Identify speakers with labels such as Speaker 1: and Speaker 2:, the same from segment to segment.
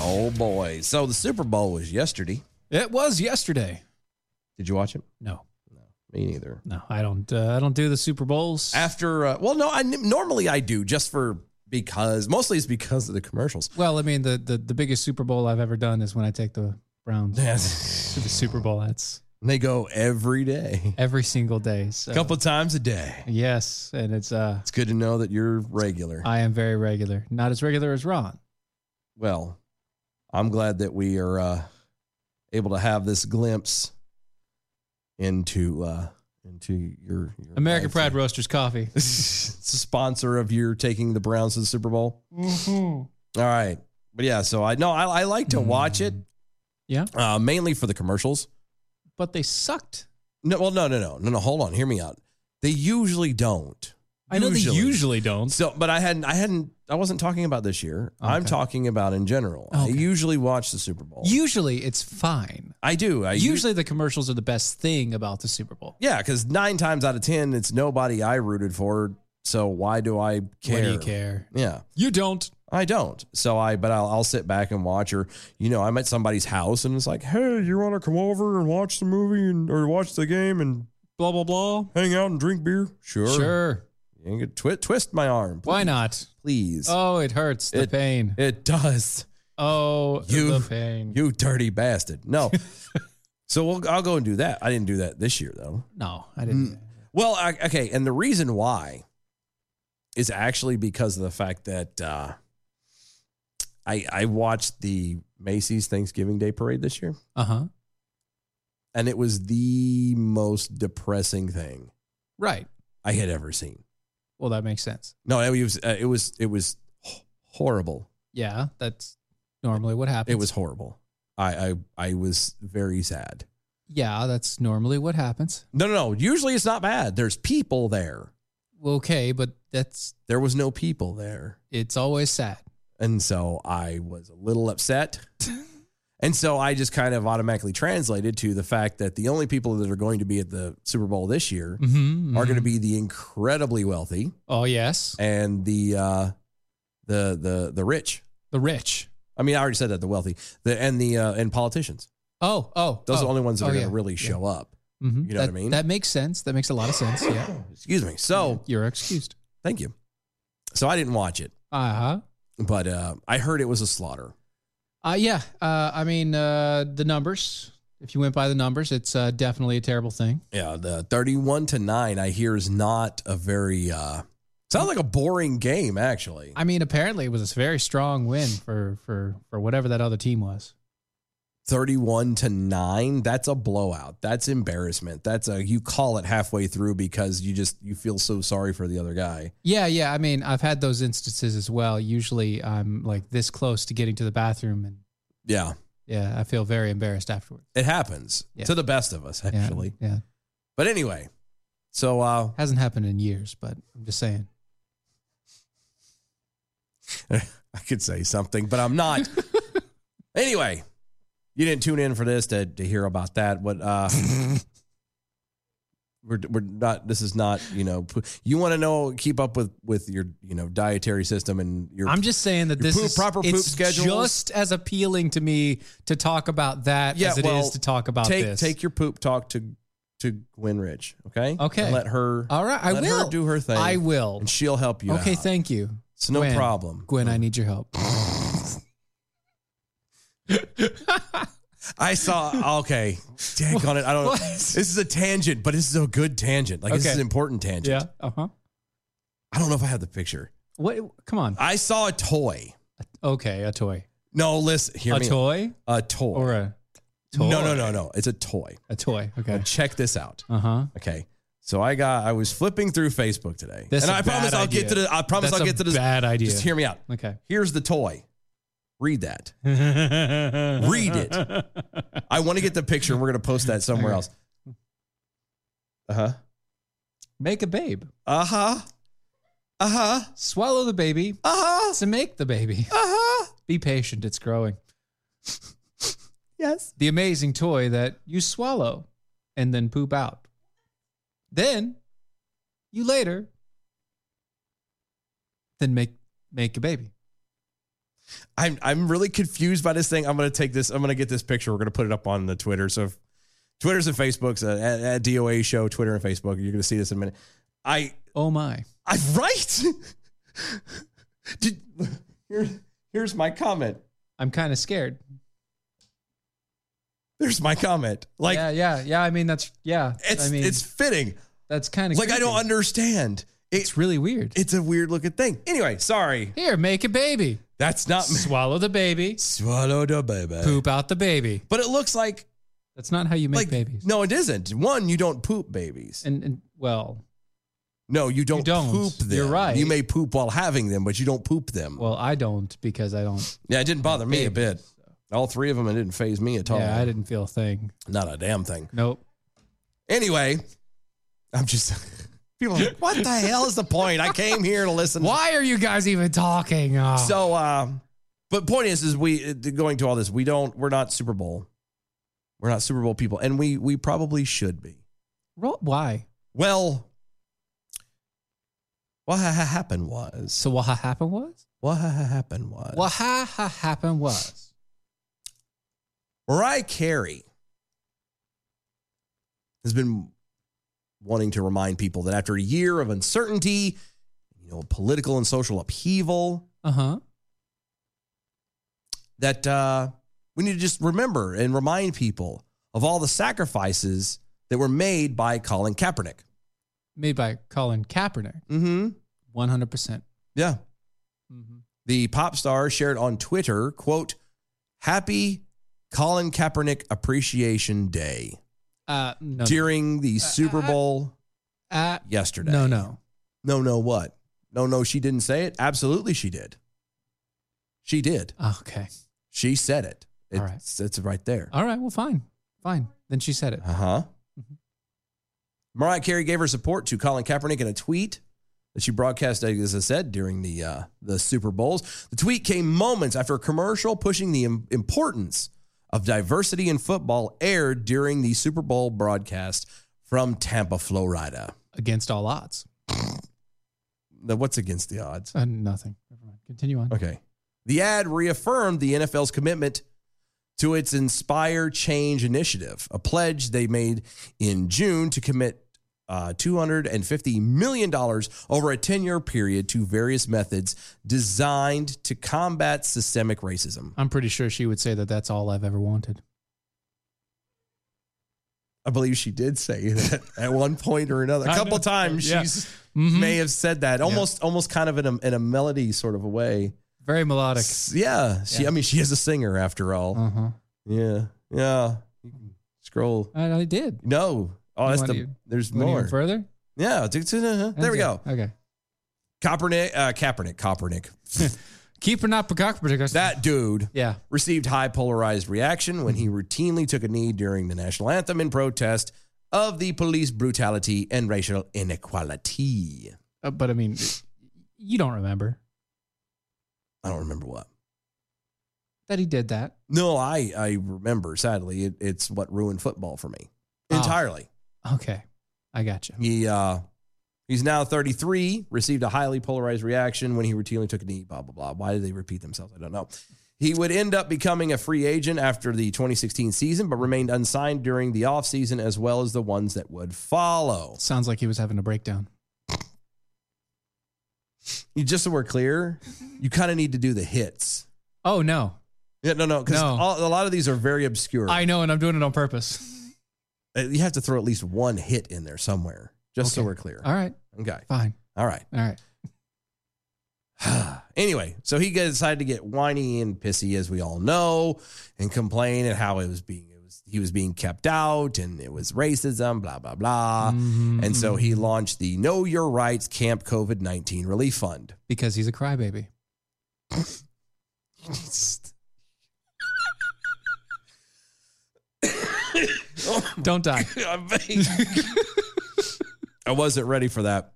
Speaker 1: Oh boy! So the Super Bowl was yesterday.
Speaker 2: It was yesterday.
Speaker 1: Did you watch it?
Speaker 2: No,
Speaker 1: Me neither.
Speaker 2: no, I don't. Uh, I don't do the Super Bowls.
Speaker 1: After uh, well, no, I n- normally I do just for because mostly it's because of the commercials.
Speaker 2: well, I mean, the, the the biggest Super Bowl I've ever done is when I take the Browns to the Super Bowl. That's
Speaker 1: And they go every day,
Speaker 2: every single day. So
Speaker 1: a couple times a day.
Speaker 2: yes, and it's uh,
Speaker 1: It's good to know that you're regular.
Speaker 2: I am very regular. Not as regular as Ron.
Speaker 1: well, I'm glad that we are uh, able to have this glimpse into uh, into your, your
Speaker 2: American
Speaker 1: life.
Speaker 2: Pride Roasters coffee.
Speaker 1: it's a sponsor of your taking the Browns to the Super Bowl. All right. But yeah, so I know I, I like to watch it.
Speaker 2: Mm. Yeah.
Speaker 1: Uh, mainly for the commercials.
Speaker 2: But they sucked.
Speaker 1: No, well, no, no, no, no, no. Hold on, hear me out. They usually don't.
Speaker 2: I know they usually don't.
Speaker 1: So, but I hadn't, I hadn't, I wasn't talking about this year. I'm
Speaker 2: Okay.
Speaker 1: talking about in general. I
Speaker 2: Okay.
Speaker 1: usually watch the Super Bowl.
Speaker 2: Usually it's fine.
Speaker 1: I do. I usually,
Speaker 2: Usually the commercials are the best thing about the Super Bowl.
Speaker 1: yeah, because nine times out of ten, it's nobody I rooted for. So why do I care?
Speaker 2: Why do you care?
Speaker 1: Yeah.
Speaker 2: You don't.
Speaker 1: I don't. So I, but I'll, I'll sit back and watch, or you know, I'm at somebody's house and it's like, hey, you want to come over and watch the movie and or watch the game and
Speaker 2: Blah blah blah.
Speaker 1: hang out and drink beer? Sure,
Speaker 2: Sure.
Speaker 1: You can twi- twist my arm.
Speaker 2: Why not?
Speaker 1: please?
Speaker 2: Oh, it hurts. The
Speaker 1: It-
Speaker 2: pain.
Speaker 1: it does.
Speaker 2: Oh,
Speaker 1: You-
Speaker 2: the pain.
Speaker 1: You dirty bastard. No. so we'll, I'll go and do that. I didn't do that this year though. Mm.
Speaker 2: no, I didn't.
Speaker 1: Well, I, okay, and the reason why is actually because of the fact that uh, I I watched the Macy's Thanksgiving Day Parade this year.
Speaker 2: Uh huh.
Speaker 1: and it was the most depressing thing
Speaker 2: Right.
Speaker 1: I had ever seen.
Speaker 2: Well, that makes sense.
Speaker 1: No, it was uh, it was it was h- horrible.
Speaker 2: Yeah, that's normally what happens.
Speaker 1: It was horrible. I I I was very sad.
Speaker 2: Yeah, that's normally what happens.
Speaker 1: No, no, no. Usually it's not bad. There's people there.
Speaker 2: Well, okay, but that's
Speaker 1: There was no people there,
Speaker 2: it's always sad.
Speaker 1: and so I was a little upset. And so I just kind of automatically translated to the fact that the only people that are going to be at the Super Bowl this year
Speaker 2: Mm-hmm.
Speaker 1: are going to be the incredibly wealthy
Speaker 2: Oh yes,
Speaker 1: and the uh, the the the rich.
Speaker 2: the rich.
Speaker 1: I mean, I already said that the wealthy the, and the uh, and politicians.
Speaker 2: Oh oh,
Speaker 1: Those are the
Speaker 2: oh.
Speaker 1: only ones that
Speaker 2: Oh,
Speaker 1: are going to
Speaker 2: yeah.
Speaker 1: really show up.
Speaker 2: Mhm.
Speaker 1: you know what I
Speaker 2: That-
Speaker 1: mean?
Speaker 2: That makes sense. That makes a lot of sense. Yeah.
Speaker 1: Excuse me. So
Speaker 2: You're excused.
Speaker 1: thank you. So I didn't watch it,
Speaker 2: Uh huh.
Speaker 1: but uh, I heard it was a slaughter.
Speaker 2: Uh, yeah. Uh, I mean, uh, the numbers. If you went by the numbers, it's uh, definitely a terrible thing.
Speaker 1: Yeah, the thirty-one to nine I hear is not a very uh, sounds like a boring game actually.
Speaker 2: I mean, apparently it was a very strong win for for for whatever that other team was.
Speaker 1: Thirty-one to nine, that's a blowout. That's embarrassment. That's a you call it halfway through because you just you feel so sorry for the other guy.
Speaker 2: Yeah, yeah. I mean, I've had those instances as well. Usually, I'm like this close to getting to the bathroom, and
Speaker 1: Yeah,
Speaker 2: yeah, I feel very embarrassed afterwards.
Speaker 1: it happens
Speaker 2: Yeah.
Speaker 1: to the best of us
Speaker 2: Yeah,
Speaker 1: actually.
Speaker 2: yeah,
Speaker 1: But anyway, so uh,
Speaker 2: hasn't happened in years, but I'm just saying.
Speaker 1: I could say something, but I'm not. anyway, you didn't tune in for this to, to hear about that. What uh we're we're not this is not, you know, p- you want to know keep up with with your, you know, dietary system and your
Speaker 2: I'm just saying that
Speaker 1: Your
Speaker 2: this
Speaker 1: poop-
Speaker 2: is
Speaker 1: proper poop
Speaker 2: it's
Speaker 1: schedules?
Speaker 2: just as appealing to me to talk about that
Speaker 1: Yeah,
Speaker 2: as it is
Speaker 1: well,
Speaker 2: to talk about
Speaker 1: take
Speaker 2: this.
Speaker 1: take your poop talk to to Gwen Rich, okay?
Speaker 2: Okay.
Speaker 1: And let her
Speaker 2: All right, I
Speaker 1: let
Speaker 2: will
Speaker 1: her do her thing.
Speaker 2: I will.
Speaker 1: And she'll help you
Speaker 2: Okay,
Speaker 1: out.
Speaker 2: thank you.
Speaker 1: It's no
Speaker 2: Gwen.
Speaker 1: problem.
Speaker 2: Gwen, I need your help.
Speaker 1: I saw. oh, Okay, dang on it. I don't.
Speaker 2: What?
Speaker 1: This is a tangent, but this is a good tangent. Like this
Speaker 2: Okay.
Speaker 1: is an important tangent.
Speaker 2: Uh huh.
Speaker 1: I don't know if I have the picture.
Speaker 2: What? Come on.
Speaker 1: I saw a toy.
Speaker 2: Okay, a toy.
Speaker 1: No, listen. Hear
Speaker 2: a
Speaker 1: me.
Speaker 2: toy
Speaker 1: A toy.
Speaker 2: or a toy?
Speaker 1: No, no, no, no. It's a toy.
Speaker 2: A toy.
Speaker 1: Now
Speaker 2: Okay.
Speaker 1: check this out.
Speaker 2: Uh huh.
Speaker 1: Okay. So I got. I was flipping through Facebook today,
Speaker 2: That's
Speaker 1: and
Speaker 2: a
Speaker 1: I promise
Speaker 2: bad
Speaker 1: I'll get
Speaker 2: idea.
Speaker 1: to the. I promise
Speaker 2: That's
Speaker 1: I'll
Speaker 2: a
Speaker 1: get to this.
Speaker 2: Bad idea.
Speaker 1: Just hear me out.
Speaker 2: Okay.
Speaker 1: Here's the toy. Read that.
Speaker 2: Read
Speaker 1: it. I want to get the picture and we're going to post that somewhere
Speaker 2: Okay.
Speaker 1: else. Uh huh.
Speaker 2: Make a babe.
Speaker 1: Uh huh. Uh huh.
Speaker 2: Swallow the baby
Speaker 1: Uh huh.
Speaker 2: to make the baby.
Speaker 1: Uh huh.
Speaker 2: Be patient, it's growing.
Speaker 1: Yes.
Speaker 2: The amazing toy that you swallow and then poop out. Then you later then make make a baby.
Speaker 1: I'm I'm really confused by this thing. I'm gonna take this. I'm gonna get this picture. We're gonna put it up on the Twitter. So, if- Twitter's and Facebook's uh, at, at DOA show. Twitter and Facebook. You're gonna see this in a minute. I
Speaker 2: Oh my.
Speaker 1: I right. Did, here, here's my comment.
Speaker 2: I'm kind of scared.
Speaker 1: There's my comment. Like
Speaker 2: yeah, yeah, yeah. I mean, that's yeah.
Speaker 1: it's
Speaker 2: I mean,
Speaker 1: it's fitting.
Speaker 2: that's kind of
Speaker 1: Like I don't understand. It,
Speaker 2: It's really weird.
Speaker 1: it's a weird looking thing. Anyway, sorry.
Speaker 2: Here, make a baby.
Speaker 1: That's not me.
Speaker 2: Swallow the baby.
Speaker 1: swallow the baby.
Speaker 2: Poop out the baby.
Speaker 1: But it looks like
Speaker 2: That's not how you make
Speaker 1: like
Speaker 2: babies.
Speaker 1: no, it isn't. One, you don't poop babies.
Speaker 2: And, and well,
Speaker 1: No, you don't,
Speaker 2: don't.
Speaker 1: poop them.
Speaker 2: You're right.
Speaker 1: You may poop while having them, but you don't poop them.
Speaker 2: well, I don't because I don't.
Speaker 1: yeah, it didn't bother me a bit.
Speaker 2: babies,
Speaker 1: All three of them, it didn't phase me at all.
Speaker 2: Yeah, I didn't feel a thing.
Speaker 1: Not a damn thing.
Speaker 2: Nope.
Speaker 1: Anyway, I'm just people. Are like, what the hell is the point? I came here to listen.
Speaker 2: Why are you guys even talking? Oh.
Speaker 1: So, uh, but point is, is we uh, going to all this. We don't. We're not Super Bowl. We're not Super Bowl people, and we we probably should be.
Speaker 2: Ro- why?
Speaker 1: Well, what ha- ha- happened was.
Speaker 2: So what ha- happened was?
Speaker 1: What ha- ha- happened was.
Speaker 2: What ha- ha- happened was?
Speaker 1: Mariah Carey has been wanting to remind people that after a year of uncertainty, you know, political and social upheaval,
Speaker 2: Uh huh.
Speaker 1: that uh, we need to just remember and remind people of all the sacrifices that were made by Colin Kaepernick.
Speaker 2: Made by Colin Kaepernick.
Speaker 1: Mm-hmm.
Speaker 2: One hundred percent.
Speaker 1: Yeah.
Speaker 2: Mhm.
Speaker 1: The pop star shared on Twitter, quote, happy Colin Kaepernick Appreciation Day
Speaker 2: Uh no.
Speaker 1: during the Super
Speaker 2: I-
Speaker 1: Bowl
Speaker 2: uh,
Speaker 1: yesterday.
Speaker 2: no, no.
Speaker 1: No, no, what? No, no, she didn't say it. Absolutely, she did. She did.
Speaker 2: Okay.
Speaker 1: She said it. It's,
Speaker 2: All right.
Speaker 1: it's right there.
Speaker 2: All right. Well, fine. Fine. Then she said it. Mm-hmm.
Speaker 1: Uh huh. Mariah Carey gave her support to Colin Kaepernick in a tweet that she broadcast, as I said, during the uh, the Super Bowls. The tweet came moments after a commercial pushing the im- importance of diversity in football aired during the Super Bowl broadcast from Tampa, Florida.
Speaker 2: Against all odds.
Speaker 1: Now, what's against the odds?
Speaker 2: Uh, nothing. Never mind. Continue on.
Speaker 1: Okay. The ad reaffirmed the NFL's commitment to its Inspire Change initiative, a pledge they made in June to commit uh, $250 million over a 10 year period to various methods designed to combat systemic racism.
Speaker 2: I'm pretty sure she would say that that's all I've ever wanted.
Speaker 1: I believe she did say that at one point or another. A
Speaker 2: I
Speaker 1: couple
Speaker 2: know.
Speaker 1: times
Speaker 2: Yeah. Mm-hmm.
Speaker 1: she's may have said that almost almost kind of in a, in a melody sort of a way.
Speaker 2: Very melodic.
Speaker 1: S- Yeah, she,
Speaker 2: Yeah.
Speaker 1: I mean she is a singer after all.
Speaker 2: Uh huh.
Speaker 1: Yeah. Yeah. You can Scroll.
Speaker 2: I, I did.
Speaker 1: No. Oh,
Speaker 2: You
Speaker 1: that's
Speaker 2: want
Speaker 1: the.
Speaker 2: to-
Speaker 1: there's
Speaker 2: Went
Speaker 1: more.
Speaker 2: even further.
Speaker 1: yeah. it's- it's- uh, There we go.
Speaker 2: That's it. Okay.
Speaker 1: Kaepernick. Uh, Kaepernick. Kaepernick.
Speaker 2: Keep her not Pagak
Speaker 1: That dude
Speaker 2: Yeah.
Speaker 1: received high polarized reaction when he routinely took a knee during the national anthem in protest of the police brutality and racial inequality.
Speaker 2: Uh, but I mean, it- you don't remember
Speaker 1: I don't remember what.
Speaker 2: that he did that.
Speaker 1: No, I I remember. Sadly, it, it's what ruined football for me
Speaker 2: Ah.
Speaker 1: entirely.
Speaker 2: Okay. I got you.
Speaker 1: He uh he's now 33, received a highly polarized reaction when he routinely took a knee, blah blah blah. Why did they repeat themselves? I don't know. He would end up becoming a free agent after the 2016 season, but remained unsigned during the offseason as well as the ones that would follow.
Speaker 2: Sounds like he was having a breakdown.
Speaker 1: You just so we're clear, you kind of need to do the hits.
Speaker 2: Oh no,
Speaker 1: Yeah, no, no, because
Speaker 2: No.
Speaker 1: a lot of these are very obscure.
Speaker 2: I know, and I'm doing it on purpose.
Speaker 1: Uh, you have to throw at least one hit in there somewhere, just so
Speaker 2: Okay.
Speaker 1: we're clear.
Speaker 2: All right,
Speaker 1: Okay.
Speaker 2: fine.
Speaker 1: All right.
Speaker 2: All right.
Speaker 1: anyway, so he decided to get whiny and pissy, as we all know, and complain at how it was being it was he was being kept out and it was racism, blah blah blah.
Speaker 2: Mhm.
Speaker 1: And so he launched the Know Your Rights Camp COVID nineteen Relief Fund.
Speaker 2: because he's a crybaby.
Speaker 1: Just-
Speaker 2: Don't die.
Speaker 1: I wasn't ready for that.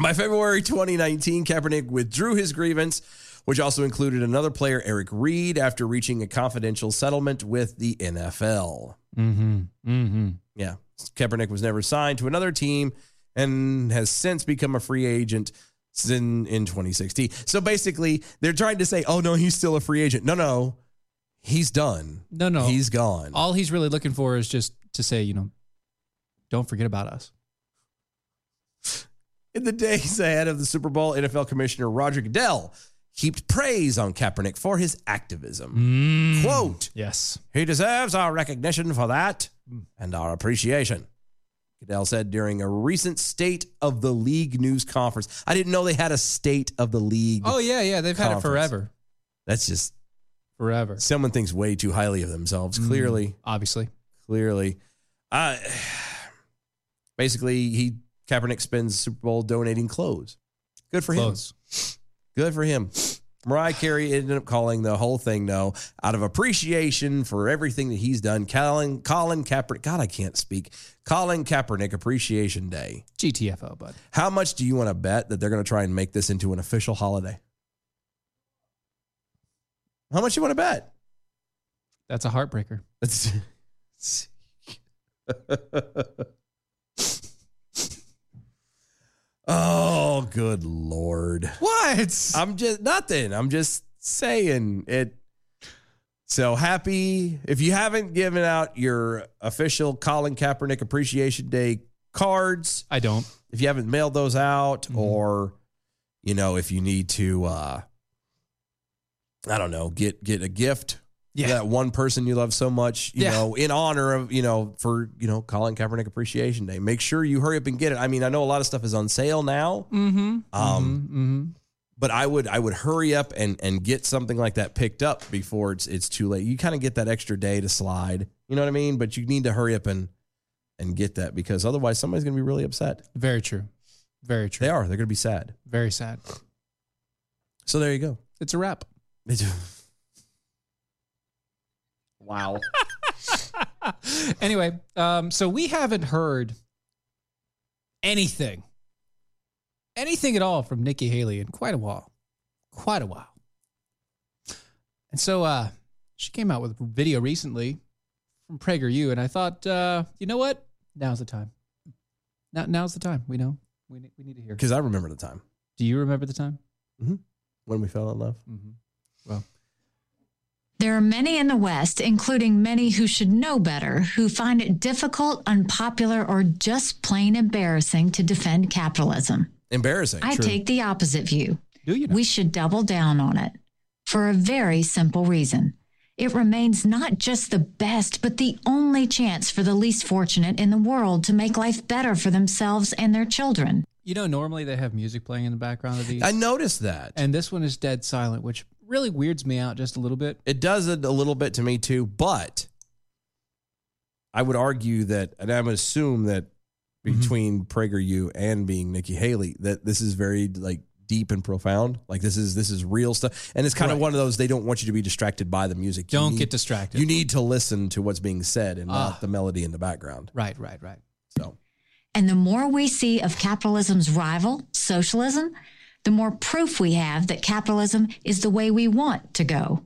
Speaker 1: By February 2019, Kaepernick withdrew his grievance, which also included another player, Eric Reed, after reaching a confidential settlement with the NFL.
Speaker 2: Mm-hmm. Mm-hmm.
Speaker 1: Yeah. Kaepernick was never signed to another team and has since become a free agent in, in 2016. So basically, they're trying to say, oh, no, he's still a free agent. No, no, he's done.
Speaker 2: No, no.
Speaker 1: He's gone.
Speaker 2: all he's really looking for is just to say, you know, don't forget about us.
Speaker 1: In the days ahead of the Super Bowl, NFL Commissioner Roger Goodell heaped praise on Kaepernick for his activism. Quote,
Speaker 2: Mm. Yes.
Speaker 1: He deserves our recognition for that and our appreciation. Goodell said during a recent State of the League news conference. I didn't know they had a State of the League.
Speaker 2: Oh yeah, yeah. They've had
Speaker 1: Conference.
Speaker 2: it forever,
Speaker 1: That's just
Speaker 2: forever. Mm,
Speaker 1: someone thinks way too highly of themselves. Clearly,
Speaker 2: Obviously.
Speaker 1: clearly. Uh, basically, he Kaepernick spends Super Bowl donating clothes. Good for him.
Speaker 2: Close.
Speaker 1: Good for him. Mariah Carey ended up calling the whole thing, though, out of appreciation for everything that he's done. Colin, Colin Kaepernick, God, I can't speak. Colin Kaepernick Appreciation Day.
Speaker 2: GTFO, bud.
Speaker 1: How much do you want to bet that they're going to try and make this into an official holiday? How much you want to bet?
Speaker 2: That's a heartbreaker.
Speaker 1: That's oh, good lord.
Speaker 2: What?
Speaker 1: I'm just nothing. I'm just saying it. So happy. If you haven't given out your official Colin Kaepernick Appreciation Day cards,
Speaker 2: I don't.
Speaker 1: if you haven't mailed those out,
Speaker 2: Mhm.
Speaker 1: or you know, if you need to, uh, I don't know, get get a gift. for
Speaker 2: Yeah.
Speaker 1: That one person you love so much, you
Speaker 2: Yeah.
Speaker 1: know, in honor of, you know, for, you know, Colin Kaepernick Appreciation Day. Make sure you hurry up and get it. I mean, I know a lot of stuff is on sale now
Speaker 2: Mm-hmm.
Speaker 1: Um, but I would I would hurry up and and get something like that picked up before it's it's too late. You kind of get that extra day to slide. You know what I mean? But you need to hurry up and and get that because otherwise somebody's going to be really upset.
Speaker 2: Very true. Very true.
Speaker 1: They are. They're going to be sad.
Speaker 2: Very sad.
Speaker 1: So there you go.
Speaker 2: It's a wrap.
Speaker 1: wow.
Speaker 2: anyway, um, so we haven't heard anything, anything at all from Nikki Haley in quite a while, quite a while. And so uh, she came out with a video recently from PragerU, and I thought, uh, you know what? Now's the time. Now, now's the time. We know. We need, we need to hear.
Speaker 1: Because I remember the time
Speaker 2: Do you remember the time?
Speaker 1: when we fell in love.
Speaker 2: Mm-hmm.
Speaker 3: There are many in the West, including many who should know better, who find it difficult, unpopular, or just plain embarrassing to defend capitalism.
Speaker 1: Embarrassing.
Speaker 3: I take the opposite view.
Speaker 2: Do you know?
Speaker 3: We should double down on it for a very simple reason. It remains not just the best, but the only chance for the least fortunate in the world to make life better for themselves and their children.
Speaker 2: you know, normally they have music playing in the background of these.
Speaker 1: I noticed that.
Speaker 2: and this one is dead silent, which really weirds me out just a little bit.
Speaker 1: It does it a little bit to me too, but I would argue that, and I would assume that
Speaker 2: Mm-hmm.
Speaker 1: between PragerU and being Nikki Haley, that this is very like deep and profound. Like this is this is real stuff, and it's kind of
Speaker 2: Right.
Speaker 1: one of those they don't want you to be distracted by the music. You
Speaker 2: Don't
Speaker 1: need-
Speaker 2: get distracted.
Speaker 1: You need to listen to what's being said and
Speaker 2: Ah.
Speaker 1: not the melody in the background.
Speaker 2: right, right, right.
Speaker 1: So
Speaker 3: And the more we see of capitalism's rival, socialism, the more proof we have that capitalism is the way we want to go.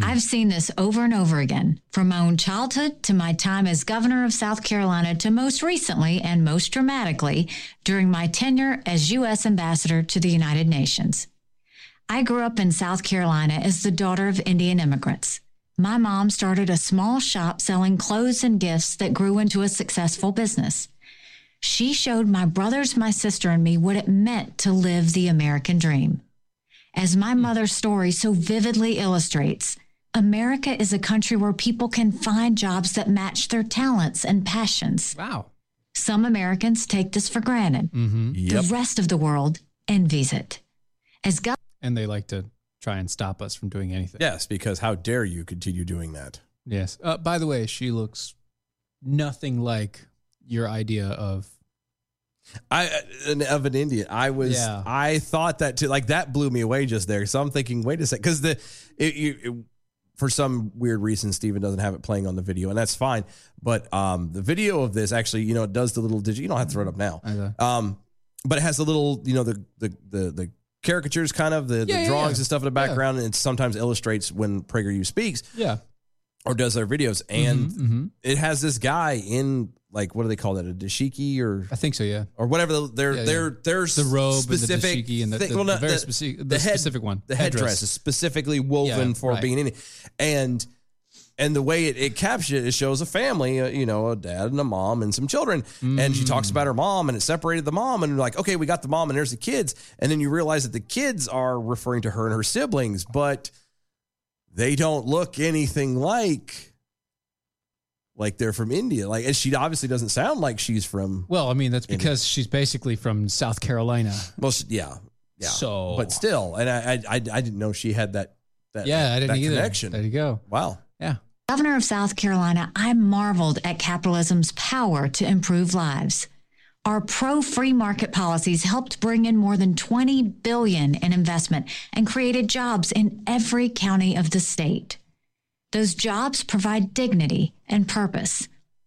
Speaker 3: I've seen this over and over again, from my own childhood to my time as governor of South Carolina to most recently and most dramatically during my tenure as U.S. ambassador to the United Nations. I grew up in South Carolina as the daughter of Indian immigrants. My mom started a small shop selling clothes and gifts that grew into a successful business. She showed my brothers, my sister, and me what it meant to live the American dream. As my mother's story so vividly illustrates, America is a country where people can find jobs that match their talents and passions.
Speaker 2: Wow. Mm.
Speaker 3: Some Americans take this for granted.
Speaker 1: Mm-hmm. yep,
Speaker 3: The rest of the world envies it. As governor,
Speaker 2: And they like to try and stop us from doing anything.
Speaker 1: yes, because how dare you continue doing that?
Speaker 2: Yes. Uh, by the way, she looks nothing like your idea of.
Speaker 1: I uh, an, of an Indian. I was.
Speaker 2: Yeah.
Speaker 1: I thought that too. Like that blew me away just there. So I'm thinking, wait a sec, because the it, you, it- for some weird reason, Steven doesn't have it playing on the video, and that's fine. But um, the video of this actually, you know, it does the little digit. You don't have to throw it up now.
Speaker 2: Okay.
Speaker 1: Um, but it has the little, you know, the the the, the caricatures, kind of the,
Speaker 2: Yeah,
Speaker 1: the
Speaker 2: yeah,
Speaker 1: drawings
Speaker 2: yeah.
Speaker 1: and stuff in the
Speaker 2: Yeah.
Speaker 1: background, and it sometimes illustrates when PragerU speaks
Speaker 2: Yeah.
Speaker 1: or does their videos. And
Speaker 2: Mhm, mhm.
Speaker 1: it has this guy in like what do they call that a dashiki or
Speaker 2: I think so. Yeah.
Speaker 1: or whatever the, their
Speaker 2: Yeah, yeah.
Speaker 1: their their
Speaker 2: The robe
Speaker 1: specific
Speaker 2: and the dashiki and the,
Speaker 1: thing-
Speaker 2: the,
Speaker 1: well,
Speaker 2: the
Speaker 1: no,
Speaker 2: very
Speaker 1: the-
Speaker 2: specific, the,
Speaker 1: the head-
Speaker 2: specific one.
Speaker 1: the headdress is specifically woven
Speaker 2: Yeah,
Speaker 1: for
Speaker 2: right.
Speaker 1: being in it. And and the way it, it captures it, it shows a family, uh, you know, a dad and a mom and some children. And she
Speaker 2: Mm.
Speaker 1: talks about her mom and it separated the mom. And you're like, okay, we got the mom and there's the kids. And then you realize that the kids are referring to her and her siblings, but they don't look anything like like they're from India. Like and she obviously doesn't sound like she's from
Speaker 2: Well, I mean, that's
Speaker 1: Indian.
Speaker 2: because she's basically from South Carolina.
Speaker 1: well, she- yeah. Yeah.
Speaker 2: So-
Speaker 1: but still, and I I I, I didn't know she had that that
Speaker 2: yeah, I didn't
Speaker 1: that
Speaker 2: either.
Speaker 1: connection.
Speaker 2: There you go.
Speaker 1: Wow.
Speaker 2: Yeah.
Speaker 3: Governor of South Carolina, I marveled at capitalism's power to improve lives. Our pro free market policies helped bring in more than 20 billion in investment and created jobs in every county of the state. Those jobs provide dignity and purpose.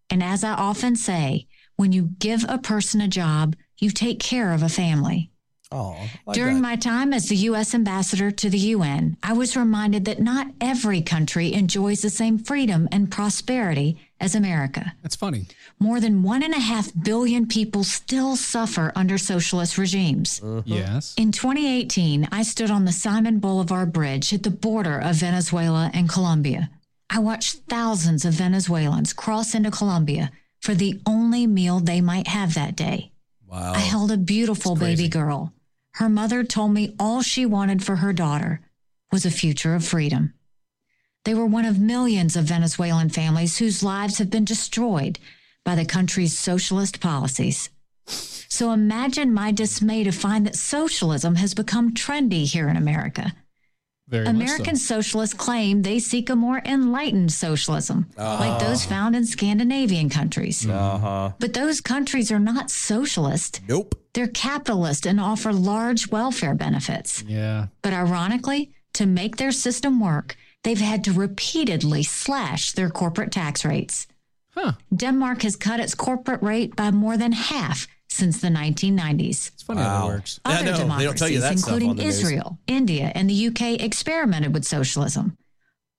Speaker 3: And as I often say, when you give a person a job, you take care of a family.
Speaker 1: Oh,
Speaker 3: During my time as the U.S. ambassador to the UN, I was reminded that not every country enjoys the same freedom and prosperity as America.
Speaker 2: That's funny.
Speaker 3: More than one and a half billion people still suffer under socialist regimes.
Speaker 1: Uh-huh. Mm-hmm.
Speaker 2: Yes.
Speaker 3: In 2018, I stood on the Simon Bolivar Bridge at the border of Venezuela and Colombia. I watched thousands of Venezuelans cross into Colombia for the only meal they might have that day.
Speaker 1: wow.
Speaker 3: I held a beautiful
Speaker 1: That's crazy.
Speaker 3: baby girl. Her mother told me all she wanted for her daughter was a future of freedom. They were one of millions of Venezuelan families whose lives have been destroyed by the country's socialist policies. So imagine my dismay to find that socialism has become trendy here in America.
Speaker 2: Very
Speaker 3: American
Speaker 2: much
Speaker 3: socialists claim they seek a more enlightened socialism,
Speaker 2: Ah.
Speaker 3: like those found in Scandinavian countries.
Speaker 1: Uh huh.
Speaker 3: But those countries are not socialist.
Speaker 1: Nope.
Speaker 3: They're capitalist and offer large welfare benefits.
Speaker 2: so. Yeah.
Speaker 3: But ironically, to make their system work, they've had to repeatedly slash their corporate tax rates.
Speaker 2: Huh.
Speaker 3: Denmark has cut its corporate rate by more than half since the 1990s.
Speaker 2: It's funny how it works.
Speaker 1: Yeah,
Speaker 3: Other
Speaker 1: no,
Speaker 3: democracies,
Speaker 1: they don't tell you that stuff
Speaker 3: including
Speaker 1: on the news.
Speaker 3: Israel, India, and the UK, experimented with socialism,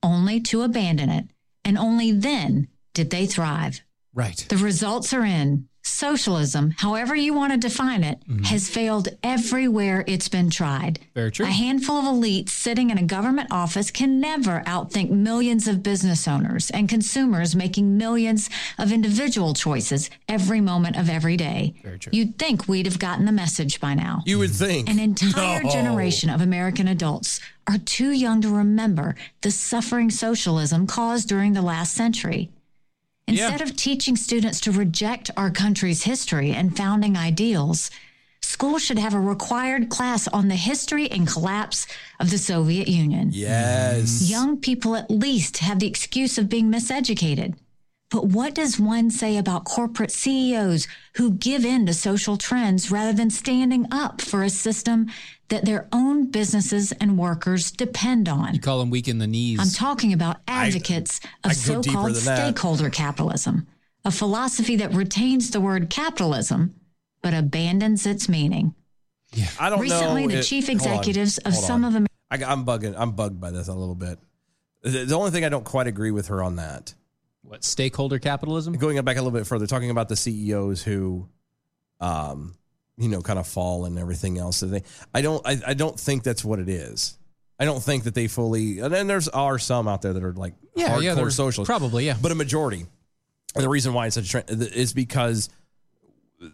Speaker 3: only to abandon it. And only then did they thrive.
Speaker 2: Right.
Speaker 3: The results are in. Socialism, however you want to define it, has failed everywhere it's been tried.
Speaker 2: Mm-hmm. Very true.
Speaker 3: A handful of elites sitting in a government office can never outthink millions of business owners and consumers making millions of individual choices every moment of every day.
Speaker 2: Very true.
Speaker 3: You'd think we'd have gotten the message by now.
Speaker 1: You would think
Speaker 3: An entire
Speaker 1: No.
Speaker 3: generation of American adults are too young to remember the suffering socialism caused during the last century. Instead of teaching students to reject our country's history and founding ideals, schools should have a required class on the history and collapse of the Soviet Union.
Speaker 1: Yes.
Speaker 3: Young people at least have the excuse of being miseducated. But what does one say about corporate CEOs who give in to social trends rather than standing up for a system that their own businesses and workers depend on?
Speaker 2: You call them weak in the knees.
Speaker 3: I'm talking about advocates
Speaker 1: I
Speaker 3: of
Speaker 1: could go
Speaker 3: so
Speaker 1: deeper
Speaker 3: called
Speaker 1: than that.
Speaker 3: stakeholder capitalism, a philosophy that retains the word capitalism but abandons its meaning.
Speaker 1: I don't know.
Speaker 3: Recently, the
Speaker 1: it-
Speaker 3: chief
Speaker 1: hold on,
Speaker 3: executives of
Speaker 1: hold
Speaker 3: some
Speaker 1: on.
Speaker 3: of America's
Speaker 1: I, I'm bugging. I'm bugged by this a little bit. The, the only thing I don't quite agree with her on that.
Speaker 2: what stakeholder capitalism?
Speaker 1: Going back a little bit further, talking about the CEOs who, um, you know, kind of fall and everything else. that they- I don't. I, I don't think that's what it is. I don't think that they fully. And then there's are some out there that are like hardcore
Speaker 2: they're
Speaker 1: socialists.
Speaker 2: Probably, yeah.
Speaker 1: but a majority. And the reason why it's such a trend is because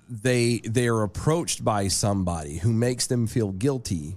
Speaker 1: they they are approached by somebody who makes them feel guilty,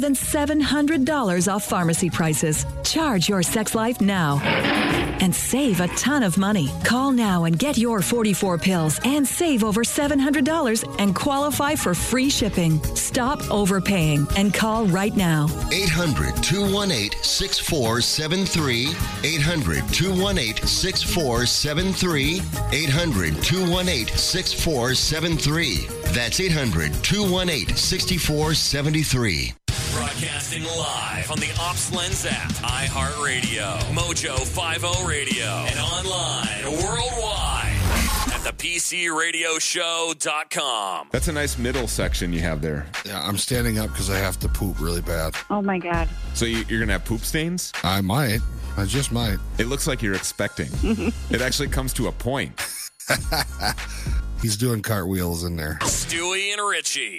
Speaker 4: than $700 off pharmacy prices. Charge your sex life now and save a ton of money. Call now and get your 44 pills and save over $700 and qualify for free shipping. Stop overpaying and call right now.
Speaker 5: 800 218 6473. 800 218 6473. 800 218 6473. That's 800 218 6473.
Speaker 6: Broadcasting live on the Ops Lens app, iHeartRadio, Mojo 50 Radio, and online worldwide at thepcradioshow.com.
Speaker 7: That's a nice middle section you have there.
Speaker 8: Yeah, I'm standing up because I have to poop really bad.
Speaker 9: Oh my God.
Speaker 7: So you, you're gonna have poop stains.
Speaker 8: I might. I just might.
Speaker 7: It looks like you're expecting. it actually comes to a point.
Speaker 8: He's doing cartwheels in there.
Speaker 6: Stewie and Richie,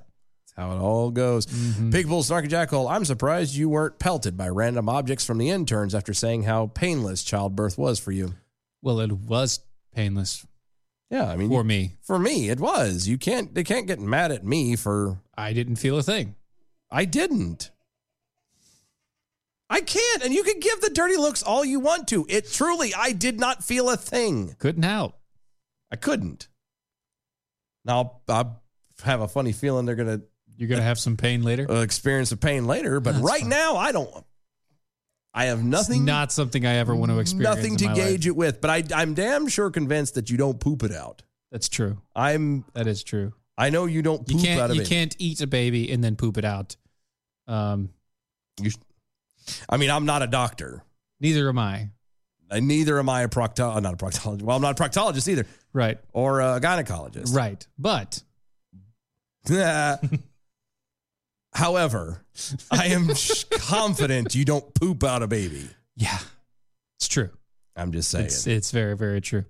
Speaker 2: Mm-hmm.
Speaker 1: how it all goes. Pig Bull Snarky Jackal, I'm surprised you weren't pelted by random objects from the interns after saying how painless childbirth was for you.
Speaker 2: Well, it was painless
Speaker 1: Yeah, I mean
Speaker 2: for me.
Speaker 1: for me it was. You can't they can't get mad at me for
Speaker 2: I didn't feel a thing.
Speaker 1: I didn't. I can't. And you can give the dirty looks all you want to. It truly, I did not feel a thing.
Speaker 2: Couldn't help.
Speaker 1: I couldn't. Now, I have a funny feeling they're going
Speaker 2: You're gonna have some pain later.
Speaker 1: to experience the pain later, but
Speaker 2: That's
Speaker 1: right
Speaker 2: fine.
Speaker 1: now, I don't. I have
Speaker 2: It's
Speaker 1: nothing.
Speaker 2: not something I ever want to experience.
Speaker 1: Nothing
Speaker 2: in
Speaker 1: to
Speaker 2: my life.
Speaker 1: gauge it with, but I, I'm damn sure convinced that you don't poop it out.
Speaker 2: That's true.
Speaker 1: I'm.
Speaker 2: That is true.
Speaker 1: I know you don't
Speaker 2: You
Speaker 1: poop out
Speaker 2: can't.
Speaker 1: of
Speaker 2: You
Speaker 1: it.
Speaker 2: can't eat a baby and then poop it out. Um,
Speaker 1: I mean, I'm not a doctor.
Speaker 2: neither am I.
Speaker 1: And neither am I a proctologist. Not a proctologist. Well, I'm not a proctologist either,
Speaker 2: Right.
Speaker 1: or a gynecologist.
Speaker 2: Right. But
Speaker 1: However, I am confident you don't poop out a baby.
Speaker 2: yeah, it's true.
Speaker 1: I'm just saying.
Speaker 2: It's, it's very, very true.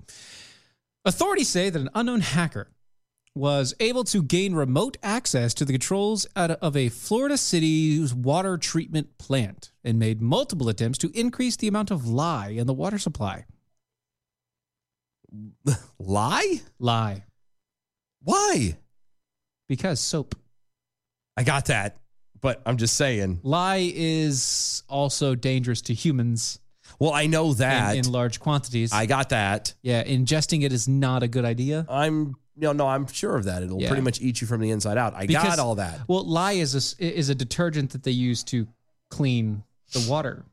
Speaker 2: Authorities say that an unknown hacker was able to gain remote access to the controls out of a Florida city's water treatment plant and made multiple attempts to increase the amount of lye in the water supply.
Speaker 1: Lie?
Speaker 2: Lye,
Speaker 1: Why?
Speaker 2: because soap.
Speaker 1: I got that, but I'm just saying.
Speaker 2: Lye is also dangerous to humans
Speaker 1: Well, I know that.
Speaker 2: in, in large quantities.
Speaker 1: I got that.
Speaker 2: yeah, ingesting it is not a good idea.
Speaker 1: I'm no, no. I'm sure of that. It'll
Speaker 2: Yeah.
Speaker 1: pretty much eat you from the inside out. I
Speaker 2: Because-
Speaker 1: got all that.
Speaker 2: Well, lye is a, s- is a detergent that they use to clean the water.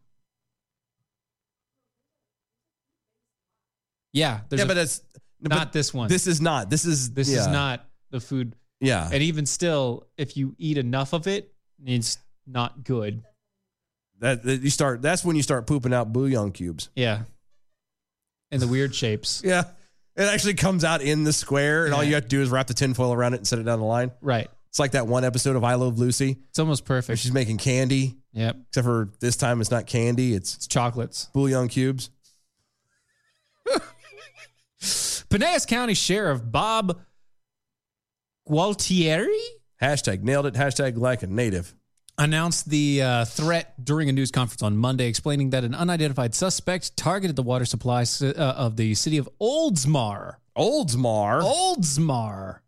Speaker 2: Yeah, there's
Speaker 1: Yeah,
Speaker 2: a-
Speaker 1: but it's
Speaker 2: not this one.
Speaker 1: This is not. This is
Speaker 2: this is
Speaker 1: yeah.
Speaker 2: not the food.
Speaker 1: Yeah.
Speaker 2: And even still, if you eat enough of it, it's not good.
Speaker 1: that, that you start. That's when you start pooping out bouillon cubes.
Speaker 2: Yeah, and the weird shapes.
Speaker 1: Yeah. It actually comes out in the square, and all
Speaker 2: Yeah.
Speaker 1: you have to do is wrap the tinfoil around it and set it down the line.
Speaker 2: Right,
Speaker 1: It's like that one episode of I Love Lucy
Speaker 2: it's almost
Speaker 1: where
Speaker 2: perfect.
Speaker 1: she's making candy,
Speaker 2: Yep,
Speaker 1: except for this time it's not candy, it's
Speaker 2: it's chocolates.
Speaker 1: bouillon cubes.
Speaker 2: Pinellas County Sheriff Bob Gualtieri
Speaker 1: Hashtag nailed it. Hashtag like a native.
Speaker 2: announced the uh, threat during a news conference on Monday, explaining that an unidentified suspect targeted the water supply ci- uh, of the city of Oldsmar.
Speaker 1: Oldsmar.
Speaker 2: Oldsmar.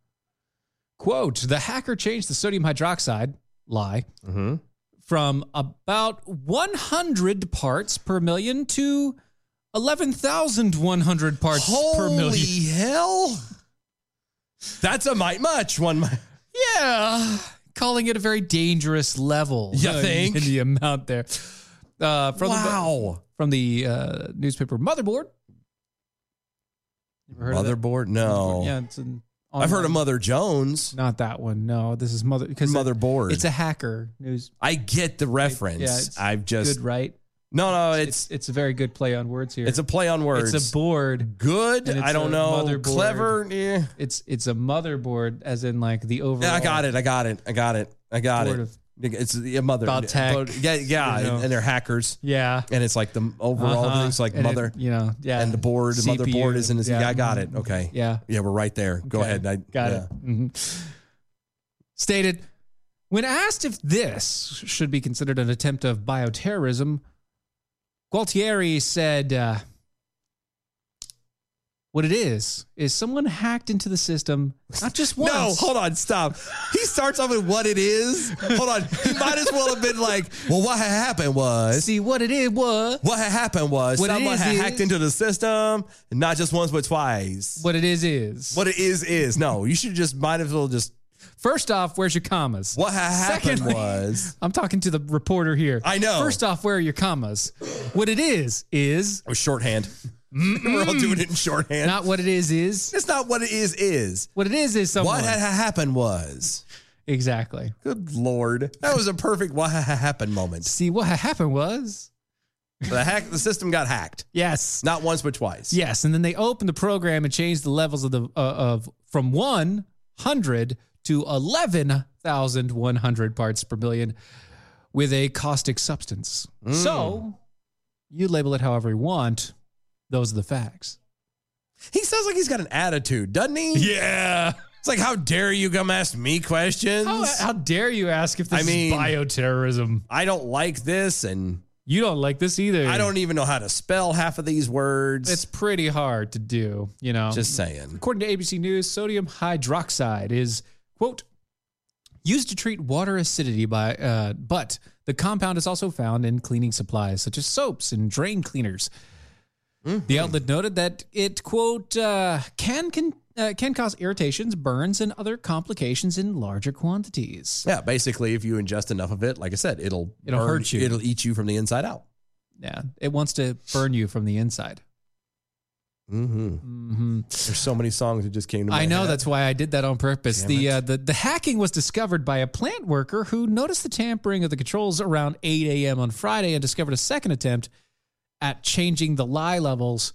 Speaker 2: Quote The hacker changed the sodium hydroxide lie
Speaker 1: Mm-hmm.
Speaker 2: from about 100 parts per million to 11,100 parts per
Speaker 1: Holy
Speaker 2: million.
Speaker 1: hell. That's a mite much. One. mi-
Speaker 2: Yeah, calling it a very dangerous level.
Speaker 1: You
Speaker 2: uh,
Speaker 1: think?
Speaker 2: in the amount there? Uh, from
Speaker 1: Wow.
Speaker 2: The, from the uh, newspaper Motherboard. Ever heard of that?
Speaker 1: Motherboard? No.
Speaker 2: Yeah, it's an.
Speaker 1: I've heard of
Speaker 2: online-
Speaker 1: Mother Jones.
Speaker 2: Not that one. No, this is mother because
Speaker 1: Motherboard.
Speaker 2: It's a hacker news.
Speaker 1: I get the reference.
Speaker 2: Yeah, it's
Speaker 1: I've just
Speaker 2: good, right?
Speaker 1: no, no.
Speaker 2: It's,
Speaker 1: It's
Speaker 2: it's a very good play on words here.
Speaker 1: it's a play on words.
Speaker 2: It's a board.
Speaker 1: good.
Speaker 2: and it's
Speaker 1: I don't
Speaker 2: a
Speaker 1: know.
Speaker 2: motherboard.
Speaker 1: Clever. Yeah.
Speaker 2: It's it's a motherboard, as in like the overall.
Speaker 1: Yeah, I got it. I got it. I got it. I got
Speaker 2: Sort
Speaker 1: it.
Speaker 2: of.
Speaker 1: It's a mother.
Speaker 2: About tech.
Speaker 1: But- Yeah, yeah,
Speaker 2: You know.
Speaker 1: and, and they're hackers,
Speaker 2: Yeah.
Speaker 1: and it's like the overall
Speaker 2: Uh-huh.
Speaker 1: things like
Speaker 2: And it-
Speaker 1: mother
Speaker 2: you know, yeah.
Speaker 1: and the board. The
Speaker 2: CPU,
Speaker 1: motherboard is in his. Yeah.
Speaker 2: yeah.
Speaker 1: I got it. Okay.
Speaker 2: Yeah.
Speaker 1: Yeah, we're right there. Go
Speaker 2: Okay,
Speaker 1: ahead. I
Speaker 2: Got
Speaker 1: yeah.
Speaker 2: it. Mhm. Stated when asked if this should be considered an attempt of bioterrorism, Gualtieri said, uh, "What it is is someone hacked into the system, not just once.
Speaker 1: No, hold on, stop. He starts off with what it is. Hold on. He might as well have been like, well, what had happened was.
Speaker 2: See what it is was."
Speaker 1: What had happened was
Speaker 2: What it
Speaker 1: someone
Speaker 2: is
Speaker 1: had
Speaker 2: is-
Speaker 1: hacked into the system, and not just once but twice.
Speaker 2: What it is is.
Speaker 1: What it is is no. You should just might as well just
Speaker 2: First off, where's your commas?
Speaker 1: what had happened
Speaker 2: Secondly-
Speaker 1: was.
Speaker 2: I'm talking to the reporter here.
Speaker 1: I know.
Speaker 2: First off, where are your commas? What it is is
Speaker 1: It was shorthand. We're all doing it in shorthand.
Speaker 2: not what it is is.
Speaker 1: it's not what it is is.
Speaker 2: What it is is someone.
Speaker 1: What had happened was.
Speaker 2: exactly.
Speaker 1: Good lord, that was a perfect what had happened moment.
Speaker 2: See what ha- happened was
Speaker 1: The hack, the system got hacked.
Speaker 2: yes,
Speaker 1: Not once but twice.
Speaker 2: yes, and then they opened the program and changed the levels of the uh, of from one hundred to eleven thousand one hundred parts per million with a caustic substance.
Speaker 1: Mm.
Speaker 2: So you label it however you want. Those are the facts.
Speaker 1: He sounds like he's got an attitude, doesn't he?
Speaker 2: Yeah.
Speaker 1: It's like, how dare you come ask me questions?
Speaker 2: How, how dare you ask if this
Speaker 1: I mean-
Speaker 2: is bioterrorism?
Speaker 1: I don't like this, and
Speaker 2: You don't like this either.
Speaker 1: I don't even know how to spell half of these words.
Speaker 2: It's pretty hard to do. You know.
Speaker 1: just saying.
Speaker 2: According to ABC News, sodium hydroxide is, quote, used to treat water acidity by uh, but the compound is also found in cleaning supplies such as soaps and drain cleaners. The outlet noted that it, quote, uh, can can uh, can cause irritations, burns, and other complications in larger quantities.
Speaker 1: Yeah, basically, if you ingest enough of it, like I said, it'll
Speaker 2: It'll
Speaker 1: burn-
Speaker 2: hurt you.
Speaker 1: It'll eat you from the inside out.
Speaker 2: Yeah, it wants to burn you from the inside.
Speaker 1: Mm-hmm.
Speaker 2: hmm
Speaker 1: There's so many songs that just came to my
Speaker 2: I know
Speaker 1: head.
Speaker 2: that's why I did that on purpose.
Speaker 1: Damn
Speaker 2: the
Speaker 1: it.
Speaker 2: uh, the the hacking was discovered by a plant worker who noticed the tampering of the controls around 8 a.m. on Friday and discovered a second attempt at changing the lie levels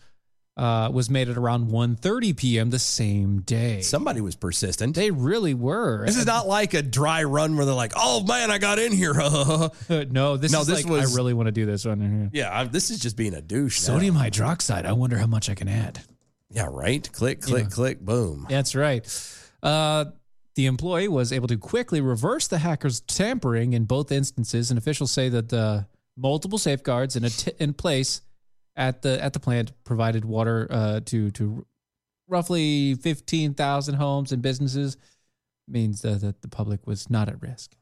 Speaker 2: uh, was made at around 1:30 p.m. the same day.
Speaker 1: somebody was persistent.
Speaker 2: they really were.
Speaker 1: This is not like a dry run where they're like, "Oh man, I got in here."
Speaker 2: no, this
Speaker 1: No,
Speaker 2: is
Speaker 1: this
Speaker 2: like
Speaker 1: was-
Speaker 2: I really want to do this one. here.
Speaker 1: yeah, I, this is just being a douche. now.
Speaker 2: Sodium hydroxide. I wonder how much I can add.
Speaker 1: Yeah, right. Click, click,
Speaker 2: Yeah.
Speaker 1: click. Boom.
Speaker 2: That's right. Uh, the employee was able to quickly reverse the hacker's tampering in both instances, and officials say that uh, multiple safeguards in a t- in place at the at the plant provided water uh, to to roughly fifteen thousand homes and businesses. Means uh, that the public was not at risk.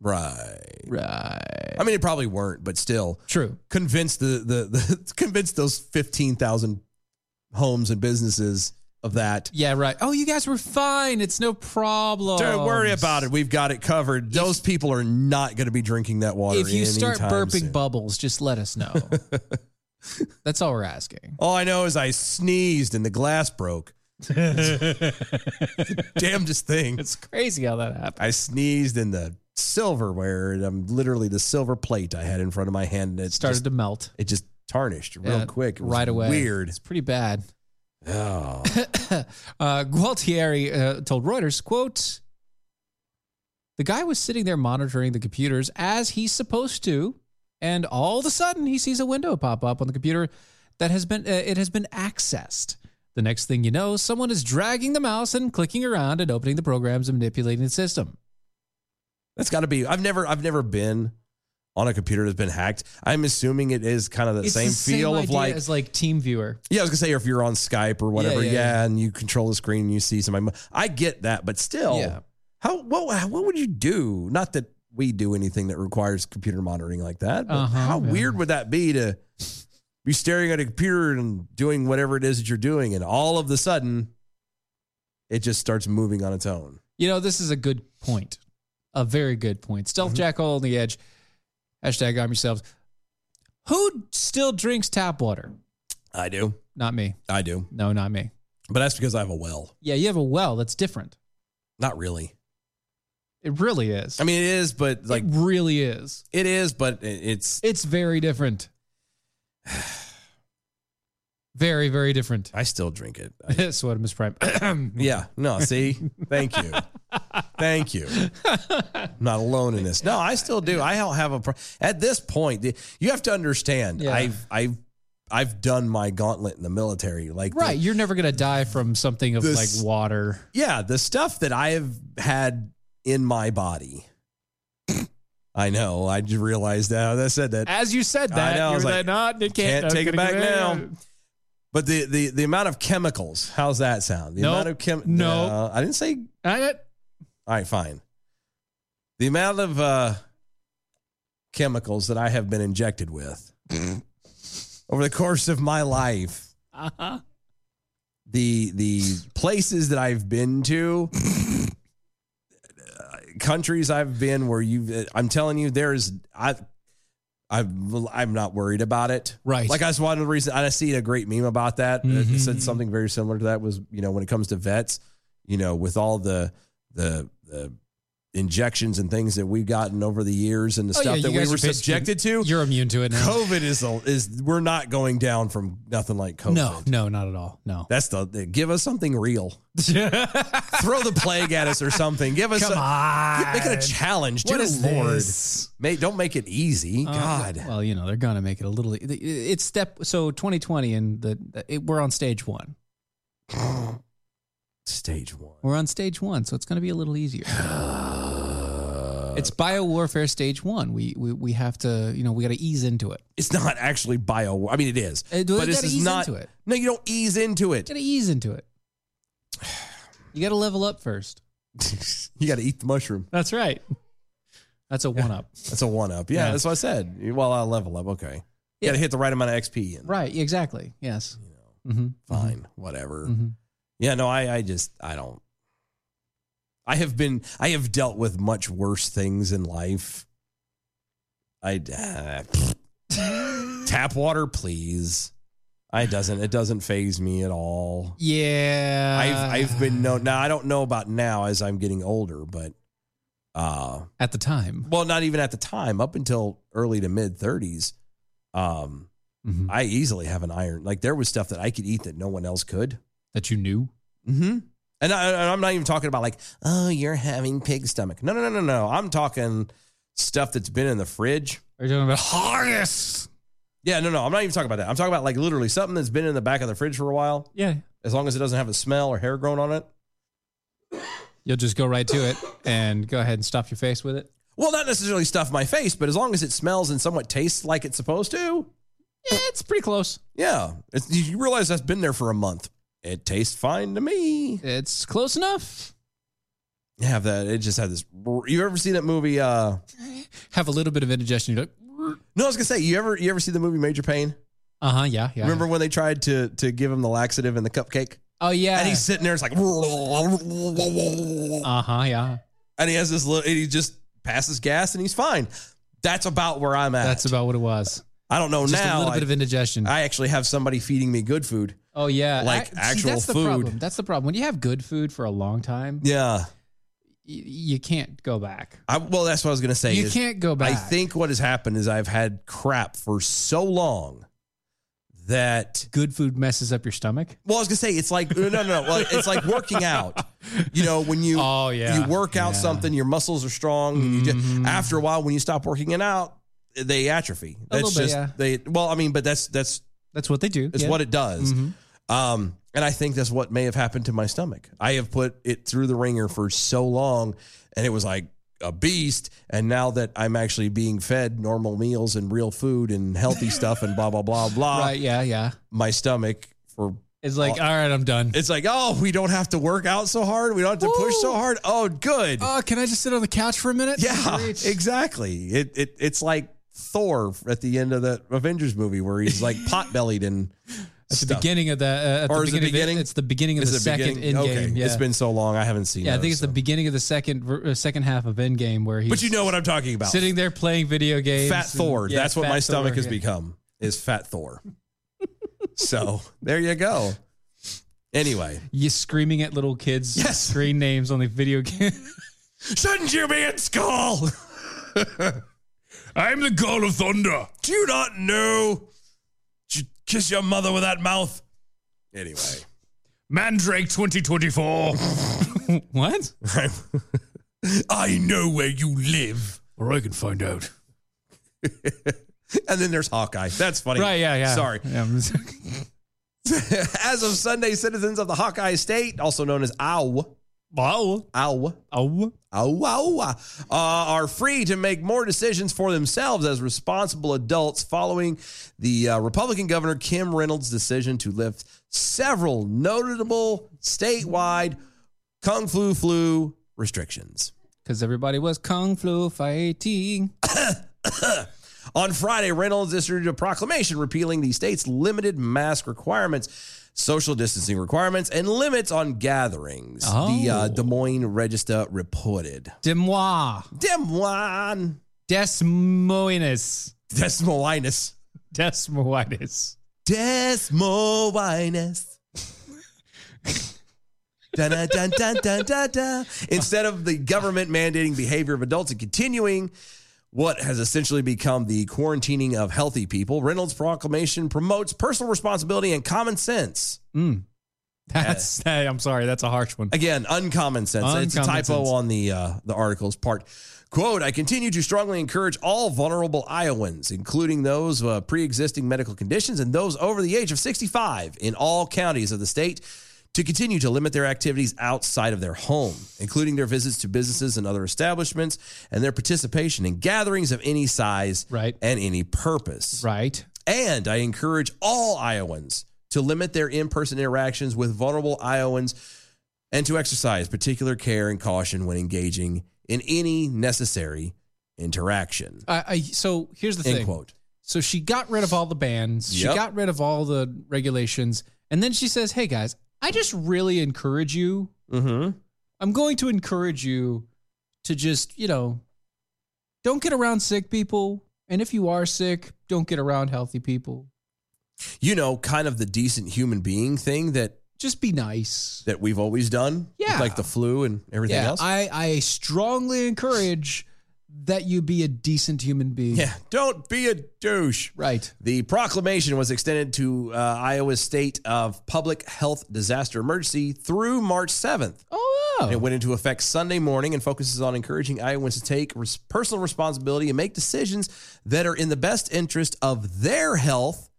Speaker 1: Right.
Speaker 2: Right.
Speaker 1: I mean, it probably weren't, but still,
Speaker 2: True.
Speaker 1: convince the the, the convince those fifteen thousand homes and businesses of that.
Speaker 2: Yeah. Right. Oh, you guys were fine. It's no problem.
Speaker 1: Don't worry about it. We've got it covered. Those people are not going to be drinking that water.
Speaker 2: If you start
Speaker 1: anytime
Speaker 2: burping
Speaker 1: soon.
Speaker 2: bubbles, just let us know. That's all we're asking.
Speaker 1: all I know is I sneezed and the glass broke. Damnedest thing.
Speaker 2: It's crazy how that happened.
Speaker 1: I sneezed in the silverware, and I'm literally the silver plate I had in front of my hand, and it
Speaker 2: It started
Speaker 1: Just,
Speaker 2: to melt
Speaker 1: it just tarnished real
Speaker 2: Yeah,
Speaker 1: quick, It was
Speaker 2: right away.
Speaker 1: Weird.
Speaker 2: It's pretty bad.
Speaker 1: Oh.
Speaker 2: Uh, Gualtieri uh, told Reuters, "quote The guy was sitting there monitoring the computers as he's supposed to, and all of a sudden he sees a window pop up on the computer that has been uh, it has been accessed. The next thing you know, someone is dragging the mouse and clicking around and opening the programs and manipulating the system.
Speaker 1: That's got to be. I've never I've never been on a computer that's been hacked. I'm assuming it is kind of that
Speaker 2: It's
Speaker 1: same,
Speaker 2: the same
Speaker 1: feel of
Speaker 2: idea
Speaker 1: like
Speaker 2: as like TeamViewer.
Speaker 1: yeah, I was gonna say if you're on Skype or whatever, yeah,
Speaker 2: yeah, yeah.
Speaker 1: and you control the screen and you see somebody. mo- I get that, but still,
Speaker 2: Yeah.
Speaker 1: how what what would you do? Not that we do anything that requires computer monitoring like that. But
Speaker 2: Uh-huh,
Speaker 1: how
Speaker 2: yeah.
Speaker 1: weird would that be to be staring at a computer and doing whatever it is that you're doing, and all of the sudden, it just starts moving on its own.
Speaker 2: You know, this is a good point. A very good point. Stealth
Speaker 1: Mm-hmm.
Speaker 2: Jackal on the edge. Hashtag arm yourselves. Who still drinks tap water?
Speaker 1: I do,
Speaker 2: Not me.
Speaker 1: I do,
Speaker 2: No, not me.
Speaker 1: but that's because I have a well.
Speaker 2: Yeah, you have a well that's different.
Speaker 1: Not really.
Speaker 2: It really is.
Speaker 1: I mean, it is, but like
Speaker 2: it really is.
Speaker 1: it is, but it- it's.
Speaker 2: It's very different. very, very different.
Speaker 1: I still drink it. I-
Speaker 2: Sodium is prime.
Speaker 1: Yeah. No, see? Thank you. Thank you. I'm not alone in this. No, I still do. I don't have a pro- at this point. the- You have to understand.
Speaker 2: Yeah.
Speaker 1: I've I've I've done my gauntlet in the military. Like the-
Speaker 2: right. You're never gonna die from something of
Speaker 1: This-
Speaker 2: like water.
Speaker 1: yeah, the stuff that I have had in my body. I know. I just realized that I said that.
Speaker 2: As you said
Speaker 1: I
Speaker 2: that,
Speaker 1: know, I
Speaker 2: you
Speaker 1: was
Speaker 2: were
Speaker 1: like,
Speaker 2: like, not. It can't,
Speaker 1: can't
Speaker 2: I'm
Speaker 1: take it
Speaker 2: gonna
Speaker 1: back
Speaker 2: give
Speaker 1: now. But the the the amount of chemicals. How's that sound? The
Speaker 2: Nope.
Speaker 1: amount of chem.
Speaker 2: Nope.
Speaker 1: No, I didn't say
Speaker 2: I-
Speaker 1: All right, fine. The amount of uh, chemicals that I have been injected with over the course of my life,
Speaker 2: Uh-huh.
Speaker 1: the the places that I've been to, uh, countries I've been where you, I'm telling you, there is I. I'm, I'm not worried about it.
Speaker 2: Right.
Speaker 1: Like that's one of the reasons I see a great meme about that. It
Speaker 2: Mhm.
Speaker 1: said something very similar to that was, you know, when it comes to vets, you know, with all the the the injections and things that we've gotten over the years and the
Speaker 2: Oh,
Speaker 1: stuff
Speaker 2: yeah,
Speaker 1: that
Speaker 2: you
Speaker 1: we
Speaker 2: guys
Speaker 1: were
Speaker 2: are basically-
Speaker 1: subjected to.
Speaker 2: You're immune to it now.
Speaker 1: COVID is a, is we're not going down from nothing like COVID.
Speaker 2: No, no, not at all. No.
Speaker 1: That's the, the- give us something real. Throw the plague at us or something. Give us
Speaker 2: Come
Speaker 1: a,
Speaker 2: on.
Speaker 1: make it a challenge.
Speaker 2: What
Speaker 1: Dear
Speaker 2: is
Speaker 1: Lord.
Speaker 2: this? Uh,
Speaker 1: Mate, don't make it easy. God.
Speaker 2: Well, you know, they're going to make it a little e-, it's step so 2020 and the it, we're on stage 1.
Speaker 1: Stage one.
Speaker 2: We're on stage 1, so it's going to be a little easier. it's biowarfare stage 1. We we we have to, you know, we got to ease into it.
Speaker 1: It's not actually bio. I mean, it is.
Speaker 2: Uh, do-
Speaker 1: but
Speaker 2: you
Speaker 1: this
Speaker 2: gotta
Speaker 1: is
Speaker 2: ease
Speaker 1: not.
Speaker 2: into it.
Speaker 1: No, you don't ease into it.
Speaker 2: Got to ease into it. You got to level up first.
Speaker 1: you got to eat the mushroom.
Speaker 2: That's right. That's a one up.
Speaker 1: That's a one up. Yeah,
Speaker 2: Yeah.
Speaker 1: that's what I said. Well, I'll level up. Okay. You got to
Speaker 2: Yeah.
Speaker 1: hit the right amount of XP. And
Speaker 2: Right, exactly. Yes. Mhm.
Speaker 1: Fine. Whatever.
Speaker 2: Mhm.
Speaker 1: Yeah, no, I, I just, I don't. I have been, I have dealt with much worse things in life. I, uh, tap water, please. I doesn't, it doesn't phase me at all.
Speaker 2: Yeah.
Speaker 1: I've I've been known now. I don't know about now as I'm getting older, but uh,
Speaker 2: at the time.
Speaker 1: well, not even at the time, up until early to mid 30s, um,
Speaker 2: Mhm.
Speaker 1: I easily have an iron. Like there was stuff that I could eat that no one else could.
Speaker 2: that you knew.
Speaker 1: Mm-hmm. And, I, and I'm not even talking about like, oh, you're having pig stomach. No, no, no, no, no. I'm talking stuff that's been in the fridge.
Speaker 2: Are you talking about harness?
Speaker 1: Yeah, no, no. I'm not even talking about that. I'm talking about like literally something that's been in the back of the fridge for a while,
Speaker 2: Yeah.
Speaker 1: as long as it doesn't have a smell or hair grown on it.
Speaker 2: You'll just go right to it and go ahead and stuff your face with it.
Speaker 1: Well, not necessarily stuff my face, but as long as it smells and somewhat tastes like it's supposed to,
Speaker 2: Yeah, it's pretty close.
Speaker 1: yeah. It's, you you realize that's been there for a month. It tastes fine to me.
Speaker 2: It's close enough.
Speaker 1: You have that. It just had this. You ever seen that movie? Uh,
Speaker 2: Have a little bit of indigestion. You're like,
Speaker 1: no, I was gonna say. You ever you ever see the movie Major Pain?
Speaker 2: uh huh, yeah, yeah.
Speaker 1: Remember when they tried to to give him the laxative and the cupcake,
Speaker 2: Oh yeah.
Speaker 1: and he's sitting there. It's like, and
Speaker 2: uh huh, yeah.
Speaker 1: he has this little. And he just passes gas, and he's fine. That's about where I'm at.
Speaker 2: That's about what it was.
Speaker 1: I don't know
Speaker 2: Just
Speaker 1: now.
Speaker 2: a little bit
Speaker 1: I-
Speaker 2: of indigestion.
Speaker 1: I actually have somebody feeding me good food.
Speaker 2: oh yeah,
Speaker 1: like
Speaker 2: see,
Speaker 1: actual
Speaker 2: that's
Speaker 1: food.
Speaker 2: The problem. That's the problem. When you have good food for a long time, y-
Speaker 1: Yeah.
Speaker 2: you can't go back.
Speaker 1: I, well, that's what I was gonna say.
Speaker 2: You
Speaker 1: is
Speaker 2: can't go back.
Speaker 1: I think what has happened is I've had crap for so long that.
Speaker 2: good food messes up your stomach.
Speaker 1: Well, I was gonna say it's like no, no, no. Well, it's like working out. You know, when you
Speaker 2: Oh, yeah.
Speaker 1: you work out
Speaker 2: Yeah.
Speaker 1: something, your muscles are strong. And you just,
Speaker 2: Mhm.
Speaker 1: after a while, when you stop working it out, they atrophy. That's
Speaker 2: little bit,
Speaker 1: just
Speaker 2: yeah.
Speaker 1: they. Well, I mean, but that's that's
Speaker 2: That's what they do.
Speaker 1: It's
Speaker 2: yeah.
Speaker 1: what it does.
Speaker 2: Mhm.
Speaker 1: Um, and I think that's what may have happened to my stomach. I have put it through the ringer for so long, and it was like a beast. And now that I'm actually being fed normal meals and real food and healthy stuff and blah blah blah blah,
Speaker 2: Right. Yeah. Yeah.
Speaker 1: my stomach for
Speaker 2: It's like, all right, I'm done.
Speaker 1: it's like oh we don't have to work out so hard, we don't have to push so hard. Oh, good.
Speaker 2: Oh, can I just sit on the couch for a minute?
Speaker 1: Yeah,
Speaker 2: Great.
Speaker 1: exactly. It, it it's like Thor at the end of the Avengers movie where he's like pot bellied and
Speaker 2: At the
Speaker 1: stuff.
Speaker 2: beginning of the, uh, at
Speaker 1: Or
Speaker 2: the
Speaker 1: is it
Speaker 2: beginning, of it-
Speaker 1: beginning?
Speaker 2: it's the beginning of
Speaker 1: Is
Speaker 2: the
Speaker 1: it
Speaker 2: second
Speaker 1: beginning?
Speaker 2: end
Speaker 1: Okay,
Speaker 2: game. Yeah.
Speaker 1: it's been so long. I haven't seen.
Speaker 2: yeah, I think it's
Speaker 1: those,
Speaker 2: the
Speaker 1: so.
Speaker 2: beginning of the second ver- uh, second half of Endgame where he's
Speaker 1: But you know what I'm talking about.
Speaker 2: sitting there playing video games.
Speaker 1: fat
Speaker 2: and-
Speaker 1: Thor.
Speaker 2: yeah,
Speaker 1: That's what
Speaker 2: Fat
Speaker 1: my stomach
Speaker 2: Thor,
Speaker 1: has
Speaker 2: yeah.
Speaker 1: become. Is fat Thor. so there you go. Anyway,
Speaker 2: You screaming at little kids'
Speaker 1: Yes.
Speaker 2: screen names on the video game.
Speaker 1: shouldn't you be in school?
Speaker 9: I'm the god of thunder.
Speaker 1: Do you not know? You kiss your mother with that mouth. Anyway,
Speaker 9: Mandrake 2024.
Speaker 2: what?
Speaker 1: I know where you live.
Speaker 9: or I can find out.
Speaker 1: And then there's Hawkeye. That's funny.
Speaker 2: Right? Yeah. Yeah.
Speaker 1: Sorry.
Speaker 2: Yeah, I'm just-
Speaker 1: As of Sunday, citizens of the Hawkeye State, also known as OW,
Speaker 2: Wow.
Speaker 1: OW,
Speaker 2: Oh.
Speaker 1: OW, OW, uh, are free to make more decisions for themselves as responsible adults following the uh, Republican Governor Kim Reynolds' decision to lift several notable statewide Kung Flu flu restrictions.
Speaker 2: Because everybody was kung flu fighting.
Speaker 1: On Friday, Reynolds issued a proclamation repealing the state's limited mask requirements, social distancing requirements, and limits on gatherings. The uh,
Speaker 2: Oh.
Speaker 1: Des Moines Register reported.
Speaker 2: Demois.
Speaker 1: Des Moines.
Speaker 2: Des Moines.
Speaker 1: Des Moines.
Speaker 2: Des Moines.
Speaker 1: Des Moines. Dun, dun, dun, dun, dun, dun, dun. Instead of the government mandating behavior of adults and continuing what has essentially become the quarantining of healthy people, Reynolds' proclamation promotes personal responsibility and common sense.
Speaker 2: That's, I'm sorry, that's a harsh one.
Speaker 1: Again, uncommon sense. it's a
Speaker 2: Uncommon
Speaker 1: typo
Speaker 2: sense.
Speaker 1: on the uh, the article's part. Quote, I continue to strongly encourage all vulnerable Iowans, including those with pre-existing medical conditions and those over the age of 65 in all counties of the state to continue to limit their activities outside of their home, including their visits to businesses and other establishments and their participation in gatherings of any size
Speaker 2: Right.
Speaker 1: and any purpose.
Speaker 2: Right.
Speaker 1: And I encourage all Iowans to limit their in person interactions with vulnerable Iowans and to exercise particular care and caution when engaging in any necessary interaction.
Speaker 2: I, I, so here's the
Speaker 1: End
Speaker 2: thing.
Speaker 1: quote.
Speaker 2: So she got rid of all the bans.
Speaker 1: Yep.
Speaker 2: She got rid of all the regulations. And then she says, hey guys, I just really encourage you.
Speaker 1: Mm-hmm.
Speaker 2: I'm going to encourage you to just, you know, don't get around sick people. And if you are sick, don't get around healthy people.
Speaker 1: You know, kind of the decent human being thing that
Speaker 2: Just be nice.
Speaker 1: that we've always done. with,
Speaker 2: Yeah.
Speaker 1: Like the flu and everything
Speaker 2: yeah,
Speaker 1: else.
Speaker 2: I, I strongly encourage that you be a decent human being.
Speaker 1: yeah. Don't be a douche.
Speaker 2: Right.
Speaker 1: The proclamation was extended to uh, Iowa's state of public health disaster emergency through March 7th.
Speaker 2: Oh, wow.
Speaker 1: It went into effect Sunday morning and focuses on encouraging Iowans to take res- personal responsibility and make decisions that are in the best interest of their health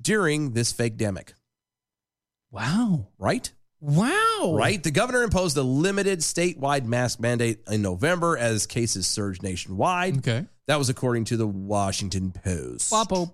Speaker 1: during this fake demic.
Speaker 2: Wow.
Speaker 1: Right?
Speaker 2: Wow.
Speaker 1: Right? The governor imposed a limited statewide mask mandate in November as cases surged nationwide.
Speaker 2: Okay.
Speaker 1: That was according to the Washington Post.
Speaker 2: Wapo.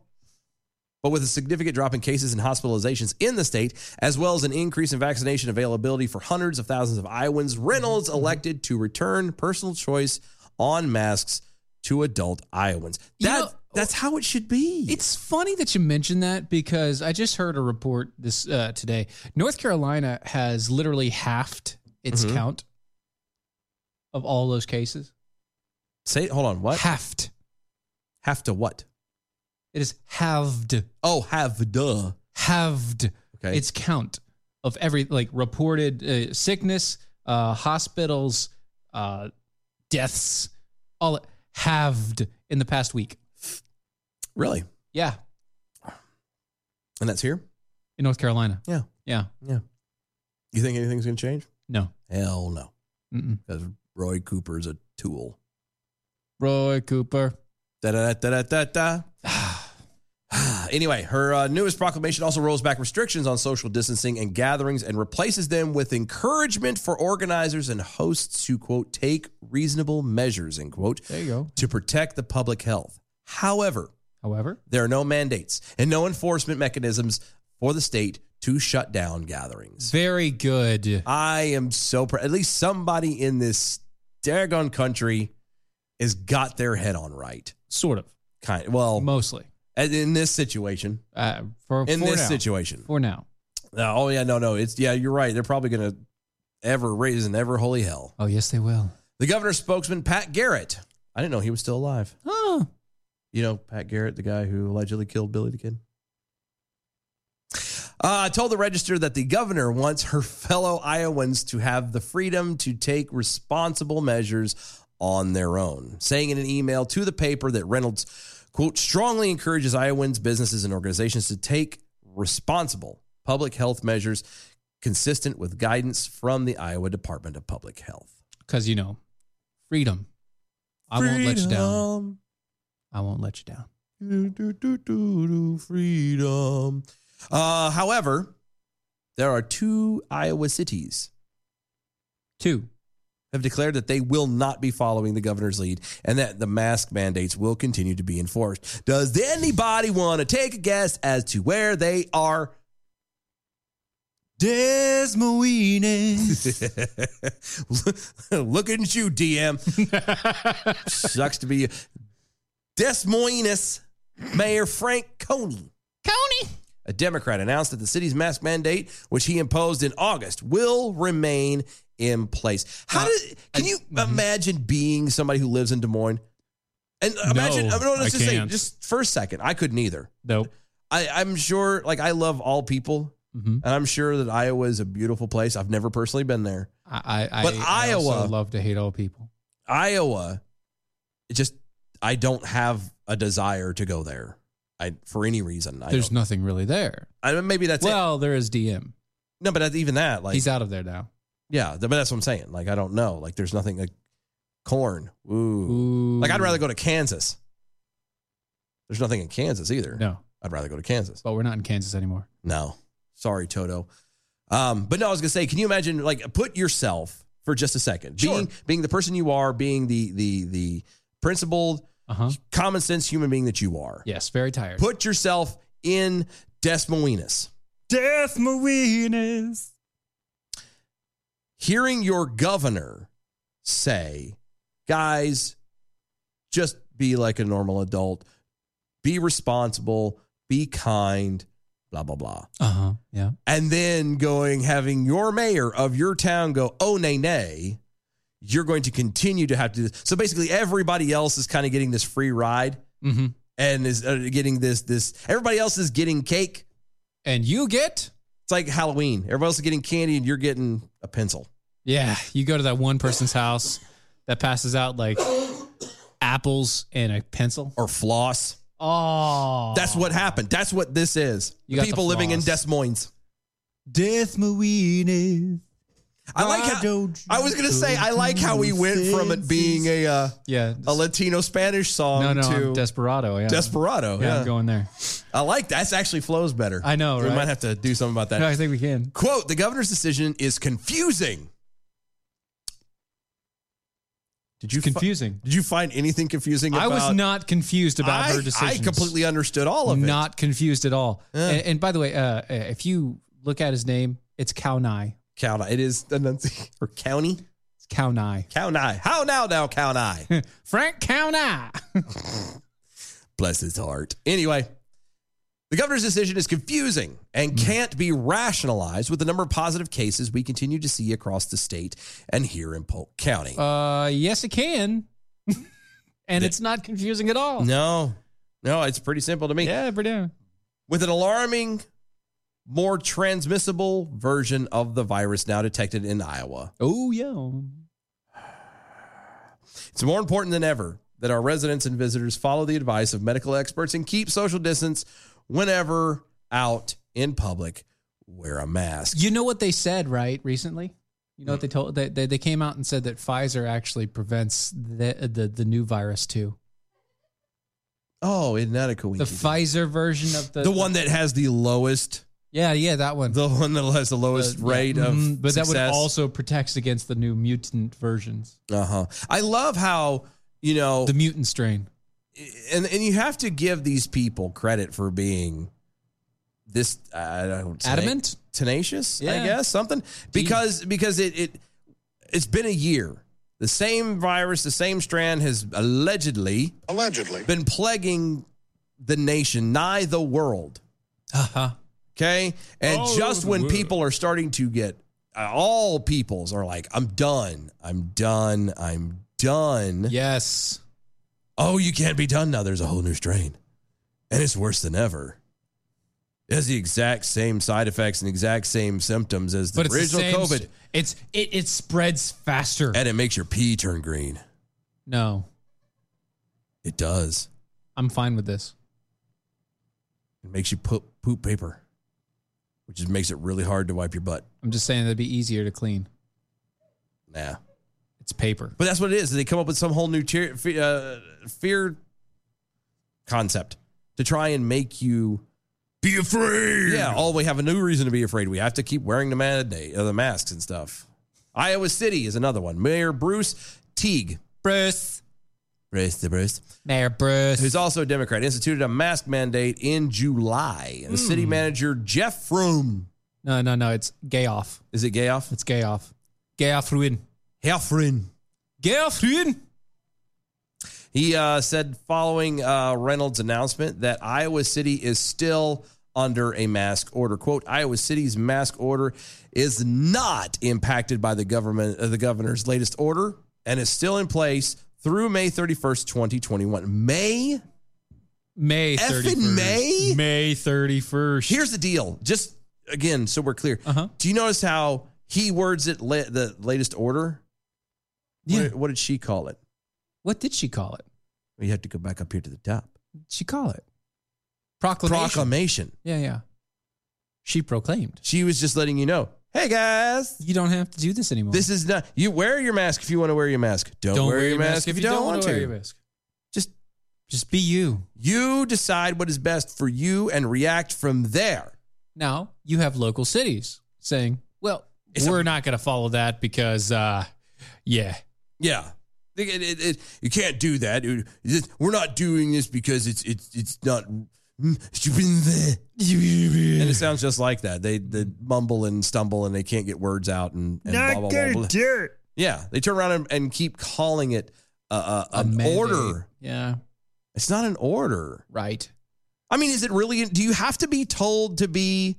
Speaker 1: But with a significant drop in cases and hospitalizations in the state, as well as an increase in vaccination availability for hundreds of thousands of Iowans, Reynolds
Speaker 2: Mm-hmm.
Speaker 1: elected to return personal choice on masks to adult Iowans.
Speaker 2: You
Speaker 1: That
Speaker 2: know-
Speaker 1: that's how it should be.
Speaker 2: It's funny that you mentioned that because I just heard a report this uh, today. North Carolina has literally halved its
Speaker 1: Mm-hmm.
Speaker 2: count of all those cases.
Speaker 1: say hold on, what?
Speaker 2: Halved.
Speaker 1: Have to what?
Speaker 2: It is halved.
Speaker 1: Oh, have duh.
Speaker 2: Halved.
Speaker 1: Okay.
Speaker 2: Its count of every like reported uh, sickness, uh, hospitals, uh, deaths, all halved in the past week.
Speaker 1: Really?
Speaker 2: Yeah,
Speaker 1: And that's here?
Speaker 2: in North Carolina.
Speaker 1: Yeah.
Speaker 2: Yeah.
Speaker 1: You think anything's gonna change?
Speaker 2: No.
Speaker 1: Hell no.
Speaker 2: Mm-mm.
Speaker 1: Because Roy Cooper is a tool.
Speaker 2: Roy Cooper.
Speaker 1: Da da da da da da. Anyway, her uh, newest proclamation also rolls back restrictions on social distancing and gatherings and replaces them with encouragement for organizers and hosts to, quote, take reasonable measures, end quote,
Speaker 2: There you go.
Speaker 1: to protect the public health. However,
Speaker 2: However,
Speaker 1: there are no mandates and no enforcement mechanisms for the state to shut down gatherings.
Speaker 2: very good.
Speaker 1: I am so proud. At least somebody in this daggone country has got their head on right.
Speaker 2: Sort of.
Speaker 1: Kind well,
Speaker 2: Mostly.
Speaker 1: in this situation,
Speaker 2: Uh, for
Speaker 1: in
Speaker 2: for
Speaker 1: this
Speaker 2: now.
Speaker 1: situation.
Speaker 2: For now.
Speaker 1: No, oh yeah, no, no. It's yeah, you're right. They're probably gonna ever raise an ever holy hell.
Speaker 2: Oh yes, they will.
Speaker 1: The governor's spokesman, Pat Garrett. I didn't know he was still alive.
Speaker 2: Oh,
Speaker 1: You know, Pat Garrett, the guy who allegedly killed Billy the Kid. Uh, told the Register that the governor wants her fellow Iowans to have the freedom to take responsible measures on their own, saying in an email to the paper that Reynolds, quote, strongly encourages Iowans, businesses, and organizations to take responsible public health measures consistent with guidance from the Iowa Department of Public Health.
Speaker 2: because you know, freedom. I won't let you down. I won't let you down.
Speaker 1: Do, do, do, do, do, freedom. Uh, however, there are two Iowa cities
Speaker 2: Two.
Speaker 1: have declared that they will not be following the governor's lead and that the mask mandates will continue to be enforced. Does anybody want to take a guess as to where they are? Des Moines. Looking at you, DM. Sucks to be you. Des Moines Mayor Frank Coney.
Speaker 2: Coney.
Speaker 1: A Democrat announced that the city's mask mandate, which he imposed in August, will remain in place. How
Speaker 2: Uh,
Speaker 1: did, can
Speaker 2: I-
Speaker 1: you
Speaker 2: mhm.
Speaker 1: imagine being somebody who lives in Des Moines? And imagine,
Speaker 2: No,
Speaker 1: I mean,
Speaker 2: I
Speaker 1: let's just say,
Speaker 2: can't.
Speaker 1: just for a second, I couldn't either.
Speaker 2: Nope.
Speaker 1: I, I'm sure, like, I love all people,
Speaker 2: Mm-hmm.
Speaker 1: and I'm sure that Iowa is a beautiful place. I've never personally been there.
Speaker 2: I, I,
Speaker 1: But
Speaker 2: I, I also
Speaker 1: Iowa-
Speaker 2: love to hate all people.
Speaker 1: Iowa, it just, I don't have a desire to go there. I, for any reason, I
Speaker 2: There's
Speaker 1: don't.
Speaker 2: nothing really there.
Speaker 1: I, maybe that's it.
Speaker 2: well, there is DM.
Speaker 1: No, but that's- even that, like,
Speaker 2: He's out of there now.
Speaker 1: Yeah, th- but that's what I'm saying. Like, I don't know. Like, there's nothing like corn. Ooh.
Speaker 2: Ooh.
Speaker 1: Like, I'd rather go to Kansas. There's nothing in Kansas either.
Speaker 2: No,
Speaker 1: I'd rather go to Kansas.
Speaker 2: but we're not in Kansas anymore.
Speaker 1: No. Sorry, Toto. Um, but no, I was gonna say, can you imagine? Like, put yourself for just a second.
Speaker 2: Sure.
Speaker 1: Being being the person you are, being the the the principled,
Speaker 2: Uh huh.
Speaker 1: common sense human being that you are.
Speaker 2: Yes, very tired.
Speaker 1: Put yourself in Des Moines.
Speaker 2: Death Marinas.
Speaker 1: hearing your governor say, guys, just be like a normal adult, be responsible, be kind, blah, blah, blah.
Speaker 2: Uh huh. Yeah.
Speaker 1: And then going, having your mayor of your town go, oh, nay, nay, you're going to continue to have to do this. So basically, everybody else is kind of getting this free ride
Speaker 2: Mm-hmm.
Speaker 1: and is uh, getting this, this, everybody else is getting cake.
Speaker 2: And you get.
Speaker 1: It's like Halloween. Everybody else is getting candy and you're getting a pencil.
Speaker 2: Yeah, you go to that one person's house that passes out like apples and a pencil.
Speaker 1: Or floss.
Speaker 2: Oh,
Speaker 1: That's what happened. That's what this is.
Speaker 2: You got the
Speaker 1: People living in Des
Speaker 2: flaws.
Speaker 1: Moines.
Speaker 10: Death Marine.
Speaker 1: I like how I was gonna say I like how we went from it being a uh,
Speaker 2: Yeah.
Speaker 1: a Latino Spanish song
Speaker 2: no, no,
Speaker 1: to
Speaker 2: I'm desperado. Yeah.
Speaker 1: Desperado.
Speaker 2: Yeah,
Speaker 1: Yeah,
Speaker 2: I'm going there.
Speaker 1: I like that. That actually flows better.
Speaker 2: I know,
Speaker 1: We
Speaker 2: right?
Speaker 1: might have to do something about that.
Speaker 2: No, I think we can.
Speaker 1: Quote: The governor's decision is confusing. Did you fi-
Speaker 2: Confusing.
Speaker 1: did you find anything confusing? About,
Speaker 2: I was not confused about
Speaker 1: I,
Speaker 2: her
Speaker 1: I
Speaker 2: decision.
Speaker 1: completely understood all of it. Eh,
Speaker 2: not confused at all.
Speaker 1: Yeah.
Speaker 2: And, and by the way, uh, if you look at his name, it's Kaunai.
Speaker 1: county. It is enunciated or county.
Speaker 2: It's Kaunai.
Speaker 1: County. How now, now, county.
Speaker 2: Frank Kaunai.
Speaker 1: Bless his heart. Anyway, the governor's decision is confusing
Speaker 2: Hmm.
Speaker 1: and can't be rationalized with the number of positive cases we continue to see across the state and here in Polk County.
Speaker 2: Uh, yes, it can. and it's not confusing at all.
Speaker 1: no, no, it's pretty simple to me.
Speaker 2: Yeah, Purdue.
Speaker 1: With an alarming, more transmissible version of the virus now detected in Iowa,
Speaker 2: Oh, yeah.
Speaker 1: It's more important than ever that our residents and visitors follow the advice of medical experts and keep social distance whenever out in public. Wear a mask.
Speaker 2: You know what they said, right? Recently, you know what they told they, they they came out and said that Pfizer actually prevents the the, the new virus too.
Speaker 1: Oh, isn't that a
Speaker 2: The
Speaker 1: coincidence?
Speaker 2: Pfizer version of the
Speaker 1: the one that has the lowest.
Speaker 2: Yeah, yeah, that one.
Speaker 1: The one that has the lowest rate of
Speaker 2: Mhm, but that would
Speaker 1: success.
Speaker 2: also protects against the new mutant versions.
Speaker 1: Uh huh. I love how you know the
Speaker 2: mutant strain,
Speaker 1: and and you have to give these people credit for being this. I don't say-
Speaker 2: Adamant?
Speaker 1: tenacious. I
Speaker 2: Yeah.
Speaker 1: guess something because because it it it's been a year. The same virus, the same strand has allegedly
Speaker 11: allegedly
Speaker 1: been plaguing the nation, nigh the world.
Speaker 2: Uh-huh.
Speaker 1: Okay, and
Speaker 2: All
Speaker 1: just
Speaker 2: over the
Speaker 1: when
Speaker 2: world.
Speaker 1: people are starting to get, uh, all peoples are like, "I'm done. I'm done. I'm done."
Speaker 2: Yes.
Speaker 1: Oh, you can't be done now. There's a whole new strain, and it's worse than ever. It has the exact same side effects and exact same symptoms as the
Speaker 2: But it's the
Speaker 1: original
Speaker 2: same
Speaker 1: COVID.
Speaker 2: s- It's it it spreads faster,
Speaker 1: and it makes your pee turn green.
Speaker 2: No,
Speaker 1: It does.
Speaker 2: I'm fine with this.
Speaker 1: It makes you poop poop paper, which just makes it really hard to wipe your butt.
Speaker 2: I'm just saying that'd be easier to clean.
Speaker 1: Nah.
Speaker 2: It's paper.
Speaker 1: But that's what it is. They come up with some whole new tier, fe- uh, fear concept to try and make you be afraid. Yeah. Oh, we have a new reason to be afraid. We have to keep wearing the man uh, the masks and stuff. Iowa City is another one. Mayor Bruce Teague.
Speaker 2: Bruce.
Speaker 1: Bruce the Bruce.
Speaker 2: Mayor Bruce.
Speaker 1: Who's also a Democrat, instituted a mask mandate in July. And the city
Speaker 2: Hmm.
Speaker 1: manager, Jeff Froome.
Speaker 2: No, no, no. It's gay off.
Speaker 1: Is it gay off?
Speaker 2: It's gay off. Gay off ruin.
Speaker 1: Herfrin.
Speaker 2: Gerfrin.
Speaker 1: He uh, said following uh, Reynolds' announcement that Iowa City is still under a mask order. "Quote: Iowa City's mask order is not impacted by the government uh, the governor's latest order and is still in place through May thirty first, twenty twenty one. May
Speaker 2: May
Speaker 1: Effing
Speaker 2: 31st.
Speaker 1: May?
Speaker 2: May 31st.
Speaker 1: Here's the deal. Just again, so we're clear.
Speaker 2: Uh-huh.
Speaker 1: Do you notice how he words it? La- the latest order. Yeah. What, what did she call it?
Speaker 2: What did she call it?
Speaker 1: You have to go back up here to the top.
Speaker 2: She call it proclamation.
Speaker 1: Proclamation.
Speaker 2: Yeah, yeah. She proclaimed.
Speaker 1: She was just letting you know, hey guys,
Speaker 2: you don't have to do this anymore.
Speaker 1: This is not you wear your mask if you want to wear your mask. Don't, wear, your mask if you don't, want
Speaker 2: wear
Speaker 1: to.
Speaker 2: your mask.
Speaker 1: Just
Speaker 2: just be you.
Speaker 1: You decide what is best for you and react from there.
Speaker 2: Now you have local cities saying, "Well, we're not going to follow that because, uh, yeah,
Speaker 1: Yeah. It- it- it- you can't do that. It- it- we're not doing this because it's it's it's not and it sounds just like that. They they mumble and stumble and they can't get words out and, and blah, blah, blah, blah.
Speaker 9: do it.
Speaker 1: Yeah, they turn around and, and keep calling it uh, uh,
Speaker 2: A
Speaker 1: an
Speaker 2: mandate.
Speaker 1: order.
Speaker 2: Yeah,
Speaker 1: It's not an order.
Speaker 2: right."
Speaker 1: I mean, is it really? Do you have to be told to be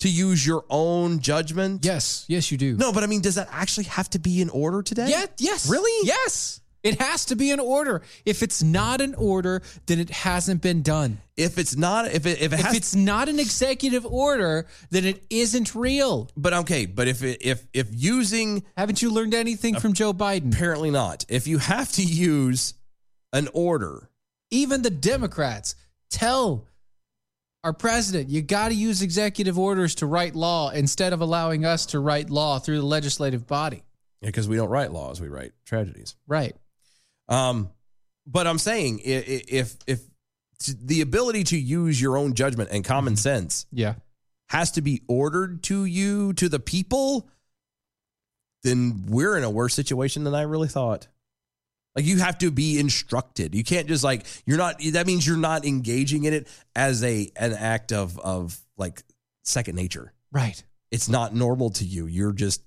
Speaker 1: to use your own judgment?
Speaker 2: Yes, yes, you do.
Speaker 1: No, but I mean, does that actually have to be in order today?
Speaker 2: Yeah, yes. Really? Yes. It has to be an order. If it's not an order, then it hasn't been done.
Speaker 1: If it's not, if it, if it has-
Speaker 2: it's not an executive order, then it isn't real.
Speaker 1: But okay, but if it, if if using
Speaker 2: haven't you learned anything from Joe Biden?
Speaker 1: Apparently not. If you have to use an order,
Speaker 2: Even the Democrats tell our president, you got to use executive orders to write law instead of allowing us to write law through the legislative body.
Speaker 1: because we don't write laws, we write tragedies.
Speaker 2: Right.
Speaker 1: Um, but I'm saying i- i- if if the ability to use your own judgment and common sense
Speaker 2: Mm-hmm. Yeah.
Speaker 1: has to be ordered to you to the people then we're in a worse situation than i really thought like you have to be instructed you can't just like you're not that means you're not engaging in it as a an act of of like second nature
Speaker 2: Right.
Speaker 1: it's not normal to you you're just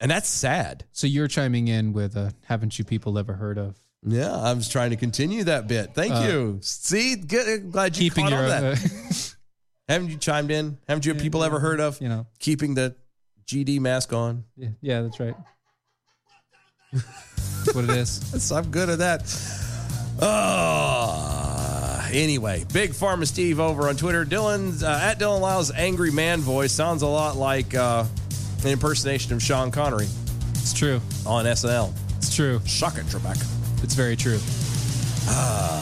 Speaker 1: and that's sad
Speaker 2: So you're chiming in with, uh, haven't you people ever heard of?
Speaker 1: yeah i was trying to continue that bit thank
Speaker 2: Uh,
Speaker 1: you see good glad you
Speaker 2: keeping
Speaker 1: caught on
Speaker 2: your,
Speaker 1: that
Speaker 2: uh,
Speaker 1: haven't you chimed in haven't you people ever heard of
Speaker 2: you know
Speaker 1: keeping the gd mask on
Speaker 2: Yeah, yeah that's right. that's what it is.
Speaker 1: So I'm good at that. Uh, anyway, Big Pharma Steve over on Twitter. Dylan's uh, at Dylan Lyle's angry man voice sounds a lot like uh, an impersonation of Sean Connery
Speaker 2: It's true.
Speaker 1: on SNL.
Speaker 2: It's true.
Speaker 1: Shock it, Trebek. Ah.
Speaker 2: It's very true.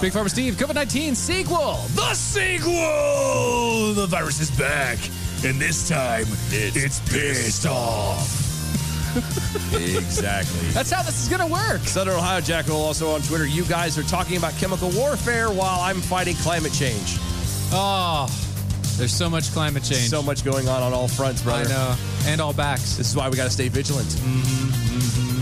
Speaker 2: Big Pharma Steve, COVID 19 sequel.
Speaker 9: The sequel! The virus is back, and this time it's, pissed off.
Speaker 1: exactly.
Speaker 2: That's how this is going to work.
Speaker 1: Southern Ohio Jackal also on Twitter. You guys are talking about chemical warfare while I'm fighting climate change.
Speaker 2: Oh, there's so much climate change.
Speaker 1: So much going on on all fronts, brother.
Speaker 2: I know. And all backs. Mm-hmm,
Speaker 1: This is why we got to stay vigilant.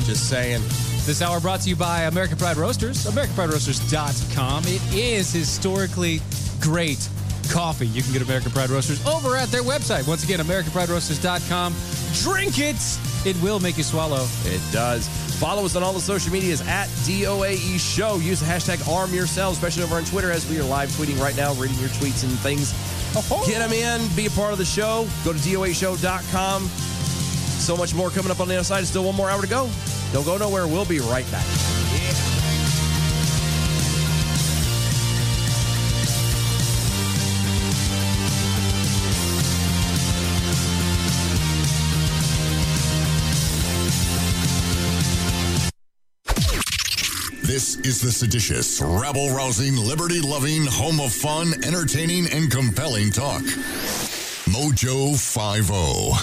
Speaker 1: Just saying.
Speaker 2: This hour brought to you by American Pride Roasters, AmericanPrideRoasters.com. It is historically great coffee. You can get American Pride Roasters over at their website. Once again, AmericanPrideRoasters.com. Drink it. It will make you swallow.
Speaker 1: It does. Follow us on all the social medias at DOAE E Show. Use the hashtag arm yourself, especially over on Twitter as we are live tweeting right now, reading your tweets and things. Get them in, be a part of the E show. Go to DOAShow.com. So much more coming up on the other side. Still one more hour to go. Don't go nowhere. We'll be right back.
Speaker 11: This is the seditious, rabble rousing, liberty loving, home of fun, entertaining, and compelling talk. Mojo oh.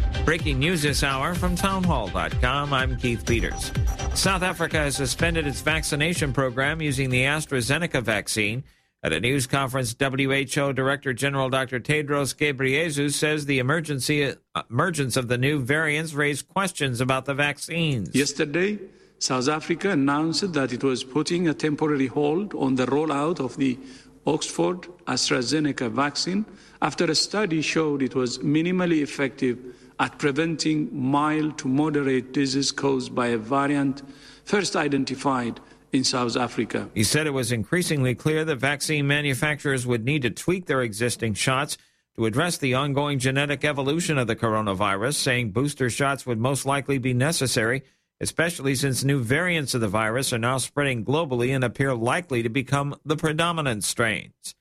Speaker 11: 50.
Speaker 12: Breaking news this hour from townhall.com. I'm Keith Peters. South Africa has suspended its vaccination program using the AstraZeneca vaccine. At a news conference, WHO Director General Dr. Tedros Ghebreyesus says the emergency uh, emergence of the new variants raised questions about the vaccines.
Speaker 13: Yesterday, South Africa announced that it was putting a temporary hold on the rollout of the Oxford AstraZeneca vaccine after a study showed it was minimally effective at preventing mild to moderate disease caused by a variant first identified in South Africa.
Speaker 12: He said it was increasingly clear that vaccine manufacturers would need to tweak their existing shots to address the ongoing genetic evolution of the coronavirus, saying booster shots would most likely be necessary, especially since new variants of the virus are now spreading globally and appear likely to become the predominant strains.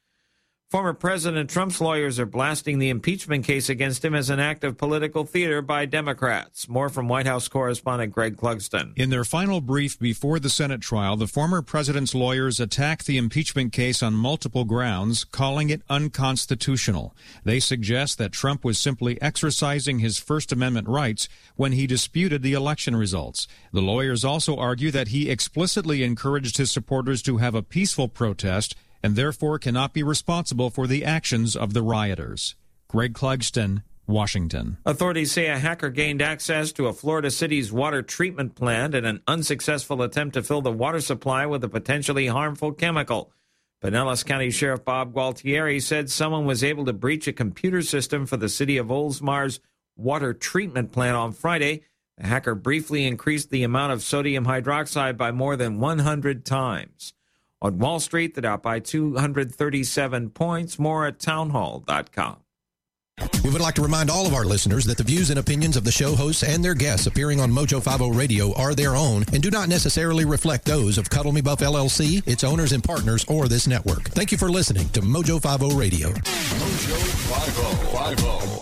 Speaker 12: Former President Trump's lawyers are blasting the impeachment case against him as an act of political theater by Democrats. More from White House correspondent Greg Clugston.
Speaker 14: In their final brief before the Senate trial, the former president's lawyers attack the impeachment case on multiple grounds, calling it unconstitutional. They suggest that Trump was simply exercising his First Amendment rights when he disputed the election results. The lawyers also argue that he explicitly encouraged his supporters to have a peaceful protest and therefore cannot be responsible for the actions of the rioters. Greg Clugston, Washington.
Speaker 12: Authorities say a hacker gained access to a Florida city's water treatment plant in an unsuccessful attempt to fill the water supply with a potentially harmful chemical. Pinellas County Sheriff Bob Gualtieri said someone was able to breach a computer system for the city of Oldsmar's water treatment plant on Friday. The hacker briefly increased the amount of sodium hydroxide by more than 100 times. On Wall Street, the Dow by 237 points. More at townhall.com.
Speaker 15: We would like to remind all of our listeners that the views and opinions of the show hosts and their guests appearing on Mojo 50 Radio are their own and do not necessarily reflect those of Cuddle Me Buff LLC, its owners and partners, or this network. Thank you for listening to Mojo 50 Radio.
Speaker 16: Mojo 50. oh.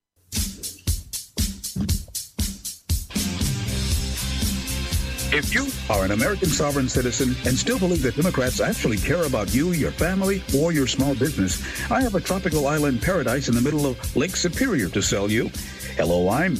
Speaker 17: If you are an American sovereign citizen and still believe that Democrats actually care about you, your family, or your small business, I have a tropical island paradise in the middle of Lake Superior to sell you. Hello, I'm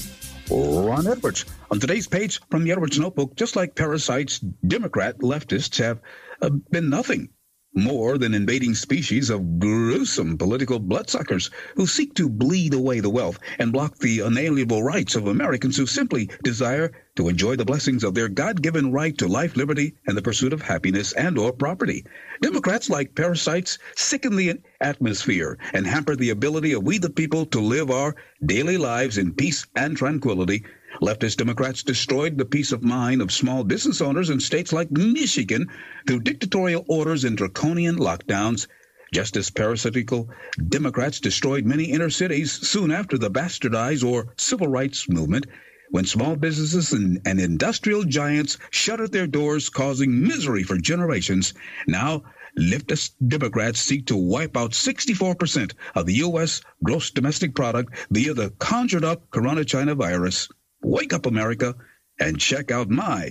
Speaker 17: Ron Edwards. On today's page from the Edwards Notebook, just like parasites, Democrat leftists have uh, been nothing more than invading species of gruesome political bloodsuckers who seek to bleed away the wealth and block the inalienable rights of Americans who simply desire to enjoy the blessings of their God-given right to life, liberty, and the pursuit of happiness and or property. Democrats like parasites sicken the atmosphere and hamper the ability of we the people to live our daily lives in peace and tranquility Leftist Democrats destroyed the peace of mind of small business owners in states like Michigan through dictatorial orders and draconian lockdowns. Just as parasitical Democrats destroyed many inner cities soon after the bastardized or civil rights movement, when small businesses and, and industrial giants shuttered their doors, causing misery for generations. Now, leftist Democrats seek to wipe out 64% of the U.S. gross domestic product via the conjured up corona China virus. Wake up, America, and check out my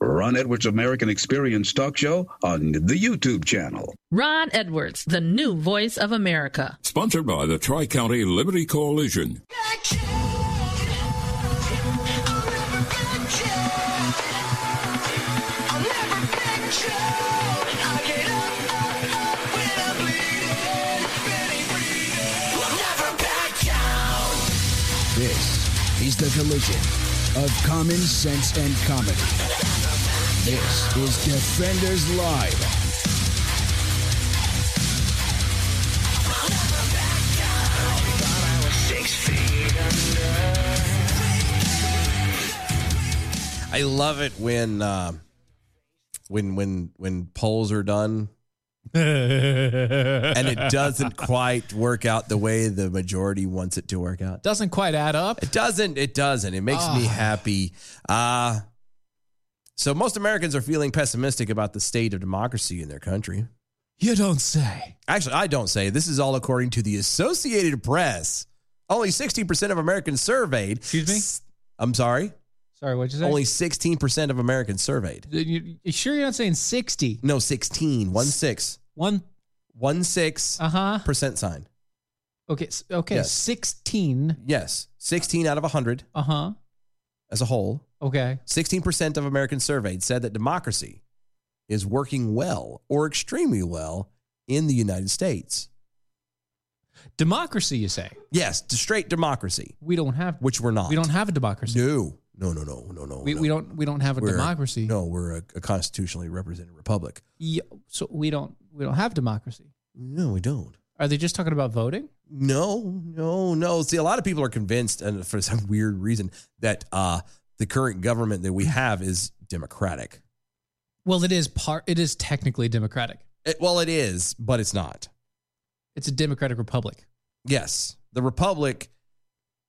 Speaker 17: Ron Edwards American Experience talk show on the YouTube channel.
Speaker 18: Ron Edwards, the new voice of America.
Speaker 19: Sponsored by the Tri County Liberty Coalition.
Speaker 20: This is the collision of common sense and comedy. This is Defenders Live.
Speaker 1: I love it when uh, when when when polls are done and it doesn't quite work out the way the majority wants it to work out.
Speaker 2: Doesn't quite add up.
Speaker 1: It doesn't. It doesn't. It makes me
Speaker 2: Ah.
Speaker 1: happy. Uh, so most Americans are feeling pessimistic about the state of democracy in their country.
Speaker 2: You don't say.
Speaker 1: Actually, I don't say. This is all according to the Associated Press. Only 16% of Americans surveyed. Excuse me? I'm sorry?
Speaker 2: Sorry, what'd you say?
Speaker 1: Only 16% of Americans surveyed.
Speaker 2: You, you sure you're not saying 60?
Speaker 1: No, 16. One six.
Speaker 2: One. Uh-huh.
Speaker 1: One six percent sign.
Speaker 2: Okay. s- Okay.
Speaker 1: Yes.
Speaker 2: 16.
Speaker 1: Yes. 16 out of 100
Speaker 2: Uh huh.
Speaker 1: as a whole.
Speaker 2: Okay.
Speaker 1: 16% of Americans surveyed said that democracy is working well or extremely well in the United States.
Speaker 2: Democracy, you say?
Speaker 1: Yes, to straight democracy.
Speaker 2: We don't have.
Speaker 1: Which we're not.
Speaker 2: We don't have a democracy.
Speaker 1: No. No, no, no, no, no.
Speaker 2: We, we don't. We don't have a
Speaker 1: We're-
Speaker 2: democracy.
Speaker 1: No, we're a, a constitutionally represented republic.
Speaker 2: Yeah, so we don't. We don't have democracy.
Speaker 1: No, we don't.
Speaker 2: Are they just talking about voting?
Speaker 1: No, no, no. See, a lot of people are convinced, and for some weird reason, that uh, the current government that we have is democratic.
Speaker 2: Well, it is part. It is technically democratic.
Speaker 1: It, well, it is, but it's not.
Speaker 2: It's a democratic republic.
Speaker 1: Yes, the republic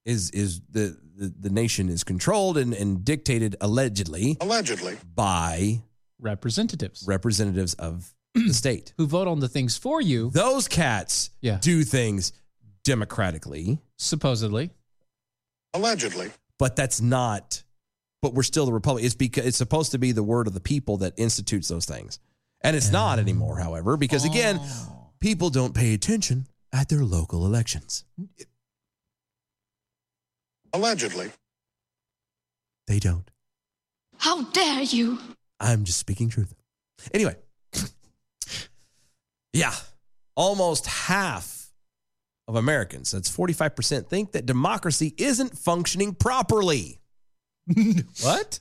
Speaker 1: is is the the, the nation is controlled and, and dictated allegedly
Speaker 2: Allegedly.
Speaker 1: by
Speaker 2: Representatives.
Speaker 1: representatives of the state
Speaker 2: who vote on the things for you.
Speaker 1: Those cats
Speaker 2: Yeah.
Speaker 1: do things democratically,
Speaker 2: supposedly,
Speaker 1: allegedly. But that's not. But we're still the republic. It's because it's supposed to be the word of the people that institutes those things, and it's not
Speaker 2: Oh.
Speaker 1: anymore. However, because again, people don't pay attention at their local elections.
Speaker 21: Allegedly.
Speaker 1: They don't.
Speaker 21: How dare you?
Speaker 1: I'm just speaking truth. Anyway, yeah, almost half of Americans, that's 45%, think that democracy isn't functioning properly.
Speaker 2: what?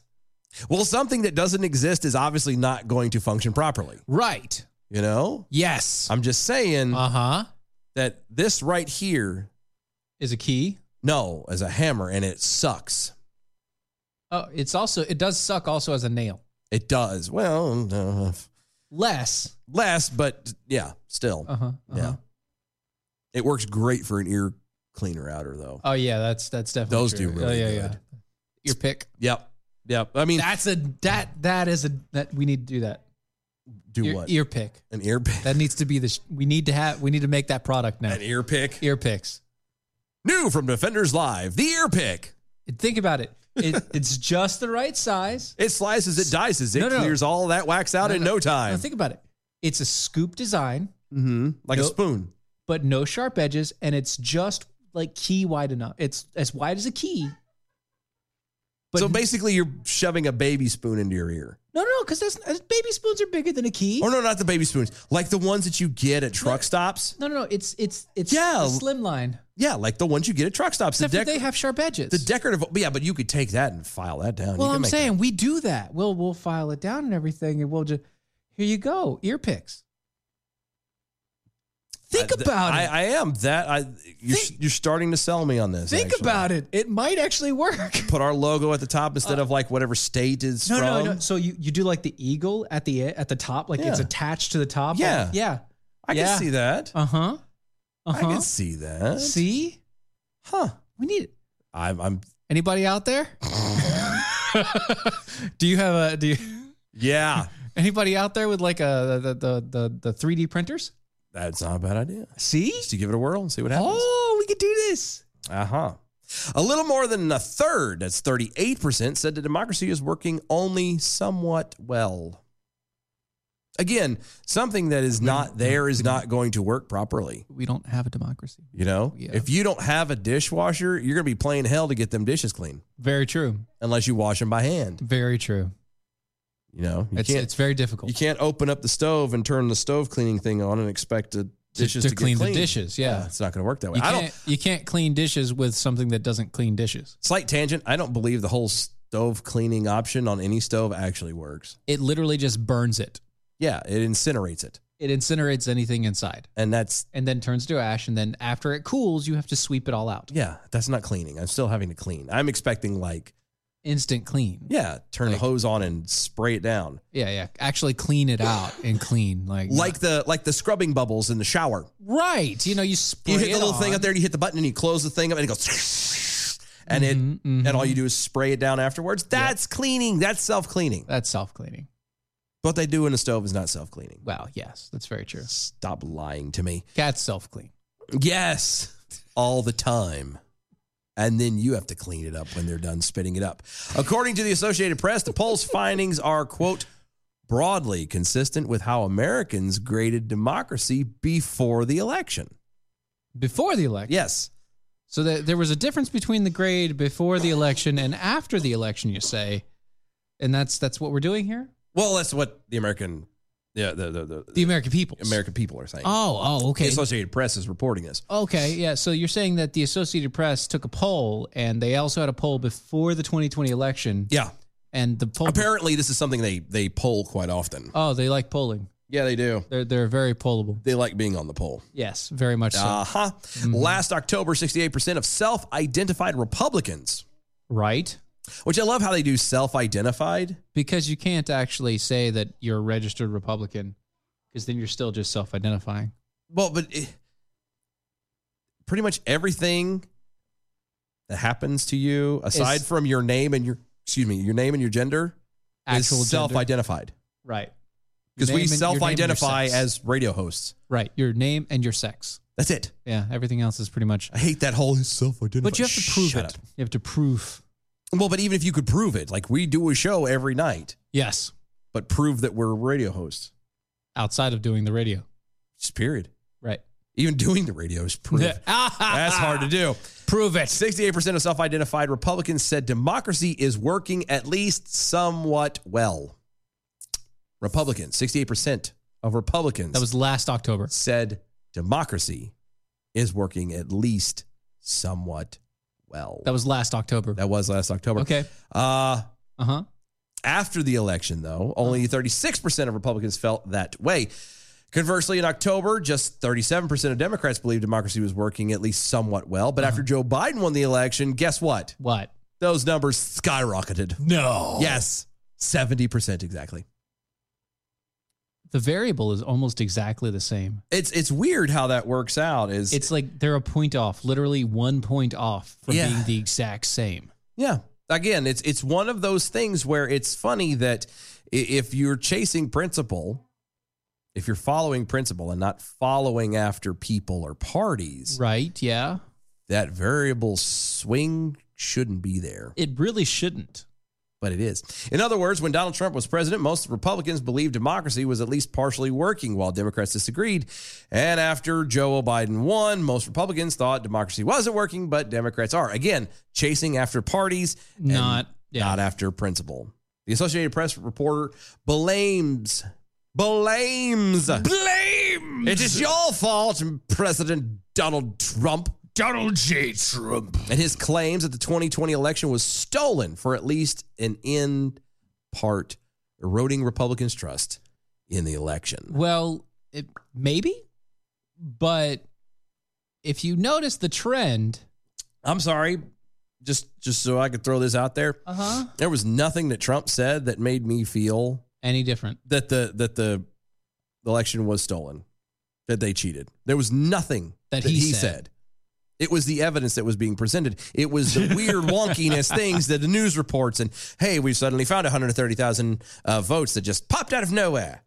Speaker 1: Well, something that doesn't exist is obviously not going to function properly.
Speaker 2: Right.
Speaker 1: You know?
Speaker 2: Yes.
Speaker 1: I'm just saying
Speaker 2: uh-huh.
Speaker 1: that this right here
Speaker 2: is a key.
Speaker 1: No, as a hammer, and it sucks.
Speaker 2: Oh, it's also it does suck also as a nail.
Speaker 1: It does. Well, uh,
Speaker 2: Less.
Speaker 1: less, but yeah, still.
Speaker 2: Uh huh.
Speaker 1: Yeah. It works great for an ear cleaner outer, though.
Speaker 2: Oh yeah, that's that's definitely
Speaker 1: Those
Speaker 2: true.
Speaker 1: do really
Speaker 2: Oh, yeah,
Speaker 1: good.
Speaker 2: yeah. Your pick.
Speaker 1: Yep. Yep. I mean,
Speaker 2: that's a that that is a that we need to do that.
Speaker 1: Do
Speaker 2: ear,
Speaker 1: what?
Speaker 2: Ear pick.
Speaker 1: An ear pick.
Speaker 2: That needs to be the sh- we need to have we need to make that product now.
Speaker 1: An ear pick.
Speaker 2: Ear picks.
Speaker 1: New from Defenders Live, the ear pick.
Speaker 2: Think about it. It it's just the right size.
Speaker 1: It slices, it dices, it
Speaker 2: No, no, no.
Speaker 1: clears all that wax out in no, time.
Speaker 2: No, think about it. It's a scoop design,
Speaker 1: mm-hmm. like a
Speaker 2: No-
Speaker 1: spoon.
Speaker 2: but no sharp edges, and it's just like key wide enough. It's as wide as a key.
Speaker 1: so basically, you're shoving a baby spoon into your ear.
Speaker 2: No, no, because that's uh, baby spoons are bigger than a key.
Speaker 1: Or no, not the baby spoons, like the ones that you get at truck stops.
Speaker 2: No, no, no. It's it's it's
Speaker 1: Yeah.
Speaker 2: the slim line.
Speaker 1: Yeah, like the ones you get at truck stops.
Speaker 2: Except
Speaker 1: the
Speaker 2: that they have sharp edges.
Speaker 1: The decorative, yeah, but you could take that and file that down. You
Speaker 2: well,
Speaker 1: can
Speaker 2: I'm
Speaker 1: make
Speaker 2: saying we do that. We'll we'll file it down and everything, and we'll just here you go, ear picks. Think
Speaker 1: that-
Speaker 2: about
Speaker 1: Uh, I,
Speaker 2: it.
Speaker 1: I am that. I you're, you're starting to sell me on this.
Speaker 2: Think
Speaker 1: actually.
Speaker 2: about it. It might actually work.
Speaker 1: Put our logo at the top instead of like whatever state it's
Speaker 2: Uh, No,
Speaker 1: from.
Speaker 2: no, no. So you, you do like the eagle at the e, at the top, like it's
Speaker 1: Yeah.
Speaker 2: attached to the top.
Speaker 1: Yeah.
Speaker 2: yeah.
Speaker 1: I
Speaker 2: Yeah.
Speaker 1: can see that.
Speaker 2: Uh huh. Uh
Speaker 1: I
Speaker 2: huh.
Speaker 1: can see that.
Speaker 2: See,
Speaker 1: huh?
Speaker 2: We need it.
Speaker 1: I'm. I'm
Speaker 2: Anybody out there? do you have a do you?
Speaker 1: yeah,
Speaker 2: Anybody out there with like a the the the the three D printers?
Speaker 1: that's not a bad idea.
Speaker 2: See,
Speaker 1: just to give it a whirl and see what happens.
Speaker 2: Oh, we could do this.
Speaker 1: Uh huh. A little more than a third, that's 38%, said the democracy is working only somewhat well. Again, something that is not there is not going to work properly.
Speaker 2: We don't have a democracy.
Speaker 1: You know, if you don't have a dishwasher, you're going to be playing hell to get them dishes clean.
Speaker 2: Very true.
Speaker 1: Unless you wash them by hand.
Speaker 2: Very true.
Speaker 1: You know, you
Speaker 2: It's- it's very difficult.
Speaker 1: You can't open up the stove and turn the stove cleaning thing on and expect the dishes to,
Speaker 2: to
Speaker 1: get
Speaker 2: clean the
Speaker 1: clean.
Speaker 2: dishes, yeah.
Speaker 1: it's not going to work that way.
Speaker 2: You
Speaker 1: I don't.
Speaker 2: can't, you can't clean dishes with something that doesn't clean dishes.
Speaker 1: Slight tangent. I don't believe the whole stove cleaning option on any stove actually works.
Speaker 2: It literally just burns it.
Speaker 1: Yeah, it incinerates it.
Speaker 2: It incinerates anything inside.
Speaker 1: And that's
Speaker 2: and then turns to ash and then after it cools you have to sweep it all out.
Speaker 1: Yeah, that's not cleaning. I'm still having to clean. I'm expecting like
Speaker 2: Instant clean.
Speaker 1: yeah, turn
Speaker 2: Like-
Speaker 1: the hose on and spray it down.
Speaker 2: Yeah, yeah. Actually clean it out and clean like
Speaker 1: Like the like the scrubbing bubbles in the shower.
Speaker 2: Right. You know, you spray
Speaker 1: You hit the
Speaker 2: it
Speaker 1: little thing
Speaker 2: on.
Speaker 1: up there and you hit the button and you close the thing up and it goes and it
Speaker 2: Mm-hmm,
Speaker 1: and all you do is spray it down afterwards. That's cleaning. That's self-cleaning.
Speaker 2: That's self-cleaning.
Speaker 1: What they do in a stove is not self-cleaning.
Speaker 2: Wow, yes, that's very true.
Speaker 1: Stop lying to me.
Speaker 2: Cats self clean.
Speaker 1: Yes, all the time. And then you have to clean it up when they're done spitting it up. According to the Associated Press, the poll's findings are, quote, broadly consistent with how Americans graded democracy before the election.
Speaker 2: Before the election?
Speaker 1: Yes.
Speaker 2: So that there was a difference between the grade before the election and after the election, you say. And that's that's what we're doing here?
Speaker 1: Well, that's what the American, yeah, the, the, the,
Speaker 2: The American people.
Speaker 1: American people are saying.
Speaker 2: Oh, oh, okay.
Speaker 1: The Associated Press is reporting this.
Speaker 2: Okay, yeah. So you're saying that the Associated Press took a poll and they also had a poll before the 2020 election.
Speaker 1: Yeah.
Speaker 2: And the poll
Speaker 1: Apparently, this is something they, they poll quite often.
Speaker 2: Oh, they like polling.
Speaker 1: Yeah, they do.
Speaker 2: They're they're very pollable.
Speaker 1: They like being on the poll.
Speaker 2: Yes, very much so. Mm-hmm.
Speaker 1: Uh huh. Last October, 68% of self identified Republicans.
Speaker 2: Right.
Speaker 1: Which I love how they do self identified.
Speaker 2: Because you can't actually say that you're a registered Republican because then you're still just self identifying.
Speaker 1: Well, but it, pretty much everything that happens to you, aside
Speaker 2: Is-
Speaker 1: from your name and your, excuse me, your name and your gender,
Speaker 2: Actual gender.
Speaker 1: is self identified.
Speaker 2: Right.
Speaker 1: Because
Speaker 2: Your
Speaker 1: we
Speaker 2: name and- your name and
Speaker 1: self
Speaker 2: your
Speaker 1: identify
Speaker 2: sex.
Speaker 1: as radio hosts.
Speaker 2: Right. Your name and your sex.
Speaker 1: That's it.
Speaker 2: Yeah. Everything else is pretty much.
Speaker 1: I hate that whole self identify.
Speaker 2: But you have to prove it. You have to prove.
Speaker 1: Well, but even if you could prove it, like we do a show every night,
Speaker 2: Yes.
Speaker 1: but prove that we're radio hosts,
Speaker 2: Outside of doing the radio.
Speaker 1: just period.
Speaker 2: Right.
Speaker 1: Even doing the radio is proof.
Speaker 2: Yeah.
Speaker 1: That's hard to do.
Speaker 2: Prove it.
Speaker 1: 68% of self identified Republicans said democracy is working at least somewhat well. Republicans, 68% of Republicans. That was
Speaker 2: last October.
Speaker 1: Said democracy is working at least somewhat well.
Speaker 2: That was last October.
Speaker 1: That was last October.
Speaker 2: Okay. Uh-huh.
Speaker 1: Uh
Speaker 2: huh.
Speaker 1: After the election, though,
Speaker 2: Uh-huh.
Speaker 1: only 36% of Republicans felt that way. Conversely, in October, just 37% of Democrats believed democracy was working at least somewhat well. But after Joe Biden won the election, guess what?
Speaker 2: Uh-huh. What?
Speaker 1: Those numbers skyrocketed.
Speaker 2: No.
Speaker 1: Yes, 70% exactly.
Speaker 2: The variable is almost exactly the same.
Speaker 1: It's it's weird how that works out. Is
Speaker 2: It's like they're a point off, literally one point off from
Speaker 1: Yeah.
Speaker 2: being the exact same.
Speaker 1: Yeah. Again, it's it's one of those things where it's funny that i- if you're chasing principle, if you're following principle and not following after people or parties,
Speaker 2: right? Yeah,
Speaker 1: that variable swing shouldn't be there.
Speaker 2: It really shouldn't,
Speaker 1: but it is. In other words, when Donald Trump was president, most Republicans believed democracy was at least partially working, while Democrats disagreed. And after Joe Biden won, most Republicans thought democracy wasn't working, but Democrats are again chasing after parties, and
Speaker 2: Not-
Speaker 1: not after principle. The Associated Press reporter blames blames
Speaker 9: Blames!
Speaker 1: It is your fault, President Donald Trump.
Speaker 9: Donald J. Trump.
Speaker 1: And his claims that the 2020 election was stolen for at least an in part, eroding Republicans' trust in the election.
Speaker 2: Well, it, maybe, but if you notice the trend,
Speaker 1: I'm sorry, just just so I could throw this out there.
Speaker 2: Uh-huh.
Speaker 1: There was nothing that Trump said that made me feel
Speaker 2: any different.
Speaker 1: that the that the election was stolen, that they cheated. There was nothing
Speaker 2: That he said.
Speaker 1: It was the evidence that was being presented. It was the weird wonkiness things that the news reports and hey, we suddenly found 130,000 uh, votes that just popped out of nowhere.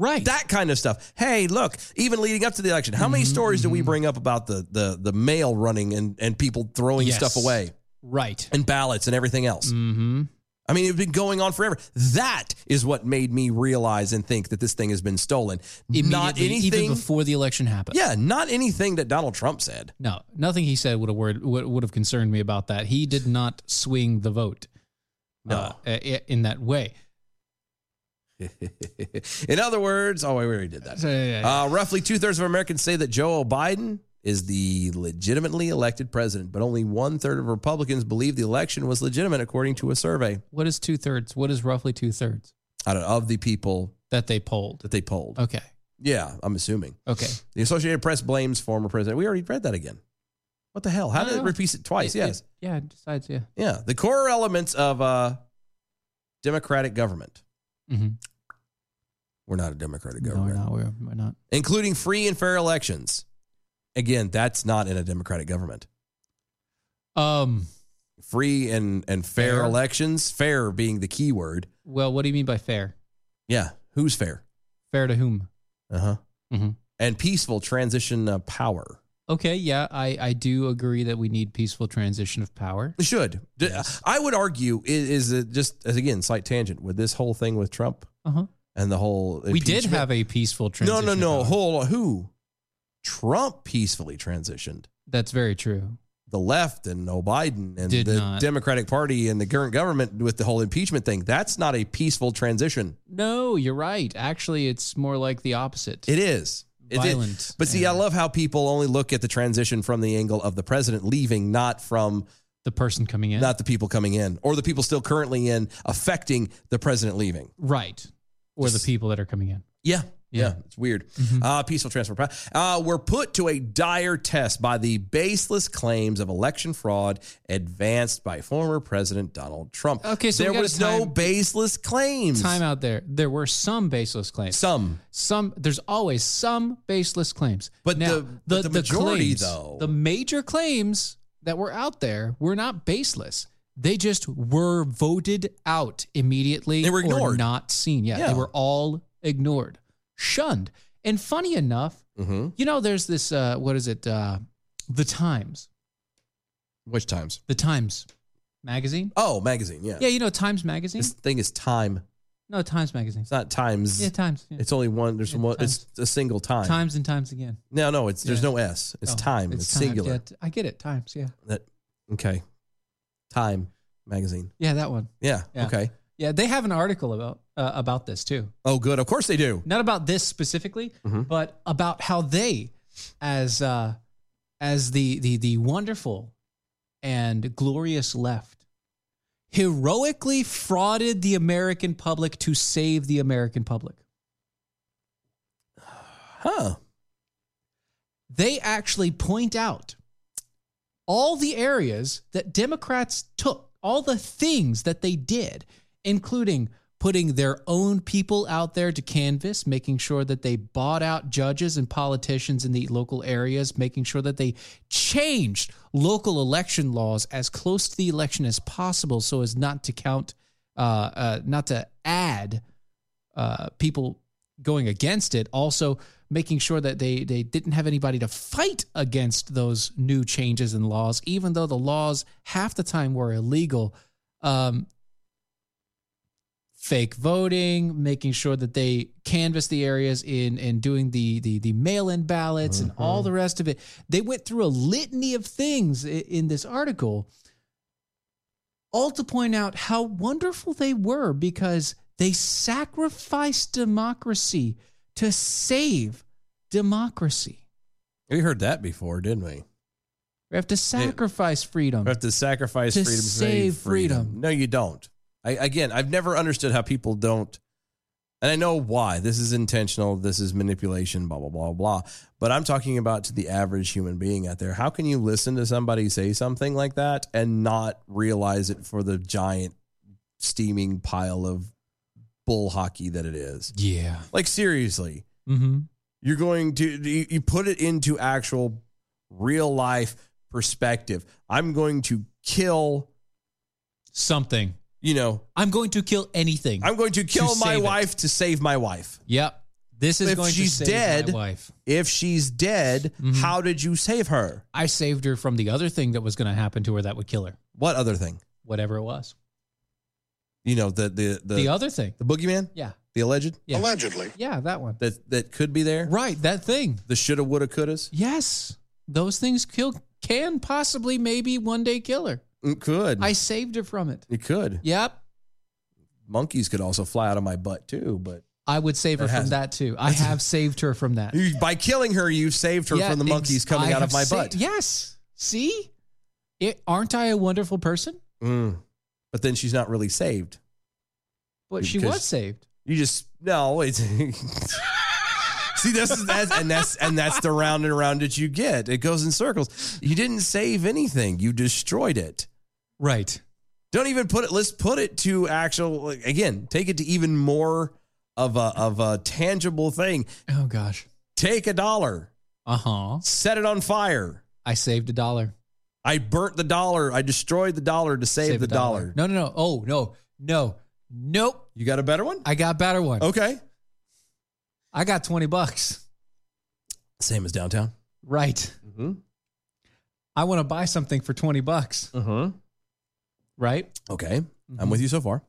Speaker 2: Right.
Speaker 1: That kind of stuff. Hey, look, even leading up to the election, how many stories
Speaker 2: Mm-hmm.
Speaker 1: do we bring up about the the the mail running and and people throwing
Speaker 2: Yes.
Speaker 1: stuff away?
Speaker 2: Right.
Speaker 1: And ballots and everything else. Mm-hmm. I mean, it's been going on forever. That is what made me realize and think that this thing has been stolen. Not
Speaker 2: Immediately, even
Speaker 1: anything.
Speaker 2: before the election happened.
Speaker 1: Yeah, not anything that Donald Trump said.
Speaker 2: No, nothing he said would have word, would, would have concerned me about that. He did not swing the vote. uh, i- in that way.
Speaker 1: In other words, oh, I already did that.
Speaker 2: So, yeah, yeah.
Speaker 1: Uh, roughly two thirds of Americans say that Joe Biden is the legitimately elected president, but only one third of Republicans believe the election was legitimate, according to a survey.
Speaker 2: What is two thirds? What is roughly two thirds
Speaker 1: Out of, of the people
Speaker 2: that they polled?
Speaker 1: that they polled.
Speaker 2: Okay.
Speaker 1: Yeah, I'm assuming.
Speaker 2: Okay.
Speaker 1: The Associated Press blames former president. We already read that again. What the hell? How did it repeat it twice? yes.
Speaker 2: yeah. It decides. Yeah.
Speaker 1: Yeah, the core elements of uh, democratic government.
Speaker 2: Mhm.
Speaker 1: We're not a democratic
Speaker 2: No, we're
Speaker 1: government,
Speaker 2: not. We're, we're not.
Speaker 1: including free and fair elections. Again, that's not in a democratic government.
Speaker 2: Um.
Speaker 1: Free and and fair,
Speaker 2: Fair?
Speaker 1: elections. Fair being the key word.
Speaker 2: Well, what do you mean by fair?
Speaker 1: Yeah, who's fair?
Speaker 2: Fair to whom?
Speaker 1: Uh huh.
Speaker 2: Mm-hmm.
Speaker 1: And peaceful transition of power.
Speaker 2: Okay. Yeah, I I do agree that we need peaceful transition of power.
Speaker 1: It should. D- I would argue i- is it just as again slight tangent with this whole thing with Trump
Speaker 2: Uh huh.
Speaker 1: and the whole.
Speaker 2: We did
Speaker 1: impeachment.
Speaker 2: have a peaceful transition.
Speaker 1: No, no,
Speaker 2: of
Speaker 1: no.
Speaker 2: power.
Speaker 1: Hold on. Who? Trump peacefully transitioned.
Speaker 2: That's very true.
Speaker 1: The left and no Biden and
Speaker 2: Did
Speaker 1: the
Speaker 2: not.
Speaker 1: Democratic Party and the current government with the whole impeachment thing. That's not a peaceful transition.
Speaker 2: No, you're right. Actually, it's more like the opposite.
Speaker 1: It is. It is.
Speaker 2: Violent
Speaker 1: But see, I love how people only look at the transition from the angle of the president leaving, not from
Speaker 2: the person coming in.
Speaker 1: not the people coming in or the people still currently in affecting the president leaving.
Speaker 2: Right. Or the people that are coming in.
Speaker 1: Yeah. Yeah, it's weird.
Speaker 2: Mm-hmm.
Speaker 1: Uh, peaceful transfer. of power. Uh, we're put to a dire test by the baseless claims of election fraud advanced by former President Donald Trump.
Speaker 2: Okay, so we
Speaker 1: there
Speaker 2: got a
Speaker 1: was no
Speaker 2: time-
Speaker 1: baseless claims.
Speaker 2: Time out there. There were some baseless claims.
Speaker 1: Some.
Speaker 2: Some. There's always some baseless claims.
Speaker 1: But
Speaker 2: now,
Speaker 1: the- but the majority,
Speaker 2: claims,
Speaker 1: though-
Speaker 2: the major claims that were out there were not baseless. They just were voted out immediately.
Speaker 1: They were
Speaker 2: Or
Speaker 1: ignored.
Speaker 2: not seen. Yeah,
Speaker 1: Yeah.
Speaker 2: they were all ignored, shunned. And funny enough,
Speaker 1: Mhm.
Speaker 2: you know, there's this. Uh, what is it? Uh, the Times.
Speaker 1: Which times?
Speaker 2: The Times magazine.
Speaker 1: Oh, magazine. Yeah.
Speaker 2: Yeah, you know Times magazine.
Speaker 1: This thing is time.
Speaker 2: no, Times magazine.
Speaker 1: It's not times.
Speaker 2: Yeah, Times. yeah.
Speaker 1: It's only one. There's one. It's a single time.
Speaker 2: Times and times again.
Speaker 1: No, no. It's there's
Speaker 2: Yeah.
Speaker 1: no s. It's
Speaker 2: Oh,
Speaker 1: time. It's,
Speaker 2: times,
Speaker 1: singular.
Speaker 2: yeah. I get it. Times. Yeah.
Speaker 1: That okay. Time magazine.
Speaker 2: Yeah, that one.
Speaker 1: Yeah,
Speaker 2: Yeah.
Speaker 1: Okay.
Speaker 2: Yeah, they have an article about uh, about this too.
Speaker 1: Oh, good. Of course they do.
Speaker 2: Not about this specifically,
Speaker 1: Mhm.
Speaker 2: but about how they, as uh, as the the the wonderful and glorious left, heroically frauded the American public to save the American public.
Speaker 1: Huh.
Speaker 2: they actually point out all the areas that Democrats took, all the things that they did, including putting their own people out there to canvass, making sure that they bought out judges and politicians in the local areas, making sure that they changed local election laws as close to the election as possible so as not to count, uh, uh, not to add uh, people going against it. Also, making sure that they they didn't have anybody to fight against those new changes in laws, even though the laws half the time were illegal. Um, fake voting, making sure that they canvass the areas in and doing the the the mail-in ballots and all the rest of it. They went through a litany of things i- in this article all to point out how wonderful they were because they sacrificed democracy to save democracy.
Speaker 1: We heard that before, didn't we?
Speaker 2: We have to sacrifice freedom.
Speaker 1: We have to sacrifice
Speaker 2: To
Speaker 1: freedom to
Speaker 2: save
Speaker 1: save freedom.
Speaker 2: freedom.
Speaker 1: No, you don't. I, again, I've never understood how people don't. And I know why. This is intentional. This is manipulation, blah, blah, blah, blah. But I'm talking about to the average human being out there. How can you listen to somebody say something like that and not realize it for the giant steaming pile of bull hockey that it is?
Speaker 2: Yeah.
Speaker 1: Like, seriously
Speaker 2: Mm-hmm.
Speaker 1: you're going to you you put it into actual real life perspective i'm going to kill
Speaker 2: Something.
Speaker 1: you know
Speaker 2: I'm going to kill anything.
Speaker 1: i'm going to kill my
Speaker 2: save it.
Speaker 1: wife to save my wife
Speaker 2: Yep. This is
Speaker 1: if
Speaker 2: going to
Speaker 1: she's
Speaker 2: save my
Speaker 1: dead,
Speaker 2: wife. Mm-hmm.
Speaker 1: If she's dead, how did you save her?
Speaker 2: I saved her from the other thing that was going to happen to her that would kill her.
Speaker 1: What other thing?
Speaker 2: Whatever it was.
Speaker 1: You know the the the,
Speaker 2: The, other thing.
Speaker 1: the boogeyman,
Speaker 2: Yeah.
Speaker 1: the alleged,
Speaker 2: yeah. Yeah, that one.
Speaker 1: that that could be there,
Speaker 2: right? That thing,
Speaker 1: the shoulda, woulda, couldas,
Speaker 2: Yes. Those things kill can possibly maybe one day kill her.
Speaker 1: it Mm, could,
Speaker 2: I saved her from it.
Speaker 1: it could.
Speaker 2: Yep.
Speaker 1: Monkeys could also fly out of my butt too, but
Speaker 2: I would save her
Speaker 1: That
Speaker 2: from
Speaker 1: hasn't-
Speaker 2: that too. I have saved her from that.
Speaker 1: You- by killing her, you've saved her
Speaker 2: Yeah,
Speaker 1: from the monkeys
Speaker 2: ex-
Speaker 1: coming
Speaker 2: I
Speaker 1: out of
Speaker 2: have
Speaker 1: my
Speaker 2: sa-
Speaker 1: butt.
Speaker 2: Yes. See? It, aren't I a wonderful person?
Speaker 1: Mm. But then she's not really saved.
Speaker 2: But she
Speaker 1: Because-
Speaker 2: was saved.
Speaker 1: You just no. It's, see, this is that's and that's and that's the round and round that you get. It goes in circles. You didn't save anything. You destroyed it.
Speaker 2: Right.
Speaker 1: Don't even put it. Let's put it to actual. like, Again, take it to even more of a of a tangible thing.
Speaker 2: Oh gosh.
Speaker 1: Take a dollar,
Speaker 2: Uh-huh.
Speaker 1: set it on fire.
Speaker 2: I saved a dollar.
Speaker 1: I burnt the dollar. I destroyed the dollar to save,
Speaker 2: Save
Speaker 1: the
Speaker 2: a dollar.
Speaker 1: dollar.
Speaker 2: No, no, no. Oh, no. No. Nope.
Speaker 1: You got a better one?
Speaker 2: I got better one.
Speaker 1: Okay.
Speaker 2: I got 20 bucks.
Speaker 1: Same as downtown.
Speaker 2: Right.
Speaker 1: Mm-hmm.
Speaker 2: I want to buy something for 20 bucks.
Speaker 1: Mm-hmm.
Speaker 2: Right? Mm-hmm.
Speaker 1: Okay. I'm with you so far.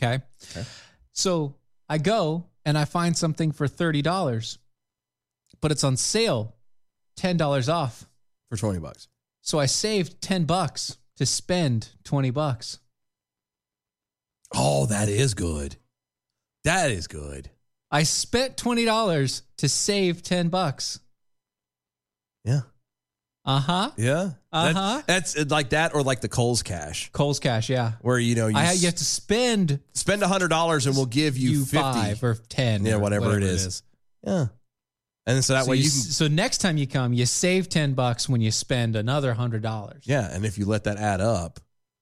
Speaker 2: Okay.
Speaker 1: Okay.
Speaker 2: So I go and I find something for $30, but it's on sale, $10 off.
Speaker 1: For 20 bucks.
Speaker 2: So I saved 10 bucks to spend 20 bucks.
Speaker 1: Oh, that is good. That is good.
Speaker 2: I spent $20 to save 10 bucks.
Speaker 1: Yeah.
Speaker 2: Uh huh.
Speaker 1: Yeah. That-
Speaker 2: Uh-huh.
Speaker 1: that's uh, like that or like the Coles cash
Speaker 2: Cole's cash. Yeah.
Speaker 1: where, you know, Oh, you,
Speaker 2: I had
Speaker 1: s-
Speaker 2: you have to spend
Speaker 1: spend a hundred dollars and we'll give you,
Speaker 2: you
Speaker 1: 50
Speaker 2: five or 10.
Speaker 1: Yeah,
Speaker 2: or
Speaker 1: whatever, it, is. Yeah. And so that
Speaker 2: so
Speaker 1: way you,
Speaker 2: you,
Speaker 1: can,
Speaker 2: s- so next time you come, you save 10 bucks when you spend another $100.
Speaker 1: yeah. And if you let that add up,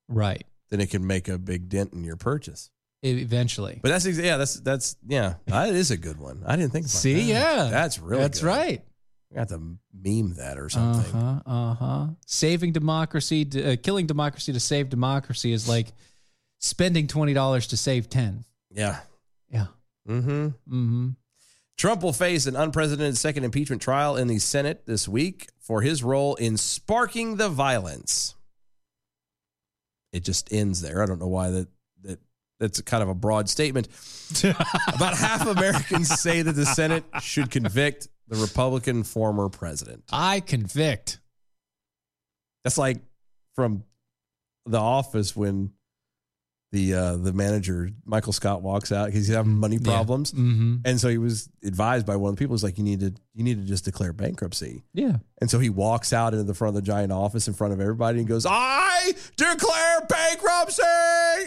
Speaker 2: Right. E,
Speaker 1: then it can make a big dent in your purchase.
Speaker 2: Eventually.
Speaker 1: But that's, ex- yeah, that's, that's, yeah, that is a good one. I didn't think about
Speaker 2: See,
Speaker 1: that.
Speaker 2: yeah.
Speaker 1: That's really
Speaker 2: That's
Speaker 1: good.
Speaker 2: right.
Speaker 1: We have to meme that or something.
Speaker 2: Uh huh. Uh huh. Saving democracy, to, uh, killing democracy to save democracy is like spending twenty dollars to save ten.
Speaker 1: Yeah.
Speaker 2: Yeah.
Speaker 1: Mm-hmm.
Speaker 2: Mm-hmm.
Speaker 1: Trump will face an unprecedented second impeachment trial in the Senate this week for his role in sparking the violence. It just ends there. I don't know why that that that's kind of a broad statement. About half Americans say that the Senate should convict the Republican former president.
Speaker 2: I convict.
Speaker 1: That's like from the office when the uh, the manager Michael Scott walks out because he's having money
Speaker 2: Yeah.
Speaker 1: problems.
Speaker 2: Mm-hmm.
Speaker 1: And so he was advised by one of the people. He's like, you need to, you need to just declare bankruptcy.
Speaker 2: Yeah.
Speaker 1: And so he walks out into the front of the giant office in front of everybody and goes, I declare bankruptcy.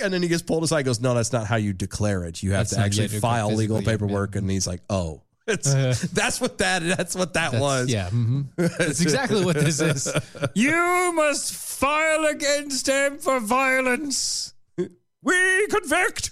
Speaker 1: And then he gets pulled aside. and Goes, no, that's not how you declare it. You have
Speaker 2: That's
Speaker 1: to
Speaker 2: not
Speaker 1: actually
Speaker 2: yet a-
Speaker 1: file legal
Speaker 2: physically, yeah.
Speaker 1: paperwork. And he's like, oh, it's, that's what that. That's what that
Speaker 2: Uh-huh. That's-
Speaker 1: was.
Speaker 2: Yeah. hmm That's exactly what this is. You must file against him for violence.
Speaker 1: We convict.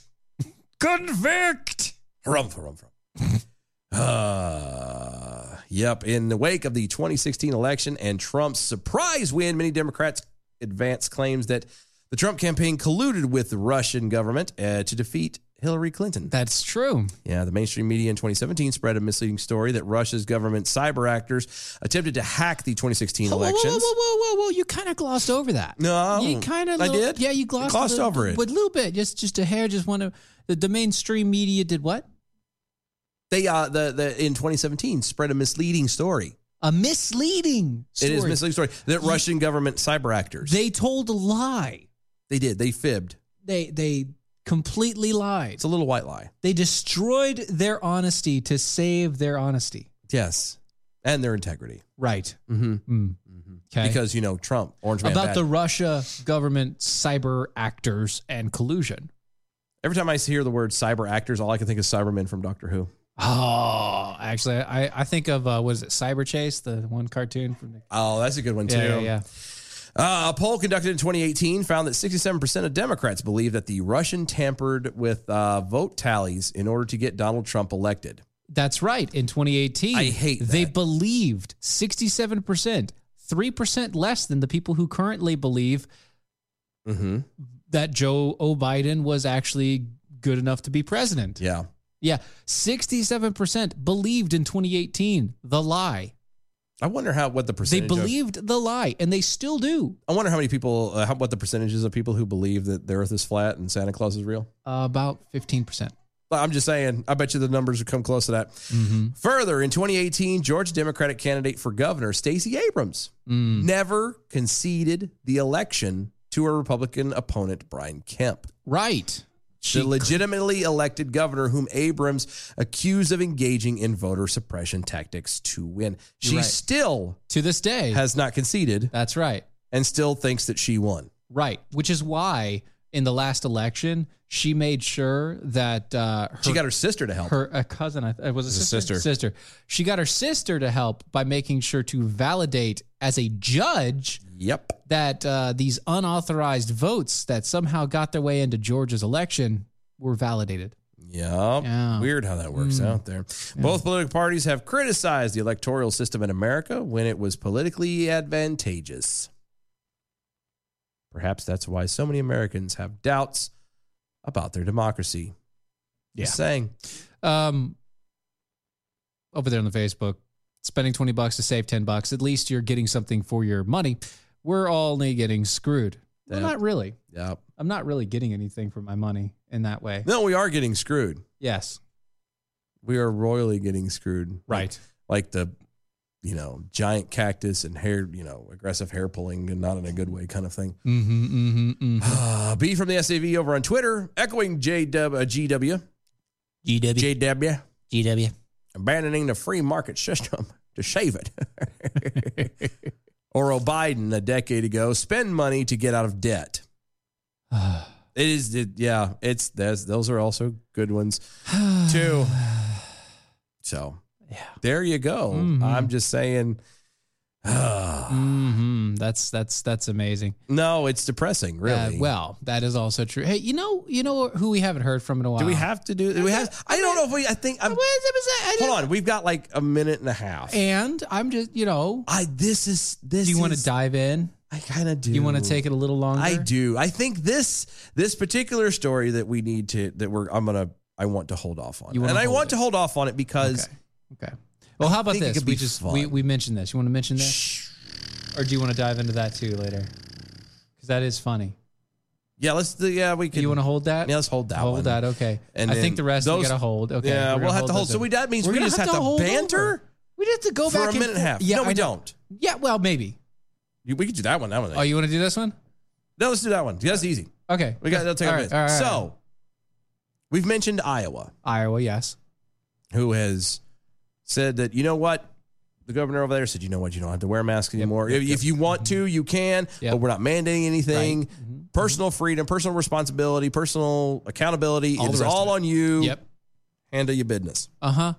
Speaker 2: Convict.
Speaker 1: Harumph, harumph, harumph. uh, yep. In the wake of the 2016 election and Trump's surprise win, many Democrats advance claims that the Trump campaign colluded with the Russian government uh, to defeat Hillary Clinton.
Speaker 2: That's true.
Speaker 1: Yeah, the mainstream media in 2017 spread a misleading story that Russia's government cyber actors attempted to hack the 2016
Speaker 2: Whoa, whoa,
Speaker 1: elections.
Speaker 2: whoa, whoa, whoa, whoa, whoa! You kind of glossed over that.
Speaker 1: No,
Speaker 2: you kind of
Speaker 1: I did?
Speaker 2: Yeah, you
Speaker 1: You
Speaker 2: glossed,
Speaker 1: glossed
Speaker 2: a little-
Speaker 1: over it.
Speaker 2: but a little bit. Just, just a hair. Just one of the, the mainstream media did what?
Speaker 1: They uh, the the in 2017 spread a misleading story.
Speaker 2: A misleading. Story.
Speaker 1: It is a misleading story that Russian government cyber actors.
Speaker 2: They told a lie.
Speaker 1: they did. They fibbed.
Speaker 2: They they completely lied.
Speaker 1: It's a little white lie.
Speaker 2: They destroyed their honesty to save their honesty.
Speaker 1: Yes, and their integrity.
Speaker 2: Right.
Speaker 1: Mm-hmm.
Speaker 2: Mm. Okay.
Speaker 1: Because you know Trump, Orange Man.
Speaker 2: About
Speaker 1: bad.
Speaker 2: the Russia government cyber actors and collusion.
Speaker 1: Every time I hear the word cyber actors, all I can think is Cybermen from Doctor Who.
Speaker 2: Oh, actually, I, I think of uh, was it Cyber Chase, the one cartoon from the
Speaker 1: Oh, that's a good one too.
Speaker 2: Yeah, yeah, yeah.
Speaker 1: Uh, a poll conducted in 2018 found that 67% of Democrats believe that the Russian tampered with uh, vote tallies in order to get Donald Trump elected.
Speaker 2: That's right. In 2018,
Speaker 1: I hate that.
Speaker 2: they believed 67%, 3% less than the people who currently believe
Speaker 1: Mm-hmm.
Speaker 2: that Joe O. Biden was actually good enough to be president.
Speaker 1: Yeah.
Speaker 2: Yeah, 67% believed in 2018 the lie.
Speaker 1: I wonder how what the
Speaker 2: They
Speaker 1: percentage of-
Speaker 2: believed the lie, and they still do.
Speaker 1: I wonder how many people, uh, how, what the percentage is of people who believe that the Earth is flat and Santa Claus is real.
Speaker 2: about 15%.
Speaker 1: But I'm just saying, I bet you the numbers would come close to that. Mm-hmm. Further, in 2018, Georgia Democratic candidate for governor Stacey Abrams
Speaker 2: Mm.
Speaker 1: never conceded the election to her Republican opponent Brian Kemp.
Speaker 2: Right.
Speaker 1: the legitimately elected governor whom Abrams accused of engaging in voter suppression tactics to win. She
Speaker 2: You're right.
Speaker 1: still
Speaker 2: to this day
Speaker 1: has not conceded.
Speaker 2: That's right.
Speaker 1: And still thinks that she won.
Speaker 2: Right. Which is why in the last election, she made sure that uh, her,
Speaker 1: She got her sister to help.
Speaker 2: Her a cousin, I th- was a
Speaker 1: It was a
Speaker 2: sister,
Speaker 1: sister.
Speaker 2: Sister. She got her sister to help by making sure to validate as a judge.
Speaker 1: Yep.
Speaker 2: That uh, these unauthorized votes that somehow got their way into Georgia's election were validated.
Speaker 1: Yeah.
Speaker 2: Yeah.
Speaker 1: Weird how that works
Speaker 2: Mm.
Speaker 1: out there. Both political parties have criticized the electoral system in America when it was politically advantageous. Perhaps that's why so many Americans have doubts about their democracy.
Speaker 2: Yeah.
Speaker 1: Just saying.
Speaker 2: Um, over there on the Facebook, spending 20 bucks to save 10 bucks, at least you're getting something for your money. We're only getting screwed. Well,
Speaker 1: Yeah.
Speaker 2: not really.
Speaker 1: Yep.
Speaker 2: I'm not really getting anything for my money in that way.
Speaker 1: No, we are getting screwed.
Speaker 2: Yes.
Speaker 1: We are royally getting screwed.
Speaker 2: Right.
Speaker 1: Like, the, you know, giant cactus and hair, you know, aggressive hair pulling and not in a good way kind of thing.
Speaker 2: Mm-hmm, mm-hmm,
Speaker 1: Uh, B from the SAV over on Twitter, echoing JW, uh, GW.
Speaker 2: GW.
Speaker 1: JW.
Speaker 2: GW.
Speaker 1: Abandoning the free market system to shave it. Oral Biden a decade ago, spend money to get out of debt.
Speaker 2: Uh,
Speaker 1: it is, it, yeah, it's, that's, those are also good ones too. So, yeah, there you go.
Speaker 2: Mhm.
Speaker 1: I'm just saying,
Speaker 2: mm-hmm. That's that's that's amazing.
Speaker 1: no, it's depressing, really.
Speaker 2: Uh, well, that is also true. Hey, you know, you know who we haven't heard from in a while.
Speaker 1: do we have to do, do we have, I don't know if we, I think, I'm, hold on, we've got like a minute and a half.
Speaker 2: And I'm just, you know,
Speaker 1: I this is this.
Speaker 2: Do you want
Speaker 1: is-
Speaker 2: to dive in?
Speaker 1: I kind of do.
Speaker 2: You want to take it a little longer?
Speaker 1: I do. I think this this particular story that we need to that we're I'm gonna I want to hold off on,
Speaker 2: You
Speaker 1: it.
Speaker 2: wanna
Speaker 1: and I
Speaker 2: hold
Speaker 1: want to hold off on it because
Speaker 2: Okay. Well,
Speaker 1: I
Speaker 2: how about
Speaker 1: think it
Speaker 2: this?
Speaker 1: could
Speaker 2: We
Speaker 1: be
Speaker 2: just
Speaker 1: fun.
Speaker 2: we, we mentioned this. You want to mention this, or do you want to dive into that too later? Because that is funny.
Speaker 1: yeah, let's do- yeah we can.
Speaker 2: you want to hold that?
Speaker 1: Yeah, let's hold that
Speaker 2: hold
Speaker 1: one.
Speaker 2: that. Okay.
Speaker 1: And
Speaker 2: I
Speaker 1: then
Speaker 2: think the rest
Speaker 1: those-
Speaker 2: we gotta hold. Okay.
Speaker 1: Yeah,
Speaker 2: we're
Speaker 1: we'll
Speaker 2: gonna
Speaker 1: have to hold.
Speaker 2: those
Speaker 1: So
Speaker 2: up.
Speaker 1: we that means
Speaker 2: We're
Speaker 1: we
Speaker 2: gonna
Speaker 1: just
Speaker 2: have
Speaker 1: have,
Speaker 2: to
Speaker 1: to,
Speaker 2: hold
Speaker 1: banter
Speaker 2: over. We just have to go
Speaker 1: for
Speaker 2: back
Speaker 1: a minute and a
Speaker 2: forth.
Speaker 1: half.
Speaker 2: Yeah.
Speaker 1: no, we
Speaker 2: I know.
Speaker 1: don't.
Speaker 2: Yeah. Well, maybe.
Speaker 1: You- We could do that one. That one.
Speaker 2: Oh, you want to do this one?
Speaker 1: no, let's do that one. That's easy.
Speaker 2: Okay.
Speaker 1: We got. That'll take
Speaker 2: All
Speaker 1: a
Speaker 2: right,
Speaker 1: minute.
Speaker 2: all right, all
Speaker 1: so
Speaker 2: right.
Speaker 1: we've mentioned Iowa.
Speaker 2: Iowa. Yes.
Speaker 1: who has said that you know what the governor over there said you know what you don't have to wear a mask anymore if, if you want to
Speaker 2: Mm-hmm.
Speaker 1: you can but we're not mandating anything personal freedom personal responsibility personal accountability
Speaker 2: All the
Speaker 1: it's
Speaker 2: rest
Speaker 1: all
Speaker 2: of it.
Speaker 1: on you
Speaker 2: Yep.
Speaker 1: handle your business
Speaker 2: Uh huh.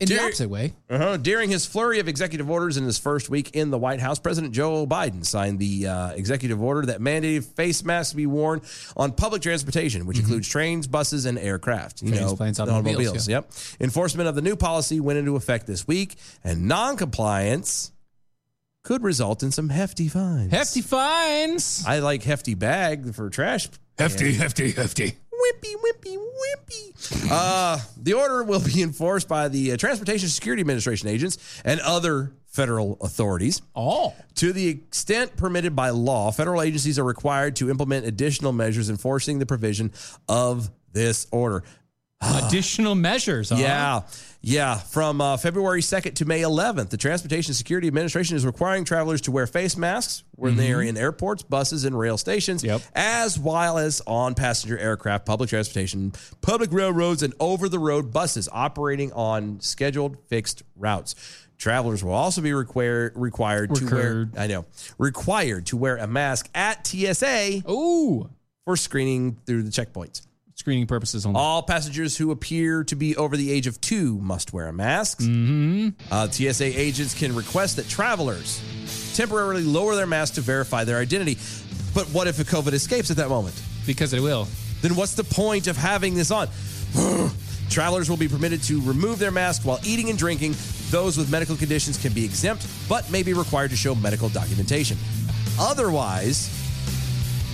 Speaker 2: In the
Speaker 1: Jerry-
Speaker 2: opposite way.
Speaker 1: uh-huh. During his flurry of executive orders in his first week in the White House, President Joe Biden signed the uh, executive order that mandated face masks be worn on public transportation, which includes trains, buses, and aircraft. You
Speaker 2: Mm-hmm. Trains,
Speaker 1: know,
Speaker 2: planes,
Speaker 1: the
Speaker 2: automobiles, yeah.
Speaker 1: Yep. Enforcement of the new policy went into effect this week, and noncompliance could result in some hefty fines.
Speaker 2: Hefty fines.
Speaker 1: I like hefty bag for trash.
Speaker 9: Hefty, hefty, hefty.
Speaker 1: Wimpy, wimpy, wimpy. Uh, the order will be enforced by the uh, Transportation Security Administration agents and other federal authorities.
Speaker 2: All.
Speaker 1: To the extent permitted by law, federal agencies are required to implement additional measures enforcing the provision of this order. Ah.
Speaker 2: Additional measures. huh?
Speaker 1: Yeah. Yeah. From uh, February 2nd to May 11th, the Transportation Security Administration is requiring travelers to wear face masks when they
Speaker 2: Mm-hmm.
Speaker 1: are in airports, buses, and rail stations, as well as on passenger aircraft, public transportation, public railroads, and over the road buses operating on scheduled fixed routes. Travelers will also be require, required to wear
Speaker 2: Required.
Speaker 1: I know required to wear a mask at TSA
Speaker 2: Ooh.
Speaker 1: for screening through the checkpoints.
Speaker 2: Screening purposes only.
Speaker 1: All passengers who appear to be over the age of two must wear a mask.
Speaker 2: Mm-hmm.
Speaker 1: Uh, TSA agents can request that travelers temporarily lower their mask to verify their identity. But what if a COVID escapes at that moment?
Speaker 2: Because it will.
Speaker 1: Then what's the point of having this on? Travelers will be permitted to remove their mask while eating and drinking. Those with medical conditions can be exempt, but may be required to show medical documentation. Otherwise,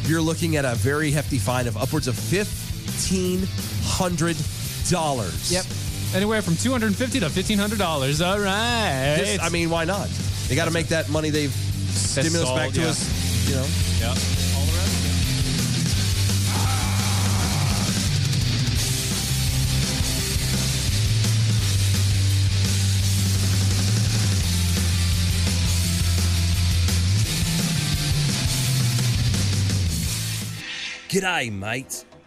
Speaker 1: you're looking at a very hefty fine of upwards of fifteen hundred dollars.
Speaker 2: Yep. Anywhere from two hundred and fifty to fifteen hundred dollars. All right.
Speaker 1: Just- I mean, why not? They got to make that money they've stimulus
Speaker 2: sold,
Speaker 1: back to
Speaker 2: yeah.
Speaker 1: us. You know.
Speaker 2: Yeah.
Speaker 22: G'day, mates.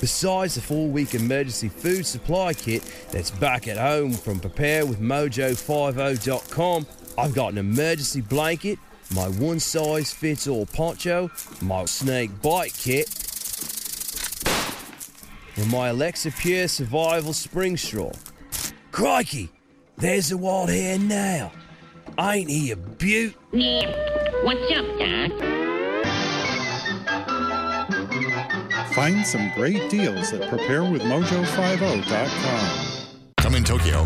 Speaker 22: Besides the four week emergency food supply kit that's back at home from preparewithmojo50.com, I've got an emergency blanket, my one size fits all poncho, my snake bite kit, and my Alexa Pure Survival Spring Straw. Crikey, there's a wild hare now. Ain't he a beaut?
Speaker 6: What's up, Doc?
Speaker 16: Find some great deals at preparewithmojo50.com.
Speaker 11: Come in Tokyo.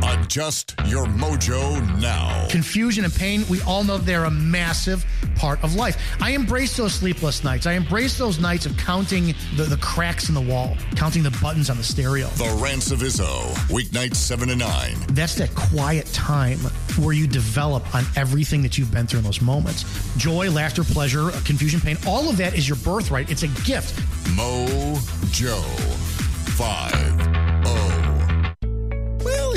Speaker 11: Adjust your mojo now.
Speaker 23: Confusion and pain, we all know they're a massive part of life. I embrace those sleepless nights. I embrace those nights of counting the, the cracks in the wall, counting the buttons on the stereo.
Speaker 11: The Rancevizo, weeknights 7 to 9.
Speaker 23: That's that quiet time where you develop on everything that you've been through in those moments. Joy, laughter, pleasure, confusion, pain, all of that is your birthright. It's a gift.
Speaker 11: Mojo oh. 5 0.
Speaker 24: Well,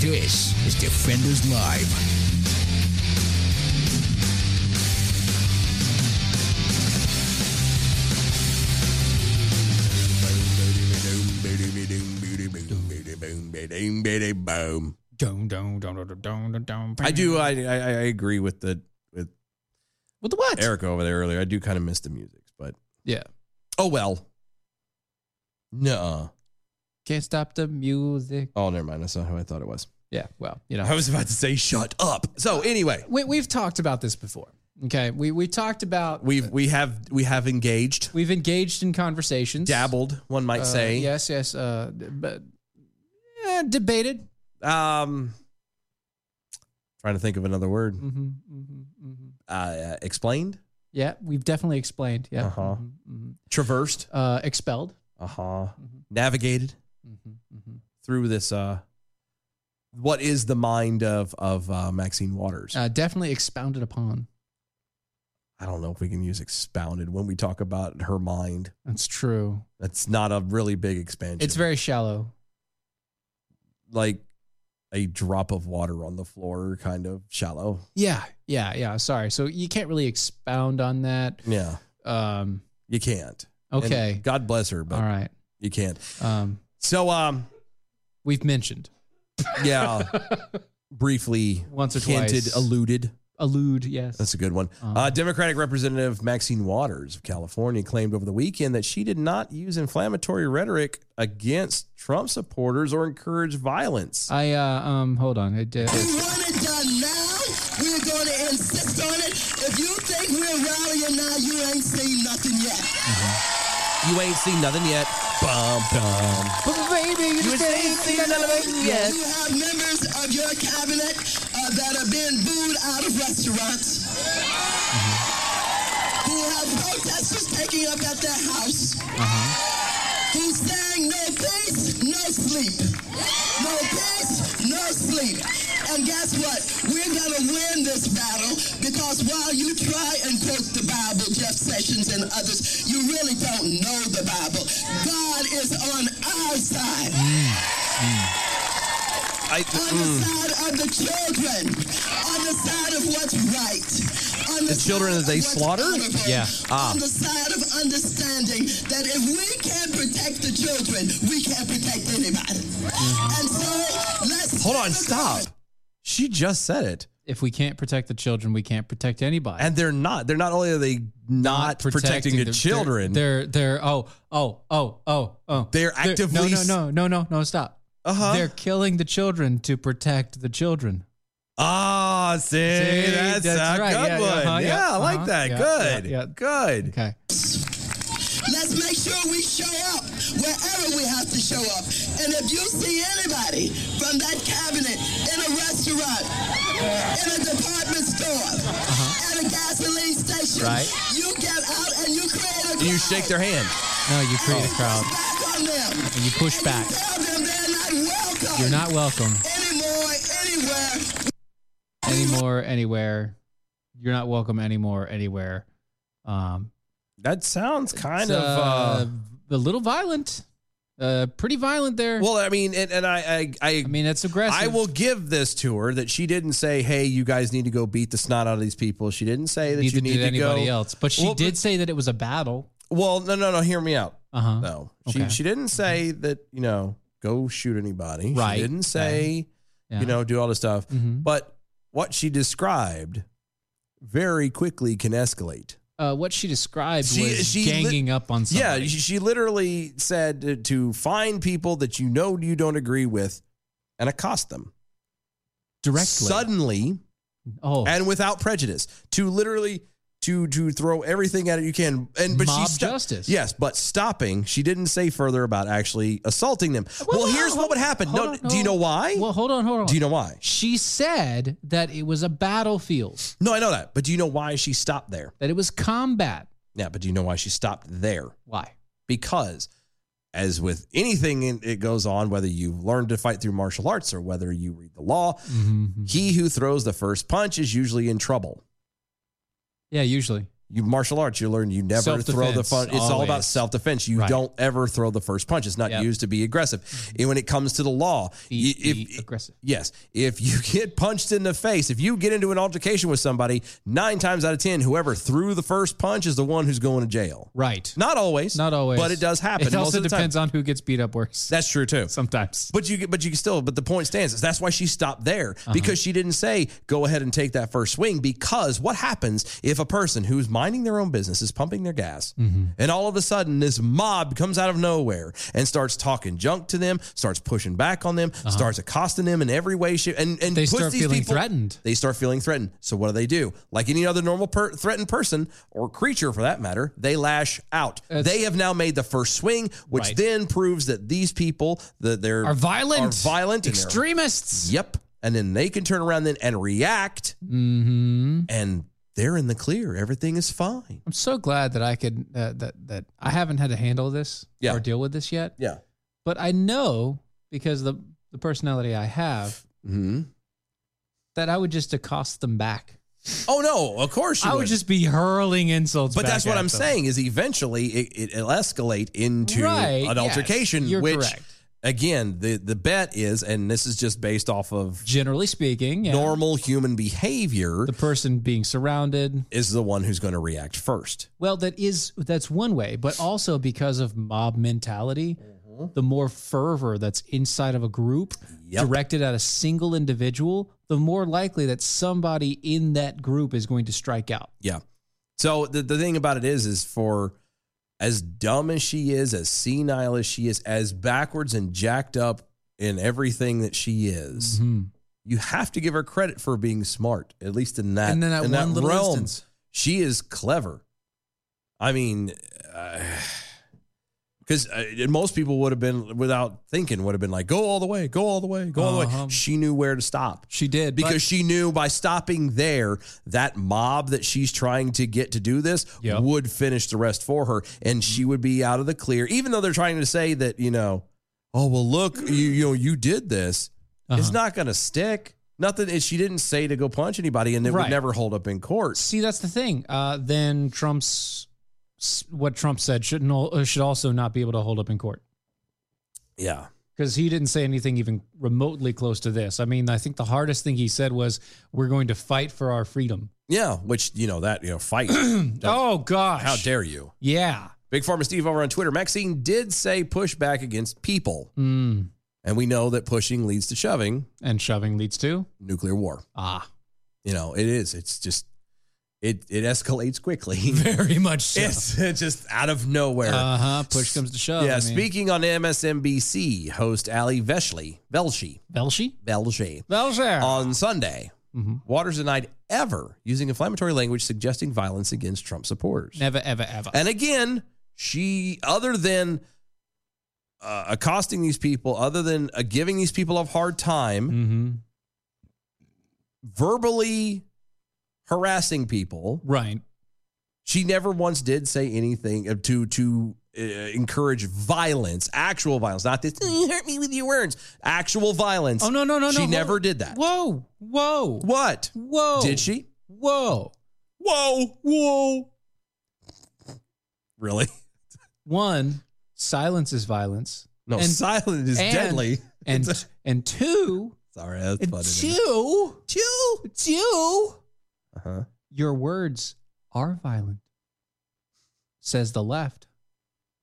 Speaker 20: This is Defenders Live.
Speaker 1: Boom.
Speaker 2: Don't don't don't don't don't.
Speaker 1: I do. I, I I agree with the with
Speaker 2: with the what
Speaker 1: Erica over there earlier. I do kind of miss the music, but
Speaker 2: Yeah.
Speaker 1: oh well. Nuh-uh.
Speaker 2: Can't stop the music.
Speaker 1: Oh, never mind. That's not how I thought it was.
Speaker 2: Yeah. Well, you know.
Speaker 1: I was about to say shut up. So anyway,
Speaker 2: we, we've talked about this before. Okay. We we talked about
Speaker 1: we've we have we have engaged.
Speaker 2: We've engaged in conversations.
Speaker 1: Dabbled, one might
Speaker 2: Uh,
Speaker 1: say.
Speaker 2: Yes. Yes. Uh, d- but eh, debated.
Speaker 1: Um, trying to think of another word. Uh, uh, explained,
Speaker 2: Yeah. We've definitely explained. Yeah. Mm-hmm.
Speaker 1: Uh-huh. traversed,
Speaker 2: Uh, expelled. Mm-hmm.
Speaker 1: uh huh, navigated through this. Uh, what is the mind of of uh, Maxine Waters?
Speaker 2: Uh, definitely expounded upon.
Speaker 1: I don't know if we can use expounded when we talk about her mind.
Speaker 2: That's true.
Speaker 1: That's not a really big expansion.
Speaker 2: It's very shallow.
Speaker 1: like a drop of water on the floor, kind of shallow.
Speaker 2: Yeah. Yeah. Yeah. Sorry. So you can't really expound on that.
Speaker 1: Yeah,
Speaker 2: Um.
Speaker 1: you can't.
Speaker 2: Okay.
Speaker 1: And God bless her, but
Speaker 2: All right.
Speaker 1: you can't.
Speaker 2: Um.
Speaker 1: So um,
Speaker 2: We've mentioned
Speaker 1: yeah, briefly
Speaker 2: once or
Speaker 1: hinted,
Speaker 2: twice.
Speaker 1: alluded.
Speaker 2: Allude. Yes.
Speaker 1: That's a good one.
Speaker 2: Uh-huh.
Speaker 1: Uh, Democratic Representative Maxine Waters of California claimed over the weekend that she did not use inflammatory rhetoric against Trump supporters or encourage violence.
Speaker 2: I uh um hold on. I did.
Speaker 25: want it done now, we're going to insist on it. If you think we're rallying now, you ain't seen nothing yet.
Speaker 1: You ain't seen nothing yet. Bum, bum.
Speaker 25: But baby,
Speaker 9: you just ain't seen nothing yet.
Speaker 25: You have members of your cabinet uh, that are being booed out of restaurants. Who have
Speaker 14: Uh-huh.
Speaker 25: protesters taking up at their house. Who sang no peace, no sleep. No peace, no sleep. And guess what? We're going to win this battle because while you try and quote the Bible, Jeff Sessions and others, you really don't know the Bible. God is on our side.
Speaker 1: I, mm.
Speaker 25: On the side of the children. On the side of what's right. On
Speaker 1: The children that they slaughter? Yeah. Ah.
Speaker 25: on the side of understanding that if we can't protect the children, we can't protect anybody.
Speaker 1: Mm-hmm.
Speaker 25: And so let's
Speaker 1: Hold on, stop. She just said it.
Speaker 2: If we can't protect the children, we can't protect anybody.
Speaker 1: And they're not. They're not only are they not, protecting, the,
Speaker 2: their-
Speaker 1: children.
Speaker 2: They're they're, oh oh oh oh oh.
Speaker 1: They're actively
Speaker 2: no
Speaker 1: s-
Speaker 2: no no no no no stop.
Speaker 1: Uh-huh.
Speaker 2: They're killing the children to protect the children.
Speaker 1: Ah, see,
Speaker 2: See,
Speaker 1: that's,
Speaker 2: that's
Speaker 1: a
Speaker 2: right.
Speaker 1: good
Speaker 2: Yeah,
Speaker 1: one.
Speaker 2: uh-huh,
Speaker 1: yeah,
Speaker 2: yeah,
Speaker 1: I like
Speaker 2: uh-huh,
Speaker 1: that.
Speaker 2: yeah,
Speaker 1: good.
Speaker 2: yeah, yeah.
Speaker 1: Good.
Speaker 2: Okay.
Speaker 25: let's make sure we show up wherever we have to show up. And if you see anybody from that cabinet in a restaurant, in a department store, at a gasoline station,
Speaker 1: Uh-huh. Right.
Speaker 25: you get out and you create a
Speaker 1: And you shake their hand.
Speaker 2: No, you create a crowd
Speaker 25: crack on them.
Speaker 2: and you push back.
Speaker 25: Tell them they're not welcome
Speaker 2: You're not welcome
Speaker 25: anymore, anywhere.
Speaker 2: anymore anywhere. You're not welcome anymore anywhere. Um,
Speaker 1: That sounds kind
Speaker 2: it's,
Speaker 1: of uh,
Speaker 2: a little violent, uh, pretty violent there.
Speaker 1: well. I mean, and, and I, I, I, I
Speaker 2: mean, that's aggressive.
Speaker 1: I will give this to her that she didn't say, "Hey, you guys need to go beat the snot out of these people." She didn't say that
Speaker 2: Neither
Speaker 1: you need
Speaker 2: did
Speaker 1: to
Speaker 2: anybody
Speaker 1: go.
Speaker 2: else, but she
Speaker 1: Well,
Speaker 2: did say that it was a battle.
Speaker 1: Well, no, no, no. Hear me out.
Speaker 2: Uh huh.
Speaker 1: No,
Speaker 2: Okay.
Speaker 1: she she didn't say that. You know, go shoot anybody.
Speaker 2: Right.
Speaker 1: She didn't say,
Speaker 2: Yeah.
Speaker 1: you know, do all this stuff.
Speaker 2: Mhm.
Speaker 1: But what she described very quickly can escalate.
Speaker 2: Uh, what she described
Speaker 1: She-
Speaker 2: was
Speaker 1: she lit-
Speaker 2: ganging up on
Speaker 1: Yeah,
Speaker 2: somebody.
Speaker 1: she she literally said to- to find people that you know you don't agree with and accost them
Speaker 2: directly.
Speaker 1: suddenly
Speaker 2: oh,
Speaker 1: and without prejudice. To literally to to throw everything at it you can. And but
Speaker 2: Mob
Speaker 1: she sto-
Speaker 2: justice.
Speaker 1: Yes, but stopping. She didn't say further about actually assaulting them. Well, here's what would happen. No,
Speaker 2: hold on,
Speaker 1: do you know
Speaker 2: hold
Speaker 1: why?
Speaker 2: well, hold on, hold on.
Speaker 1: do you know why?
Speaker 2: She said that it was a battlefield,
Speaker 1: No, I know that. But do you know why she stopped there?
Speaker 2: that it was combat.
Speaker 1: Yeah, but do you know why she stopped there?
Speaker 2: Why?
Speaker 1: because as with anything in- it goes on whether you learn to fight through martial arts or whether you read the law
Speaker 2: Mm-hmm.
Speaker 1: he who throws the first punch is usually in trouble
Speaker 2: Yeah, usually.
Speaker 1: you martial arts you learn you never throw the
Speaker 2: Self-defense,
Speaker 1: fun it's all about
Speaker 2: always.
Speaker 1: self-defense you
Speaker 2: Right.
Speaker 1: don't ever throw the first punch it's not
Speaker 2: Yep.
Speaker 1: used to be aggressive and when it comes to the law
Speaker 2: Be,
Speaker 1: y- if-
Speaker 2: be aggressive.
Speaker 1: yes if you get punched in the face if you get into an altercation with somebody nine times out of ten whoever threw the first punch is the one who's going to jail
Speaker 2: Right.
Speaker 1: not always
Speaker 2: Not always.
Speaker 1: but it does happen
Speaker 2: It
Speaker 1: most
Speaker 2: also
Speaker 1: of the time.
Speaker 2: depends on who gets beat up worse.
Speaker 1: that's true too
Speaker 2: Sometimes.
Speaker 1: But you but you can still but the point stands is that's why she stopped there
Speaker 2: Uh-huh.
Speaker 1: because she didn't say go ahead and take that first swing because what happens if a person who's minding their own business is pumping their gas
Speaker 2: Mm-hmm.
Speaker 1: and all of a sudden this mob comes out of nowhere and starts talking junk to them starts pushing back on them starts accosting them in every way shape and and
Speaker 2: Uh-huh. They
Speaker 1: puts
Speaker 2: start
Speaker 1: these
Speaker 2: feeling
Speaker 1: people-
Speaker 2: threatened.
Speaker 1: they start feeling threatened so what do they do like any other normal per- threatened person or creature for that matter they lash out
Speaker 2: That's-
Speaker 1: they have now made the first swing which
Speaker 2: Right.
Speaker 1: then proves that these people that they're
Speaker 2: Are violent.
Speaker 1: are violent, and they're-
Speaker 2: Extremists.
Speaker 1: Yep, and then they can turn around then and react,
Speaker 2: Mm-hmm.
Speaker 1: and they're in the clear. Everything is fine.
Speaker 2: I'm so glad that I could uh, that that I haven't had to handle this
Speaker 1: Yeah.
Speaker 2: or deal with this yet.
Speaker 1: Yeah.
Speaker 2: But I know because the the personality I have
Speaker 1: hmm
Speaker 2: that I would just accost them back.
Speaker 1: Oh no, of course you
Speaker 2: I
Speaker 1: would.
Speaker 2: would just be hurling insults.
Speaker 1: but that's
Speaker 2: back
Speaker 1: what
Speaker 2: at
Speaker 1: I'm
Speaker 2: them.
Speaker 1: saying is eventually it, it'll escalate into
Speaker 2: Right,
Speaker 1: an
Speaker 2: yes,
Speaker 1: altercation,
Speaker 2: you're
Speaker 1: which
Speaker 2: correct.
Speaker 1: again the the bet is, and this is just based off of
Speaker 2: Generally speaking, yeah,
Speaker 1: normal human behavior.
Speaker 2: the person being surrounded.
Speaker 1: is the one who's going to react first.
Speaker 2: Well, that is that's one way, but also because of mob mentality, the more fervor that's inside of a group
Speaker 1: Mm-hmm. Yep.
Speaker 2: directed at a single individual, the more likely that somebody in that group is going to strike out.
Speaker 1: Yeah. So the, the thing about it is, is for as dumb as she is, as senile as she is, as backwards and jacked up in everything that she is,
Speaker 2: Mm-hmm.
Speaker 1: you have to give her credit for being smart, at least in that,
Speaker 2: And then that
Speaker 1: in
Speaker 2: one little instance.
Speaker 1: She is clever. I mean, uh, because uh, most people would have been, without thinking, would have been like, go all the way, go all the way, go all the way.
Speaker 2: Uh-huh.
Speaker 1: She knew where to stop
Speaker 2: She did
Speaker 1: because she knew by stopping there, that mob that she's trying to get to do this
Speaker 2: Yep. Mm-hmm.
Speaker 1: would finish the rest for her, and she would be out of the clear. Even though they're trying to say that you know, oh well, look, you you know you did this.
Speaker 2: Uh-huh.
Speaker 1: It's not going to stick. Nothing. Is, she didn't say to go punch anybody, and it
Speaker 2: Right.
Speaker 1: would never hold up in court.
Speaker 2: See, that's the thing. Uh, then Trump's s- what Trump said shouldn't al- uh, should also not be able to hold up in court
Speaker 1: Yeah.
Speaker 2: because he didn't say anything even remotely close to this. I mean, I think the hardest thing he said was, "We're going to fight for our freedom."
Speaker 1: Yeah, which you know that you know fight. oh
Speaker 2: gosh,
Speaker 1: how dare you?
Speaker 2: Yeah,
Speaker 1: Big Pharma Steve over on Twitter. Maxine did say push back against people,
Speaker 25: Hmm.
Speaker 2: Mm.
Speaker 1: and we know that pushing leads to shoving,
Speaker 2: and shoving leads to
Speaker 1: nuclear war.
Speaker 2: Ah,
Speaker 1: you know it is. It's just it it escalates quickly,
Speaker 2: very much so.
Speaker 1: It's just out of nowhere.
Speaker 2: Uh huh. Push comes to shove.
Speaker 1: yeah.
Speaker 2: I mean.
Speaker 1: Speaking on MSNBC, host Ali Veshley, Velshi,
Speaker 2: Velshi,
Speaker 1: Velshi,
Speaker 2: Velshi
Speaker 1: on Sunday.
Speaker 2: Mhm.
Speaker 1: Waters denied ever using inflammatory language suggesting violence against Trump supporters.
Speaker 2: Never, ever, ever.
Speaker 1: And again, she, other than uh, accosting these people, other than uh, giving these people a hard time,
Speaker 2: Mm-hmm.
Speaker 1: verbally harassing people,
Speaker 2: right?
Speaker 1: She never once did say anything to to uh, encourage violence, actual violence, not this. "Oh, You hurt me with your words. Actual violence.
Speaker 2: Oh no, no, no, no.
Speaker 1: She
Speaker 2: hold
Speaker 1: never
Speaker 2: on.
Speaker 1: did that.
Speaker 2: Whoa, whoa.
Speaker 1: What?
Speaker 2: Whoa.
Speaker 1: Did she?
Speaker 2: Whoa.
Speaker 1: Whoa. Whoa. Really?
Speaker 2: One, silence is violence.
Speaker 1: No, silence is deadly.
Speaker 2: And and two,
Speaker 1: Sorry, that's funny. to me.
Speaker 2: two, two, two.
Speaker 1: Uh-huh.
Speaker 2: Your words are violent, says the left.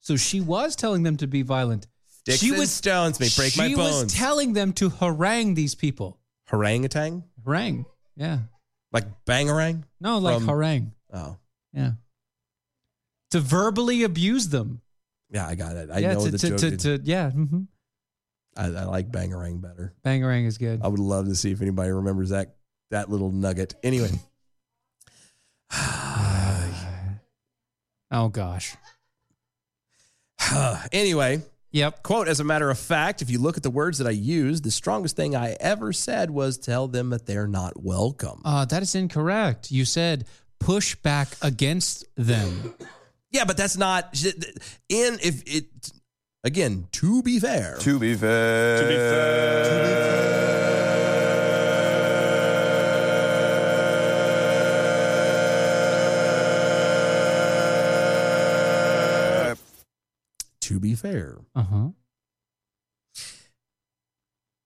Speaker 2: So she was telling them to be violent.
Speaker 1: Sticks
Speaker 2: she
Speaker 1: and
Speaker 2: was
Speaker 1: stones may break my
Speaker 2: she
Speaker 1: bones.
Speaker 2: was telling them to harangue these people.
Speaker 1: Harangatang?
Speaker 2: Harangue, yeah.
Speaker 1: Like bangarang?
Speaker 2: No, like
Speaker 1: From-
Speaker 2: harangue.
Speaker 1: Oh.
Speaker 2: Yeah. To verbally abuse them.
Speaker 1: Yeah, I got it. I
Speaker 2: yeah,
Speaker 1: know
Speaker 2: to,
Speaker 1: the
Speaker 2: to,
Speaker 1: joke.
Speaker 2: to,
Speaker 1: did-
Speaker 2: to- yeah. mhm.
Speaker 1: I, I like bangarang better.
Speaker 2: Bangarang is good.
Speaker 1: I would love to see if anybody remembers that that little nugget. Anyway,
Speaker 2: Oh gosh.
Speaker 1: anyway.
Speaker 2: Yep.
Speaker 1: Quote, as a matter of fact, if you look at the words that I used, the strongest thing I ever said was tell them that they're not welcome.
Speaker 2: Uh, that is incorrect. You said push back against them.
Speaker 1: Yeah, but that's not in if it again, to be fair.
Speaker 4: To be fair. To be fair.
Speaker 1: To be fair.
Speaker 2: Uh huh.
Speaker 4: Uh-huh.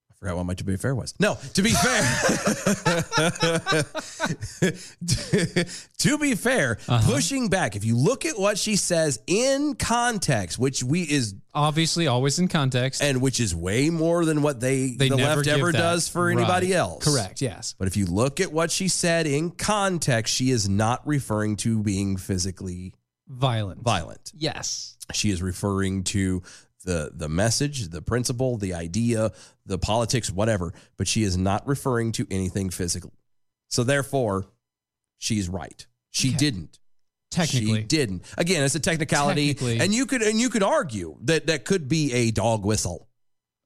Speaker 1: I forgot what my to be fair was. No, to be fair. to be fair,
Speaker 2: Uh-huh.
Speaker 1: pushing back. If you look at what she says in context, which we is
Speaker 2: Obviously, always in context.
Speaker 1: and which is way more than what they,
Speaker 2: They
Speaker 1: the
Speaker 2: never
Speaker 1: left
Speaker 2: give
Speaker 1: ever
Speaker 2: that.
Speaker 1: does for anybody
Speaker 2: Right.
Speaker 1: else.
Speaker 2: Correct. Yes.
Speaker 1: But if you look at what she said in context, she is not referring to being physically
Speaker 2: Violent.
Speaker 1: violent.
Speaker 2: Yes.
Speaker 1: She is referring to the the message, the principle, the idea, the politics, whatever, but she is not referring to anything physical. So therefore, she's right. She didn't.
Speaker 2: Technically.
Speaker 1: She didn't. Again, it's a technicality.
Speaker 2: Technically.
Speaker 1: And you could and you could argue that that could be a dog whistle.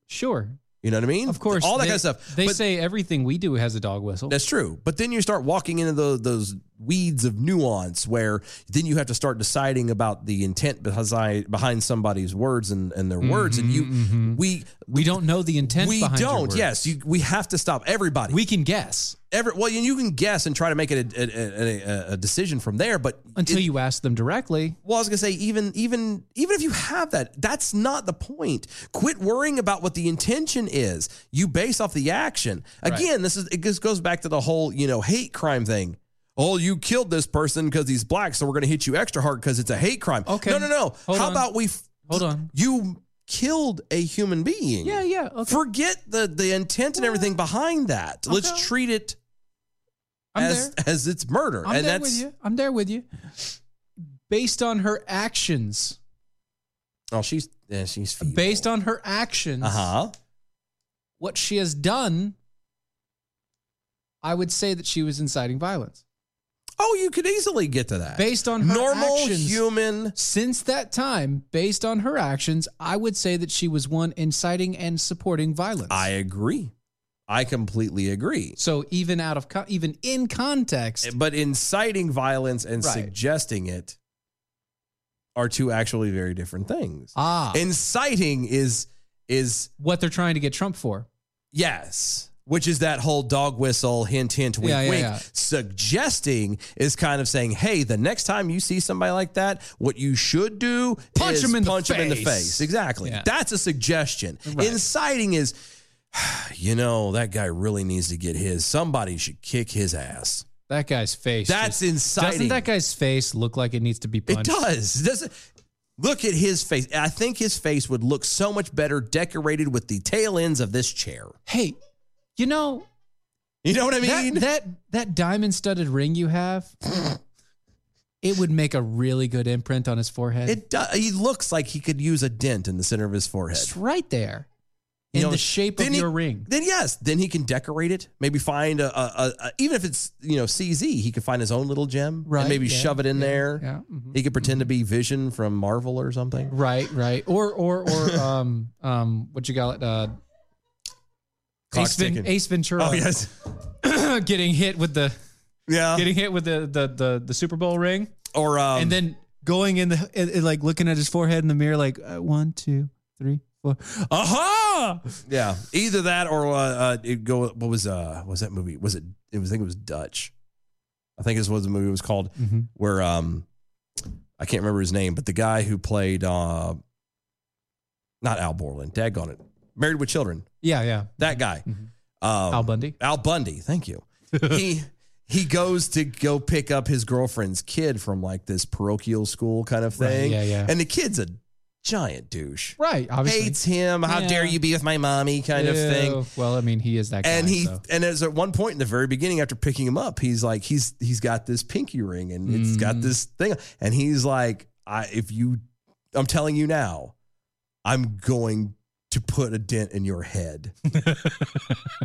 Speaker 2: Sure.
Speaker 1: You know what I mean?
Speaker 2: Of course.
Speaker 1: All that
Speaker 2: they-
Speaker 1: kind of stuff.
Speaker 2: They
Speaker 1: But-
Speaker 2: say everything we do has a dog whistle.
Speaker 1: That's true. But then you start walking into those those weeds of nuance where then you have to start deciding about the intent behind behind somebody's words and, and their words. And you we
Speaker 2: we don't know the intent.
Speaker 1: Mm-hmm, we
Speaker 2: behind your
Speaker 1: don't.
Speaker 2: words.
Speaker 1: Yes, you, we have to stop everybody.
Speaker 2: We can guess
Speaker 1: Every well, you, you can guess and try to make it a, a, a, a- a decision from there. But
Speaker 2: until
Speaker 1: it-
Speaker 2: you ask them directly.
Speaker 1: well, I was gonna say even even even if you have that, that's not the point. Quit worrying about what the intention is. You base off the action. Again, this is it just goes back to the whole you know hate crime thing. Oh, you killed this person because he's black, so we're gonna hit you extra hard because it's a hate crime.
Speaker 2: Okay.
Speaker 1: No, no, no.
Speaker 2: Hold
Speaker 1: How
Speaker 2: on.
Speaker 1: about we? f-
Speaker 2: Hold on.
Speaker 1: You killed a human being.
Speaker 2: Yeah. Yeah. Okay.
Speaker 1: Forget the the intent and everything behind that.
Speaker 2: Okay.
Speaker 1: Let's treat it
Speaker 2: I'm
Speaker 1: as as it's murder,
Speaker 2: I'm
Speaker 1: and
Speaker 2: there
Speaker 1: that's
Speaker 2: with you. I'm there with you. Based on her actions.
Speaker 1: oh she's yeah, she's feeble.
Speaker 2: Based on her actions.
Speaker 1: uh huh.
Speaker 2: what she has done, I would say that she was inciting violence.
Speaker 1: Oh, you could easily get to that.
Speaker 2: Based on her
Speaker 1: normal
Speaker 2: actions.
Speaker 1: human.
Speaker 2: Since that time, based on her actions, I would say that she was one inciting and supporting violence.
Speaker 1: I agree. I completely agree.
Speaker 2: so even out of co- even in context,
Speaker 1: Eh, But inciting violence and
Speaker 2: Right.
Speaker 1: suggesting it are two actually very different things.
Speaker 2: ah,
Speaker 1: Inciting is is
Speaker 2: what they're trying to get Trump for.
Speaker 1: Yes. Which is that whole dog whistle, hint, hint, wink,
Speaker 2: Yeah, yeah,
Speaker 1: wink,
Speaker 2: yeah.
Speaker 1: suggesting is kind of saying, hey, the next time you see somebody like that, what you should do
Speaker 2: Punch
Speaker 1: is
Speaker 2: him in the
Speaker 1: punch him in the
Speaker 2: face.
Speaker 1: face. Exactly.
Speaker 2: Yeah.
Speaker 1: That's a suggestion. Inciting is, you know, that guy really needs to get his. Somebody should kick his ass.
Speaker 2: That guy's face.
Speaker 1: That's inciting.
Speaker 2: Doesn't that guy's face look like it needs to be punched?
Speaker 1: It does. It doesn't look at his face. I think his face would look so much better decorated with the tail ends of this chair.
Speaker 2: Hey, you know,
Speaker 1: You know what I
Speaker 2: that-
Speaker 1: mean?
Speaker 2: That that, diamond studded ring you have, it would make a really good imprint on his forehead.
Speaker 1: it does. He looks like he could use a dent in the center of his forehead.
Speaker 2: It's right there in
Speaker 1: You know,
Speaker 2: the shape
Speaker 1: then
Speaker 2: of
Speaker 1: he-
Speaker 2: your ring.
Speaker 1: Then yes, then he can decorate it. Maybe find a, a, a, a- even if it's you know CZ, he could find his own little gem
Speaker 2: Right,
Speaker 1: and maybe
Speaker 2: yeah,
Speaker 1: shove it in
Speaker 2: yeah,
Speaker 1: there.
Speaker 2: yeah, Mm-hmm.
Speaker 1: He could pretend to be Vision from Marvel or something.
Speaker 2: Right, right. Or or or um um what you call it? Uh,
Speaker 1: Clock's
Speaker 2: Ace, Ven-
Speaker 1: ticking.
Speaker 2: Ace Ventura.
Speaker 1: Oh yes,
Speaker 2: getting hit with the
Speaker 1: yeah.
Speaker 2: getting hit with the the the, the Super Bowl ring,
Speaker 1: Or um,
Speaker 2: and then going in the and- and, like looking at his forehead in the mirror, like uh, one, two, three, four. Aha!
Speaker 1: Yeah, either that or uh, uh it go. What was uh what was that movie? Was it? It was. I think it was Dutch. I think this was the movie was called
Speaker 2: Mhm.
Speaker 1: where um I can't remember his name, but the guy who played uh not Al Borland, daggone it, Married with Children,
Speaker 2: Yeah, Oh, yeah. Mm-hmm.
Speaker 1: that guy, um,
Speaker 2: Al Bundy.
Speaker 1: Al Bundy. Thank you. he he goes to go pick up his girlfriend's kid from like this parochial school kind of
Speaker 2: Right,
Speaker 1: thing.
Speaker 2: yeah, yeah.
Speaker 1: And the kid's a giant douche.
Speaker 2: Right, obviously.
Speaker 1: Hates him. How
Speaker 2: Yeah.
Speaker 1: dare you be with my mommy? Kind of thing.
Speaker 2: Ew. Well, I mean, he is that guy.
Speaker 1: And he
Speaker 2: so.
Speaker 1: and as at one point in the very beginning, after picking him up, he's like he's he's got this pinky ring and it's
Speaker 2: Mm.
Speaker 1: got this thing, and he's like, I if you, I'm telling you now, I'm going to put a dent in your head.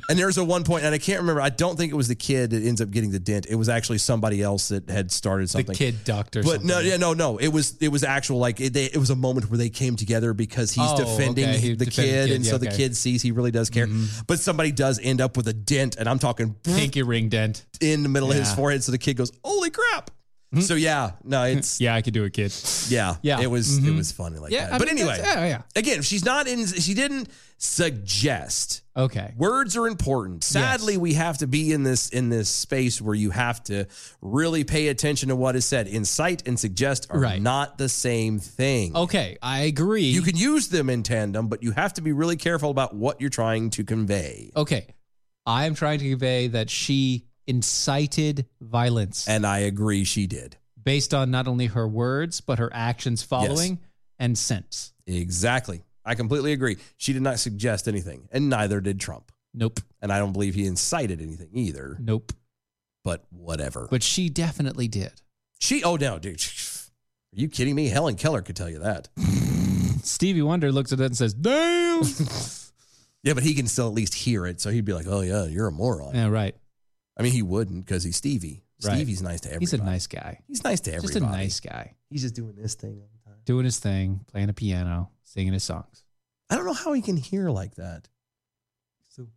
Speaker 1: and there's a one point, and I can't remember. I don't think it was the kid that ends up getting the dent. It was actually somebody else that had started something.
Speaker 2: the kid doctor.
Speaker 1: But no, yeah, no, no. It was it was actual like it, they, it was a moment where they came together because he's
Speaker 2: Oh,
Speaker 1: defending
Speaker 2: okay. He
Speaker 1: the
Speaker 2: defended
Speaker 1: kid,
Speaker 2: the kid.
Speaker 1: and
Speaker 2: Yeah,
Speaker 1: so the
Speaker 2: okay.
Speaker 1: kid sees he really does care. But somebody does end up with a dent, and I'm talking
Speaker 2: Mm-hmm. pinky ring dent.
Speaker 1: in the middle of his
Speaker 2: Yeah. Mm-hmm.
Speaker 1: forehead. So the kid goes, "Holy crap!" So yeah, no, it's
Speaker 2: Yeah, I could do it, kid.
Speaker 1: yeah,
Speaker 2: Yeah.
Speaker 1: It was it
Speaker 2: Mhm.
Speaker 1: was funny like
Speaker 2: Yeah,
Speaker 1: that.
Speaker 2: I
Speaker 1: but
Speaker 2: mean,
Speaker 1: anyway,
Speaker 2: that's- oh, yeah, yeah.
Speaker 1: again, if she's not in, she didn't suggest.
Speaker 2: Okay.
Speaker 1: Words are important. Sadly, we have to be in this in this space where you have to really pay attention to what is said. Incite and suggest are
Speaker 2: Right.
Speaker 1: not the same thing.
Speaker 2: Okay, I agree.
Speaker 1: You can use them in tandem, but you have to be really careful about what you're trying to convey.
Speaker 2: okay, I am trying to convey that she incited violence
Speaker 1: And I agree she did.
Speaker 2: based on not only her words but her actions following and since.
Speaker 1: Exactly. I completely agree. She did not suggest anything, and neither did Trump.
Speaker 2: Nope.
Speaker 1: And I don't believe he incited anything either,
Speaker 2: Nope.
Speaker 1: but whatever.
Speaker 2: But she definitely did.
Speaker 1: She, oh no, dude. Are you kidding me? Helen Keller could tell you that.
Speaker 2: Stevie Wonder looks at it and says, "Damn."
Speaker 1: Yeah, but he can still at least hear it. So he'd be like, oh, yeah, you're a moron.
Speaker 2: yeah, right.
Speaker 1: I mean, he wouldn't because he's Stevie.
Speaker 2: Right.
Speaker 1: Stevie's nice to everybody.
Speaker 2: He's a nice guy.
Speaker 1: He's nice to everybody.
Speaker 2: Just a nice guy,
Speaker 1: He's just doing this thing all the time.
Speaker 2: doing his thing, playing a piano, singing his songs.
Speaker 1: I don't know how he can hear like that. So,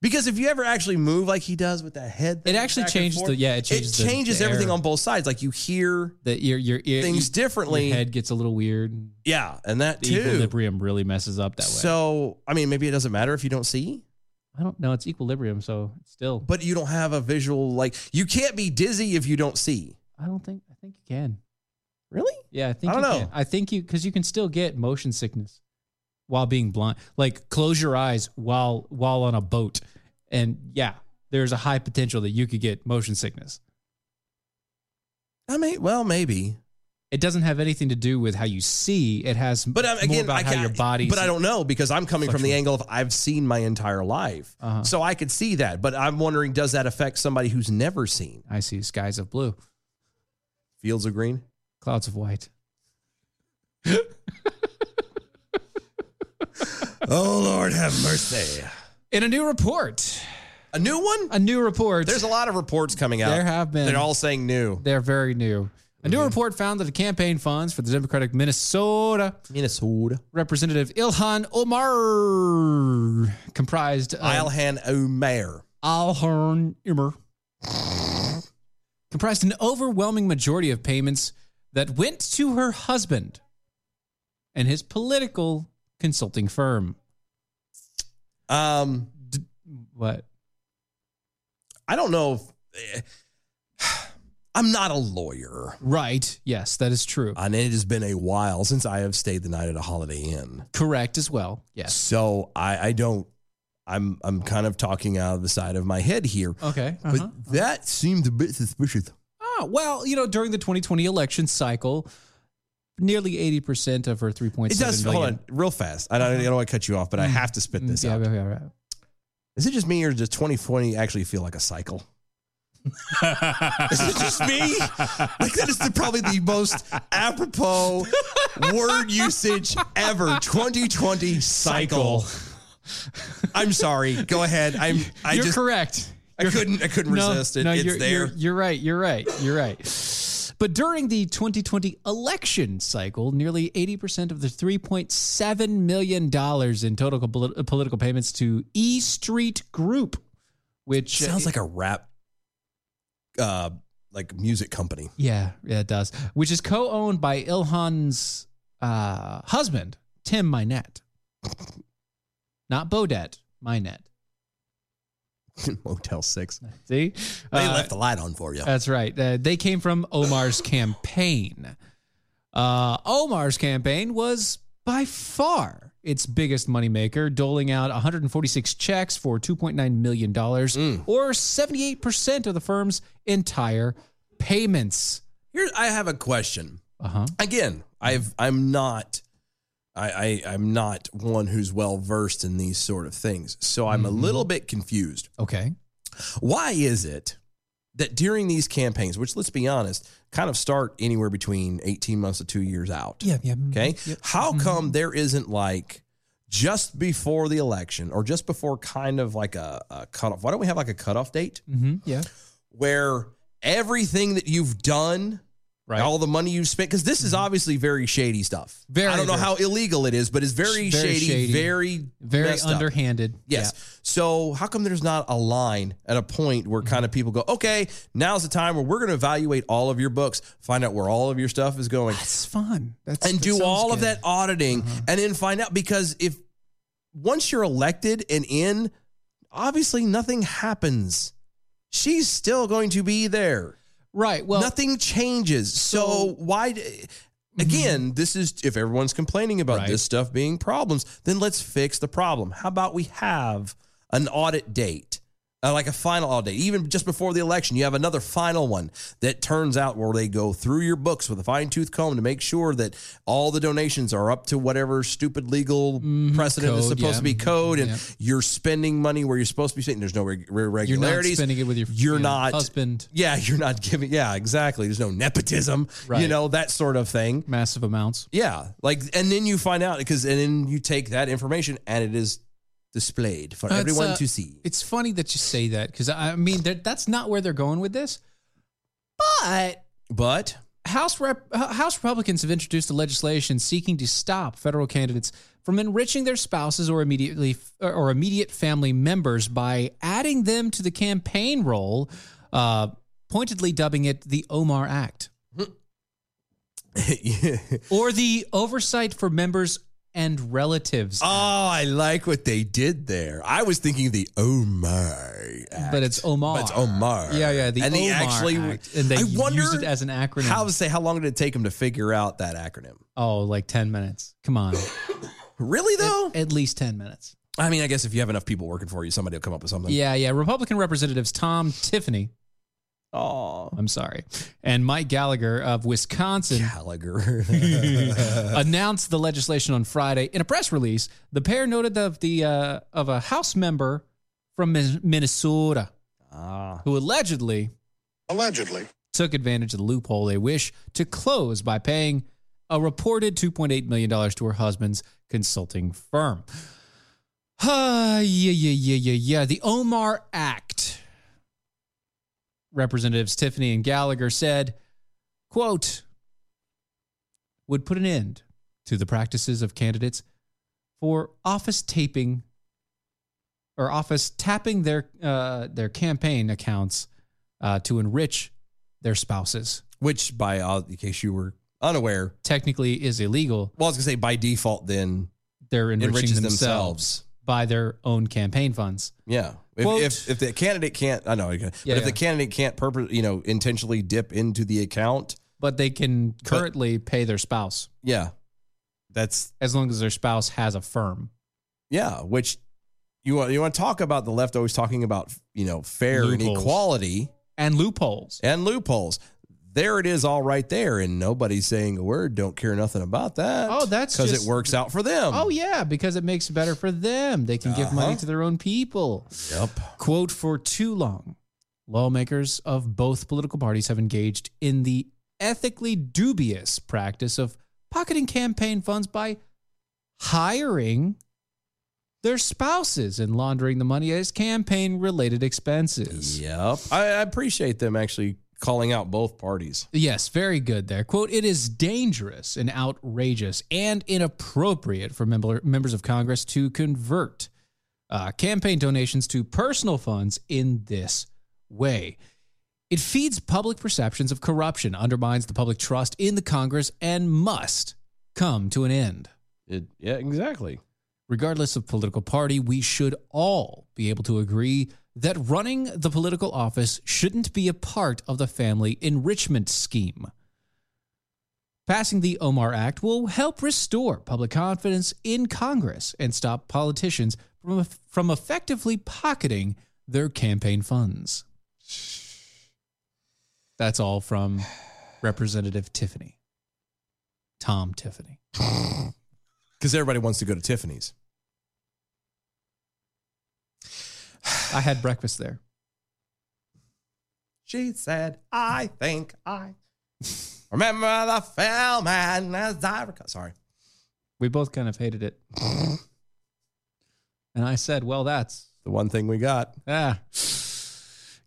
Speaker 1: because if you ever actually move like he does with that head, thing
Speaker 2: It actually
Speaker 1: back and
Speaker 2: changes
Speaker 1: forth,
Speaker 2: the yeah. It
Speaker 1: it
Speaker 2: changes.
Speaker 1: changes,
Speaker 2: the- the
Speaker 1: everything
Speaker 2: air.
Speaker 1: on both sides. Like you hear,
Speaker 2: that your your ear
Speaker 1: things
Speaker 2: your-
Speaker 1: differently.
Speaker 2: Your head gets a little weird. and
Speaker 1: yeah, and that
Speaker 2: The
Speaker 1: too.
Speaker 2: equilibrium really messes up that way.
Speaker 1: So I mean, maybe it doesn't matter if you don't see,
Speaker 2: I don't know. It's equilibrium, so it's still.
Speaker 1: but you don't have a visual. Like you can't be dizzy if you don't see.
Speaker 2: I don't think. I think you can.
Speaker 1: Really?
Speaker 2: Yeah, I think.
Speaker 1: I
Speaker 2: you
Speaker 1: don't
Speaker 2: can.
Speaker 1: know.
Speaker 2: I think you because you can still get motion sickness while being blind. Like close your eyes while while on a boat, and yeah, there's a high potential that you could get motion sickness.
Speaker 1: I mean, well, maybe.
Speaker 2: It doesn't have anything to do with how you see. It has,
Speaker 1: But um,
Speaker 2: more
Speaker 1: again,
Speaker 2: about
Speaker 1: I
Speaker 2: how
Speaker 1: can't,
Speaker 2: your body.
Speaker 1: But I don't know because I'm coming from the angle
Speaker 2: Fluctuate.
Speaker 1: of I've seen my entire life,
Speaker 2: Uh-huh.
Speaker 1: so I could see that. But I'm wondering, does that affect somebody who's never seen
Speaker 2: I see skies of blue,
Speaker 1: fields of green?
Speaker 2: clouds of white.
Speaker 1: Oh Lord, have mercy!
Speaker 2: In a new report,
Speaker 1: A new one?
Speaker 2: a new report.
Speaker 1: There's a lot of reports coming out.
Speaker 2: There have been.
Speaker 1: They're all saying new. Mm-hmm.
Speaker 2: They're very new. A new report found that the campaign funds for the Democratic Minnesota
Speaker 1: Minnesota.
Speaker 2: Representative Ilhan Omar comprised of
Speaker 1: Ilhan Omar.
Speaker 2: Alhorn Umar comprised an overwhelming majority of payments that went to her husband and his political consulting firm.
Speaker 1: Um,
Speaker 2: what?
Speaker 1: I don't know. If, eh, I'm not a lawyer.
Speaker 2: Right. Yes, that is true.
Speaker 1: And it has been a while since I have stayed the night at a Holiday Inn.
Speaker 2: Correct as well. Yes.
Speaker 1: So I, I don't. I'm I'm kind of talking out of the side of my head here.
Speaker 2: Okay. uh-huh.
Speaker 1: But that seemed a bit suspicious.
Speaker 2: Oh, well, you know, during the 2020 election cycle, nearly 80% of her 3.7
Speaker 1: It does. Hold on, real fast. I don't, I don't want to cut you off, but I have to spit this
Speaker 2: Mm. Yeah,
Speaker 1: out.
Speaker 2: yeah, yeah, yeah.
Speaker 1: Is it just me, or does 2020 actually feel like a cycle? uh, Is it just me? Like that is the, probably the most apropos word usage ever. 2020 cycle. I'm sorry. Go ahead. I'm. I
Speaker 2: you're
Speaker 1: just,
Speaker 2: correct.
Speaker 1: I
Speaker 2: You're-
Speaker 1: couldn't. I couldn't
Speaker 2: No,
Speaker 1: resist it.
Speaker 2: no,
Speaker 1: it's
Speaker 2: you're,
Speaker 1: there.
Speaker 2: You're, you're right. You're right. You're right. But during the 2020 election cycle, nearly 80% of the $3.7 million in total polit- political payments to E Street Group, which
Speaker 1: Sounds like a rap, uh, like music company.
Speaker 2: Yeah, yeah, it does. Which is co-owned by Ilhan's uh, husband, Tim Minette. Not Bodette, Minette.
Speaker 1: Motel Six.
Speaker 2: See,
Speaker 1: They
Speaker 2: Uh,
Speaker 1: left the light on for you.
Speaker 2: That's right. Uh, they came from Omar's campaign. Uh, Omar's campaign was by far its biggest moneymaker, doling out 146 checks for 2.9 million dollars,
Speaker 1: Mm.
Speaker 2: or 78 percent of the firm's entire payments.
Speaker 1: Here, I have a question.
Speaker 2: Uh-huh.
Speaker 1: Again, I've I'm not, I, I I'm not one who's well versed in these sort of things, so I'm a little bit confused.
Speaker 2: Mm-hmm. Okay.
Speaker 1: Why is it that during these campaigns, which let's be honest, kind of start anywhere between 18 months to two years out?
Speaker 2: Yeah, Mm-hmm. yeah.
Speaker 1: Okay. How come there isn't like just before the election or just before kind of like a, a cutoff? Why don't we have like a cutoff date?
Speaker 2: Mm-hmm. Yeah.
Speaker 1: where everything that you've done,
Speaker 2: right. Mm-hmm.
Speaker 1: all the money you've spent, because this is obviously very shady stuff.
Speaker 2: Very,
Speaker 1: I don't know
Speaker 2: very-
Speaker 1: how illegal it is, but it's very,
Speaker 2: Very
Speaker 1: shady,
Speaker 2: shady.
Speaker 1: very,
Speaker 2: Very
Speaker 1: messed up.
Speaker 2: underhanded.
Speaker 1: Yes. So how come there's not a line at a point where
Speaker 2: Mm-hmm.
Speaker 1: kind of people go, okay, now's the time where we're going to evaluate all of your books, find out where all of your stuff is going,
Speaker 2: That's fun. That's
Speaker 1: and
Speaker 2: that
Speaker 1: do
Speaker 2: sounds
Speaker 1: all of
Speaker 2: good.
Speaker 1: that
Speaker 2: Mm-hmm.
Speaker 1: auditing, and then find out because if once you're elected and in, obviously nothing happens. She's still going to be there.
Speaker 2: Right. Well,
Speaker 1: nothing changes. So, why? d- Again,
Speaker 2: Mm-hmm.
Speaker 1: this is if everyone's complaining about this stuff being problems, then let's fix the problem. How about we have an audit date, uh, like a final audit date, even just before the election? You have another final one that turns out where they go through your books with a fine tooth comb to make sure that all the donations are up to whatever stupid legal precedent is
Speaker 2: Mm-hmm. code,
Speaker 1: supposed
Speaker 2: yeah.
Speaker 1: to be code, and
Speaker 2: Yeah.
Speaker 1: you're spending money where you're supposed to be spending. There's no reg- irregularities.
Speaker 2: You're not spending it with your
Speaker 1: You're
Speaker 2: you know,
Speaker 1: not-
Speaker 2: husband.
Speaker 1: Yeah, you're not giving. Yeah, exactly. There's no nepotism, you
Speaker 2: Right.
Speaker 1: know, that sort of thing.
Speaker 2: Massive amounts.
Speaker 1: Yeah. Like, and then you find out because, and then you take that information and it is displayed for
Speaker 2: Uh, it's,
Speaker 1: everyone
Speaker 2: uh,
Speaker 1: to see.
Speaker 2: It's funny that you say that because I mean that- that's not where they're going with this. But
Speaker 1: But
Speaker 2: House Rep- H- House Republicans have introduced a legislation seeking to stop federal candidates from enriching their spouses or immediately or immediate family members by adding them to the campaign roll, uh, pointedly dubbing it the Omar Act or the Oversight for Members and Relatives.
Speaker 1: oh, I like what they did there. I was thinking the Omar. Act.
Speaker 2: But it's Omar.
Speaker 1: But it's Omar.
Speaker 2: Yeah, yeah. The
Speaker 1: and
Speaker 2: Omar
Speaker 1: they actually,
Speaker 2: Act. and they
Speaker 1: I
Speaker 2: use
Speaker 1: wonder
Speaker 2: it as an acronym.
Speaker 1: how say how long did it take them to figure out that acronym?
Speaker 2: oh, like ten minutes. Come on,
Speaker 1: Really though?
Speaker 2: at least ten minutes.
Speaker 1: I mean, I guess if you have enough people working for you, somebody will come up with something.
Speaker 2: Yeah, yeah. Republican representatives Tom Tiffany.
Speaker 1: Oh,
Speaker 2: I'm sorry, and Mike Gallagher of Wisconsin
Speaker 1: Gallagher.
Speaker 2: announced the legislation on Friday in a press release. The pair noted of the uh, of a House member from Min- Minnesota
Speaker 1: Ah.
Speaker 2: who allegedly
Speaker 21: Allegedly.
Speaker 2: took advantage of the loophole they wish to close by paying a reported $2.8 million to her husband's consulting firm. Ah, yeah, yeah, yeah, yeah, yeah. The Omar Act. Representatives Tiffany and Gallagher said, quote, would put an end to the practices of candidates for office taping or office tapping their uh, their campaign accounts uh, to enrich their spouses.
Speaker 1: Which, by uh, in case you were unaware,
Speaker 2: Technically, is illegal.
Speaker 1: well, I was gonna say by default, then
Speaker 2: They're enriching
Speaker 1: enriches
Speaker 2: themselves.
Speaker 1: themselves.
Speaker 2: by their own campaign funds.
Speaker 1: Yeah. If,
Speaker 2: Quote-
Speaker 1: if, if the candidate can't, I know, okay. but
Speaker 2: Yeah,
Speaker 1: if
Speaker 2: yeah.
Speaker 1: the candidate can't purpose, you know, intentionally dip into the account,
Speaker 2: But they can currently pay their spouse
Speaker 1: yeah, that's
Speaker 2: as long as their spouse has a firm.
Speaker 1: yeah. Which you want you want to talk about the left always talking about you know fair and
Speaker 2: Loopholes.
Speaker 1: equality
Speaker 2: and loopholes
Speaker 1: and loopholes. There it is, all right there, and nobody's saying a word. Don't care nothing about that.
Speaker 2: Oh, that's
Speaker 1: because
Speaker 2: just-
Speaker 1: it works out for them.
Speaker 2: Oh yeah, because it makes it better for them. They can give money
Speaker 1: Uh-huh.
Speaker 2: to their own people.
Speaker 1: Yep.
Speaker 2: Quote for too long. Lawmakers of both political parties have engaged in the ethically dubious practice of pocketing campaign funds by hiring their spouses and laundering the money as campaign related expenses.
Speaker 1: Yep. I, I appreciate them actually calling out both parties.
Speaker 2: Yes, very good there. Quote, it is dangerous and outrageous and inappropriate for member, members of Congress to convert uh, campaign donations to personal funds in this way. It feeds public perceptions of corruption, undermines the public trust in the Congress, and must come to an end.
Speaker 1: It, yeah, exactly.
Speaker 2: Regardless of political party, we should all be able to agree that running the political office shouldn't be a part of the family enrichment scheme. Passing the Omar Act will help restore public confidence in Congress and stop politicians from, from effectively pocketing their campaign funds. That's all from Representative Tiffany. Tom Tiffany.
Speaker 1: Because everybody wants to go to Tiffany's.
Speaker 2: I had breakfast there.
Speaker 1: She said, I think I remember the film and as I recall. Sorry.
Speaker 2: We both kind of hated it. and I said, well, that's
Speaker 1: The one thing we got.
Speaker 2: Ah.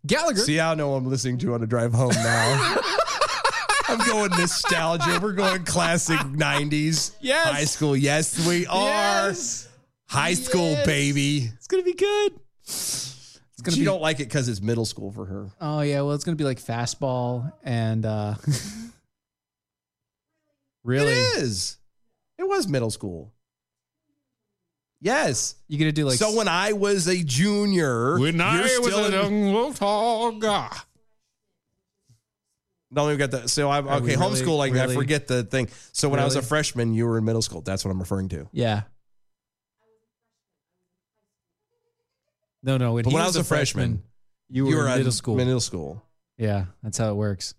Speaker 2: Gallagher.
Speaker 1: See how no I'm listening to on the drive home now. I'm going nostalgia. We're going classic 90s.
Speaker 2: Yes.
Speaker 1: High school. Yes, we are.
Speaker 2: Yes.
Speaker 1: High school,
Speaker 2: Yes.
Speaker 1: baby.
Speaker 2: It's going to be good.
Speaker 1: It's gonna she
Speaker 2: be-
Speaker 1: don't like it because it's middle school for her.
Speaker 2: Oh, yeah. Well, it's going to be like fastball and uh really.
Speaker 1: It is. It was middle school. Yes.
Speaker 2: You're going to do like.
Speaker 1: so when I was a junior,
Speaker 9: When I
Speaker 1: you're
Speaker 9: was
Speaker 1: still
Speaker 9: a
Speaker 1: in-
Speaker 9: young warthog, ah.
Speaker 1: No, we've got that. So I
Speaker 2: Are we
Speaker 1: okay,
Speaker 2: really-
Speaker 1: homeschooling.
Speaker 2: really-
Speaker 1: I forget the thing. So when I was a
Speaker 2: Really?
Speaker 1: freshman, you were in middle school. That's what I'm referring to.
Speaker 2: Yeah. No, no.
Speaker 1: But
Speaker 2: he
Speaker 1: when I was a freshman,
Speaker 2: you were, in
Speaker 1: a
Speaker 2: middle school.
Speaker 1: Middle school.
Speaker 2: yeah, that's how it works.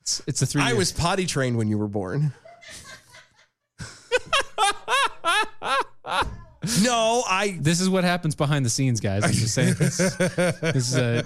Speaker 2: It's, it's a three.
Speaker 1: I was potty trained when you were born. no, I.
Speaker 2: This is what happens behind the scenes, guys. I'm just saying. This, this is a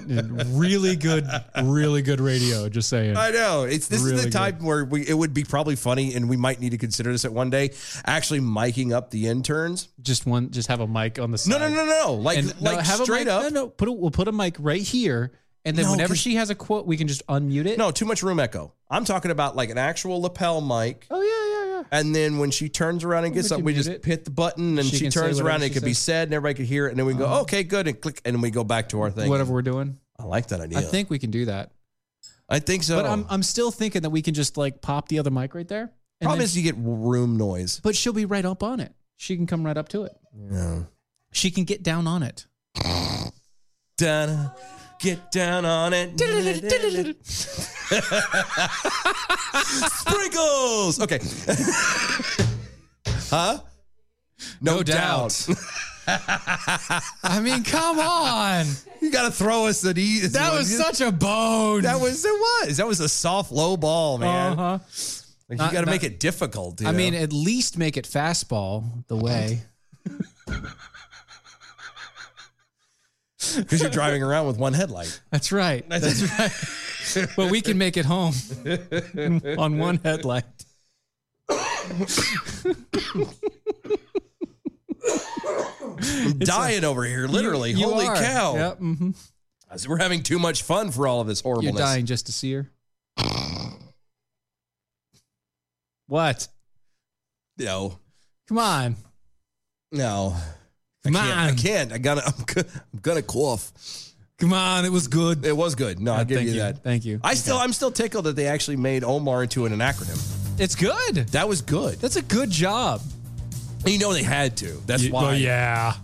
Speaker 2: really good, really good radio. Just saying.
Speaker 1: I know it's this is
Speaker 2: Really
Speaker 1: the type where we it would be probably funny, and we might need to consider this at one day. Actually, miking up the interns.
Speaker 2: Just one. Just have a mic on the side.
Speaker 1: No, no, no, no. Like,
Speaker 2: And- no,
Speaker 1: like
Speaker 2: have a
Speaker 1: straight
Speaker 2: mic-
Speaker 1: up.
Speaker 2: No, no. Put a, we'll put a mic right here, and then
Speaker 1: No,
Speaker 2: whenever
Speaker 1: 'cause-
Speaker 2: she has a quote, we can just unmute it.
Speaker 1: No, too much room echo. I'm talking about like an actual lapel mic.
Speaker 2: Oh yeah, yeah, yeah.
Speaker 1: And then when she turns around and
Speaker 2: We
Speaker 1: gets
Speaker 2: can
Speaker 1: up, we
Speaker 2: mute
Speaker 1: just
Speaker 2: it.
Speaker 1: hit the button and
Speaker 2: She
Speaker 1: she,
Speaker 2: can say
Speaker 1: turns
Speaker 2: whatever
Speaker 1: around. and It
Speaker 2: she
Speaker 1: could be
Speaker 2: says.
Speaker 1: said and everybody could hear it. And then we can go,
Speaker 2: Uh-huh.
Speaker 1: okay, good. And click. And we go back to our thing.
Speaker 2: Whatever we're doing,
Speaker 1: I like that idea.
Speaker 2: I think we can do that.
Speaker 1: I think so.
Speaker 2: But I'm I'm still thinking that we can just like pop the other mic right there. and
Speaker 1: Problem
Speaker 2: then-
Speaker 1: is you get room noise.
Speaker 2: but she'll be right up on it. She can come right up to it.
Speaker 1: No.
Speaker 2: She can get down on it.
Speaker 1: Dun, get down on it. Sprinkles. Okay. huh? No,
Speaker 2: No
Speaker 1: doubt.
Speaker 2: doubt. I mean, come on.
Speaker 1: you got to throw us an e- easy.
Speaker 2: That was such a bone.
Speaker 1: That was it was that was a soft low ball, man.
Speaker 2: Uh-huh.
Speaker 1: Like, you
Speaker 2: Not-
Speaker 1: got to
Speaker 2: not-
Speaker 1: make it difficult. you
Speaker 2: I mean,
Speaker 1: know?
Speaker 2: at least make it fastball the way.
Speaker 1: because you're driving around with one headlight.
Speaker 2: That's right. That's right. but we can make it home on one headlight.
Speaker 1: I'm dying over here, literally.
Speaker 2: You
Speaker 1: Holy
Speaker 2: are.
Speaker 1: cow!
Speaker 2: Yep. hmm
Speaker 1: I said, We're having too much fun for all of this
Speaker 2: You're
Speaker 1: horribleness.
Speaker 2: dying just to see her. what?
Speaker 1: No,
Speaker 2: Come on.
Speaker 1: no.
Speaker 2: Come
Speaker 1: I can't. I
Speaker 2: on.
Speaker 1: can't. I gotta. I'm gonna, I'm gonna cough.
Speaker 2: Come on. It was good.
Speaker 1: It was good. No,
Speaker 2: Yeah,
Speaker 1: I give
Speaker 2: thank
Speaker 1: you,
Speaker 2: you.
Speaker 1: that.
Speaker 2: Thank you.
Speaker 1: I still. I'm still tickled that they actually made Omar into an acronym.
Speaker 2: It's good.
Speaker 1: That was good.
Speaker 2: That's a good job.
Speaker 1: You know they had to. That's
Speaker 9: You-
Speaker 1: why.
Speaker 9: well, yeah.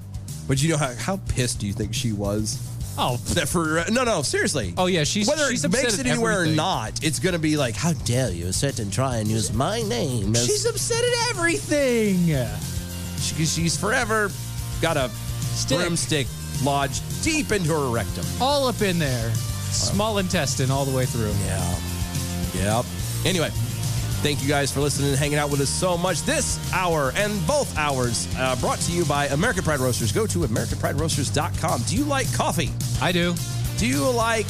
Speaker 1: But you know how, how pissed do you think she was?
Speaker 2: Oh,
Speaker 1: that for uh, no, no, seriously.
Speaker 2: Oh yeah, she's
Speaker 1: whether
Speaker 2: she's
Speaker 1: it
Speaker 2: upset
Speaker 1: makes
Speaker 2: at
Speaker 1: it anywhere
Speaker 2: everything.
Speaker 1: or not, it's gonna be like, how dare you sit and try and use my name? as-
Speaker 2: She's upset at everything.
Speaker 1: she, she's forever got a broomstick lodged deep into her rectum.
Speaker 2: All up in there, small intestine all the way through.
Speaker 1: Yeah. Yep. Anyway, thank you guys for listening and hanging out with us so much. This hour and both hours uh, brought to you by American Pride Roasters. Go to AmericanPrideRoasters.com. Do you like coffee?
Speaker 2: I do.
Speaker 1: Do you like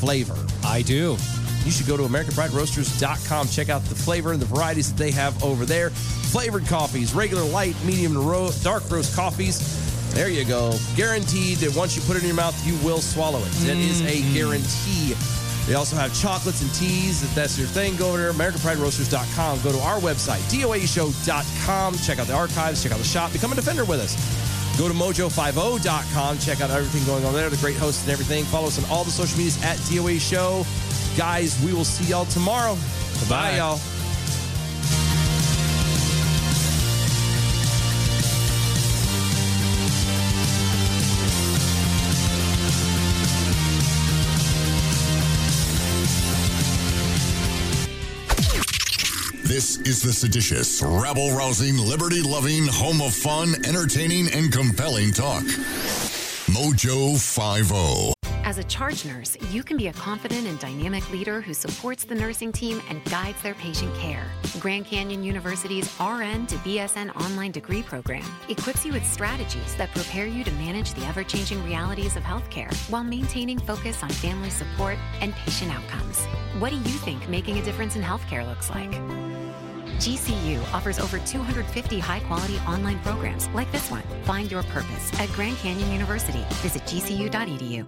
Speaker 1: flavor?
Speaker 2: I do.
Speaker 1: You should go to AmericanPrideRoasters.com. Check out the flavor and the varieties that they have over there. Flavored coffees, regular light, medium, and ro- dark roast coffees. There you go. Guaranteed that once you put it in your mouth, you will swallow it. That is a guarantee. They also have chocolates and teas. If that's your thing, go over to AmericanPrideRoasters.com. Go to our website, DOAShow.com. Check out the archives. Check out the shop. Become a defender with us. Go to mojo50.com. Check out everything going on there, the great hosts and everything. Follow us on all the social medias at DOA Show. Guys, we will see y'all tomorrow. Bye, y'all.
Speaker 11: This is the seditious, rabble rousing, liberty loving, home of fun, entertaining, and compelling talk. Mojo oh. 50.
Speaker 5: As a charge nurse, you can be a confident and dynamic leader who supports the nursing team and guides their patient care. Grand Canyon University's RN to BSN online degree program equips you with strategies that prepare you to manage the ever changing realities of healthcare while maintaining focus on family support and patient outcomes. What do you think making a difference in healthcare looks like? GCU offers over 250 high quality online programs like this one. Find your purpose at Grand Canyon University. Visit gcu.edu.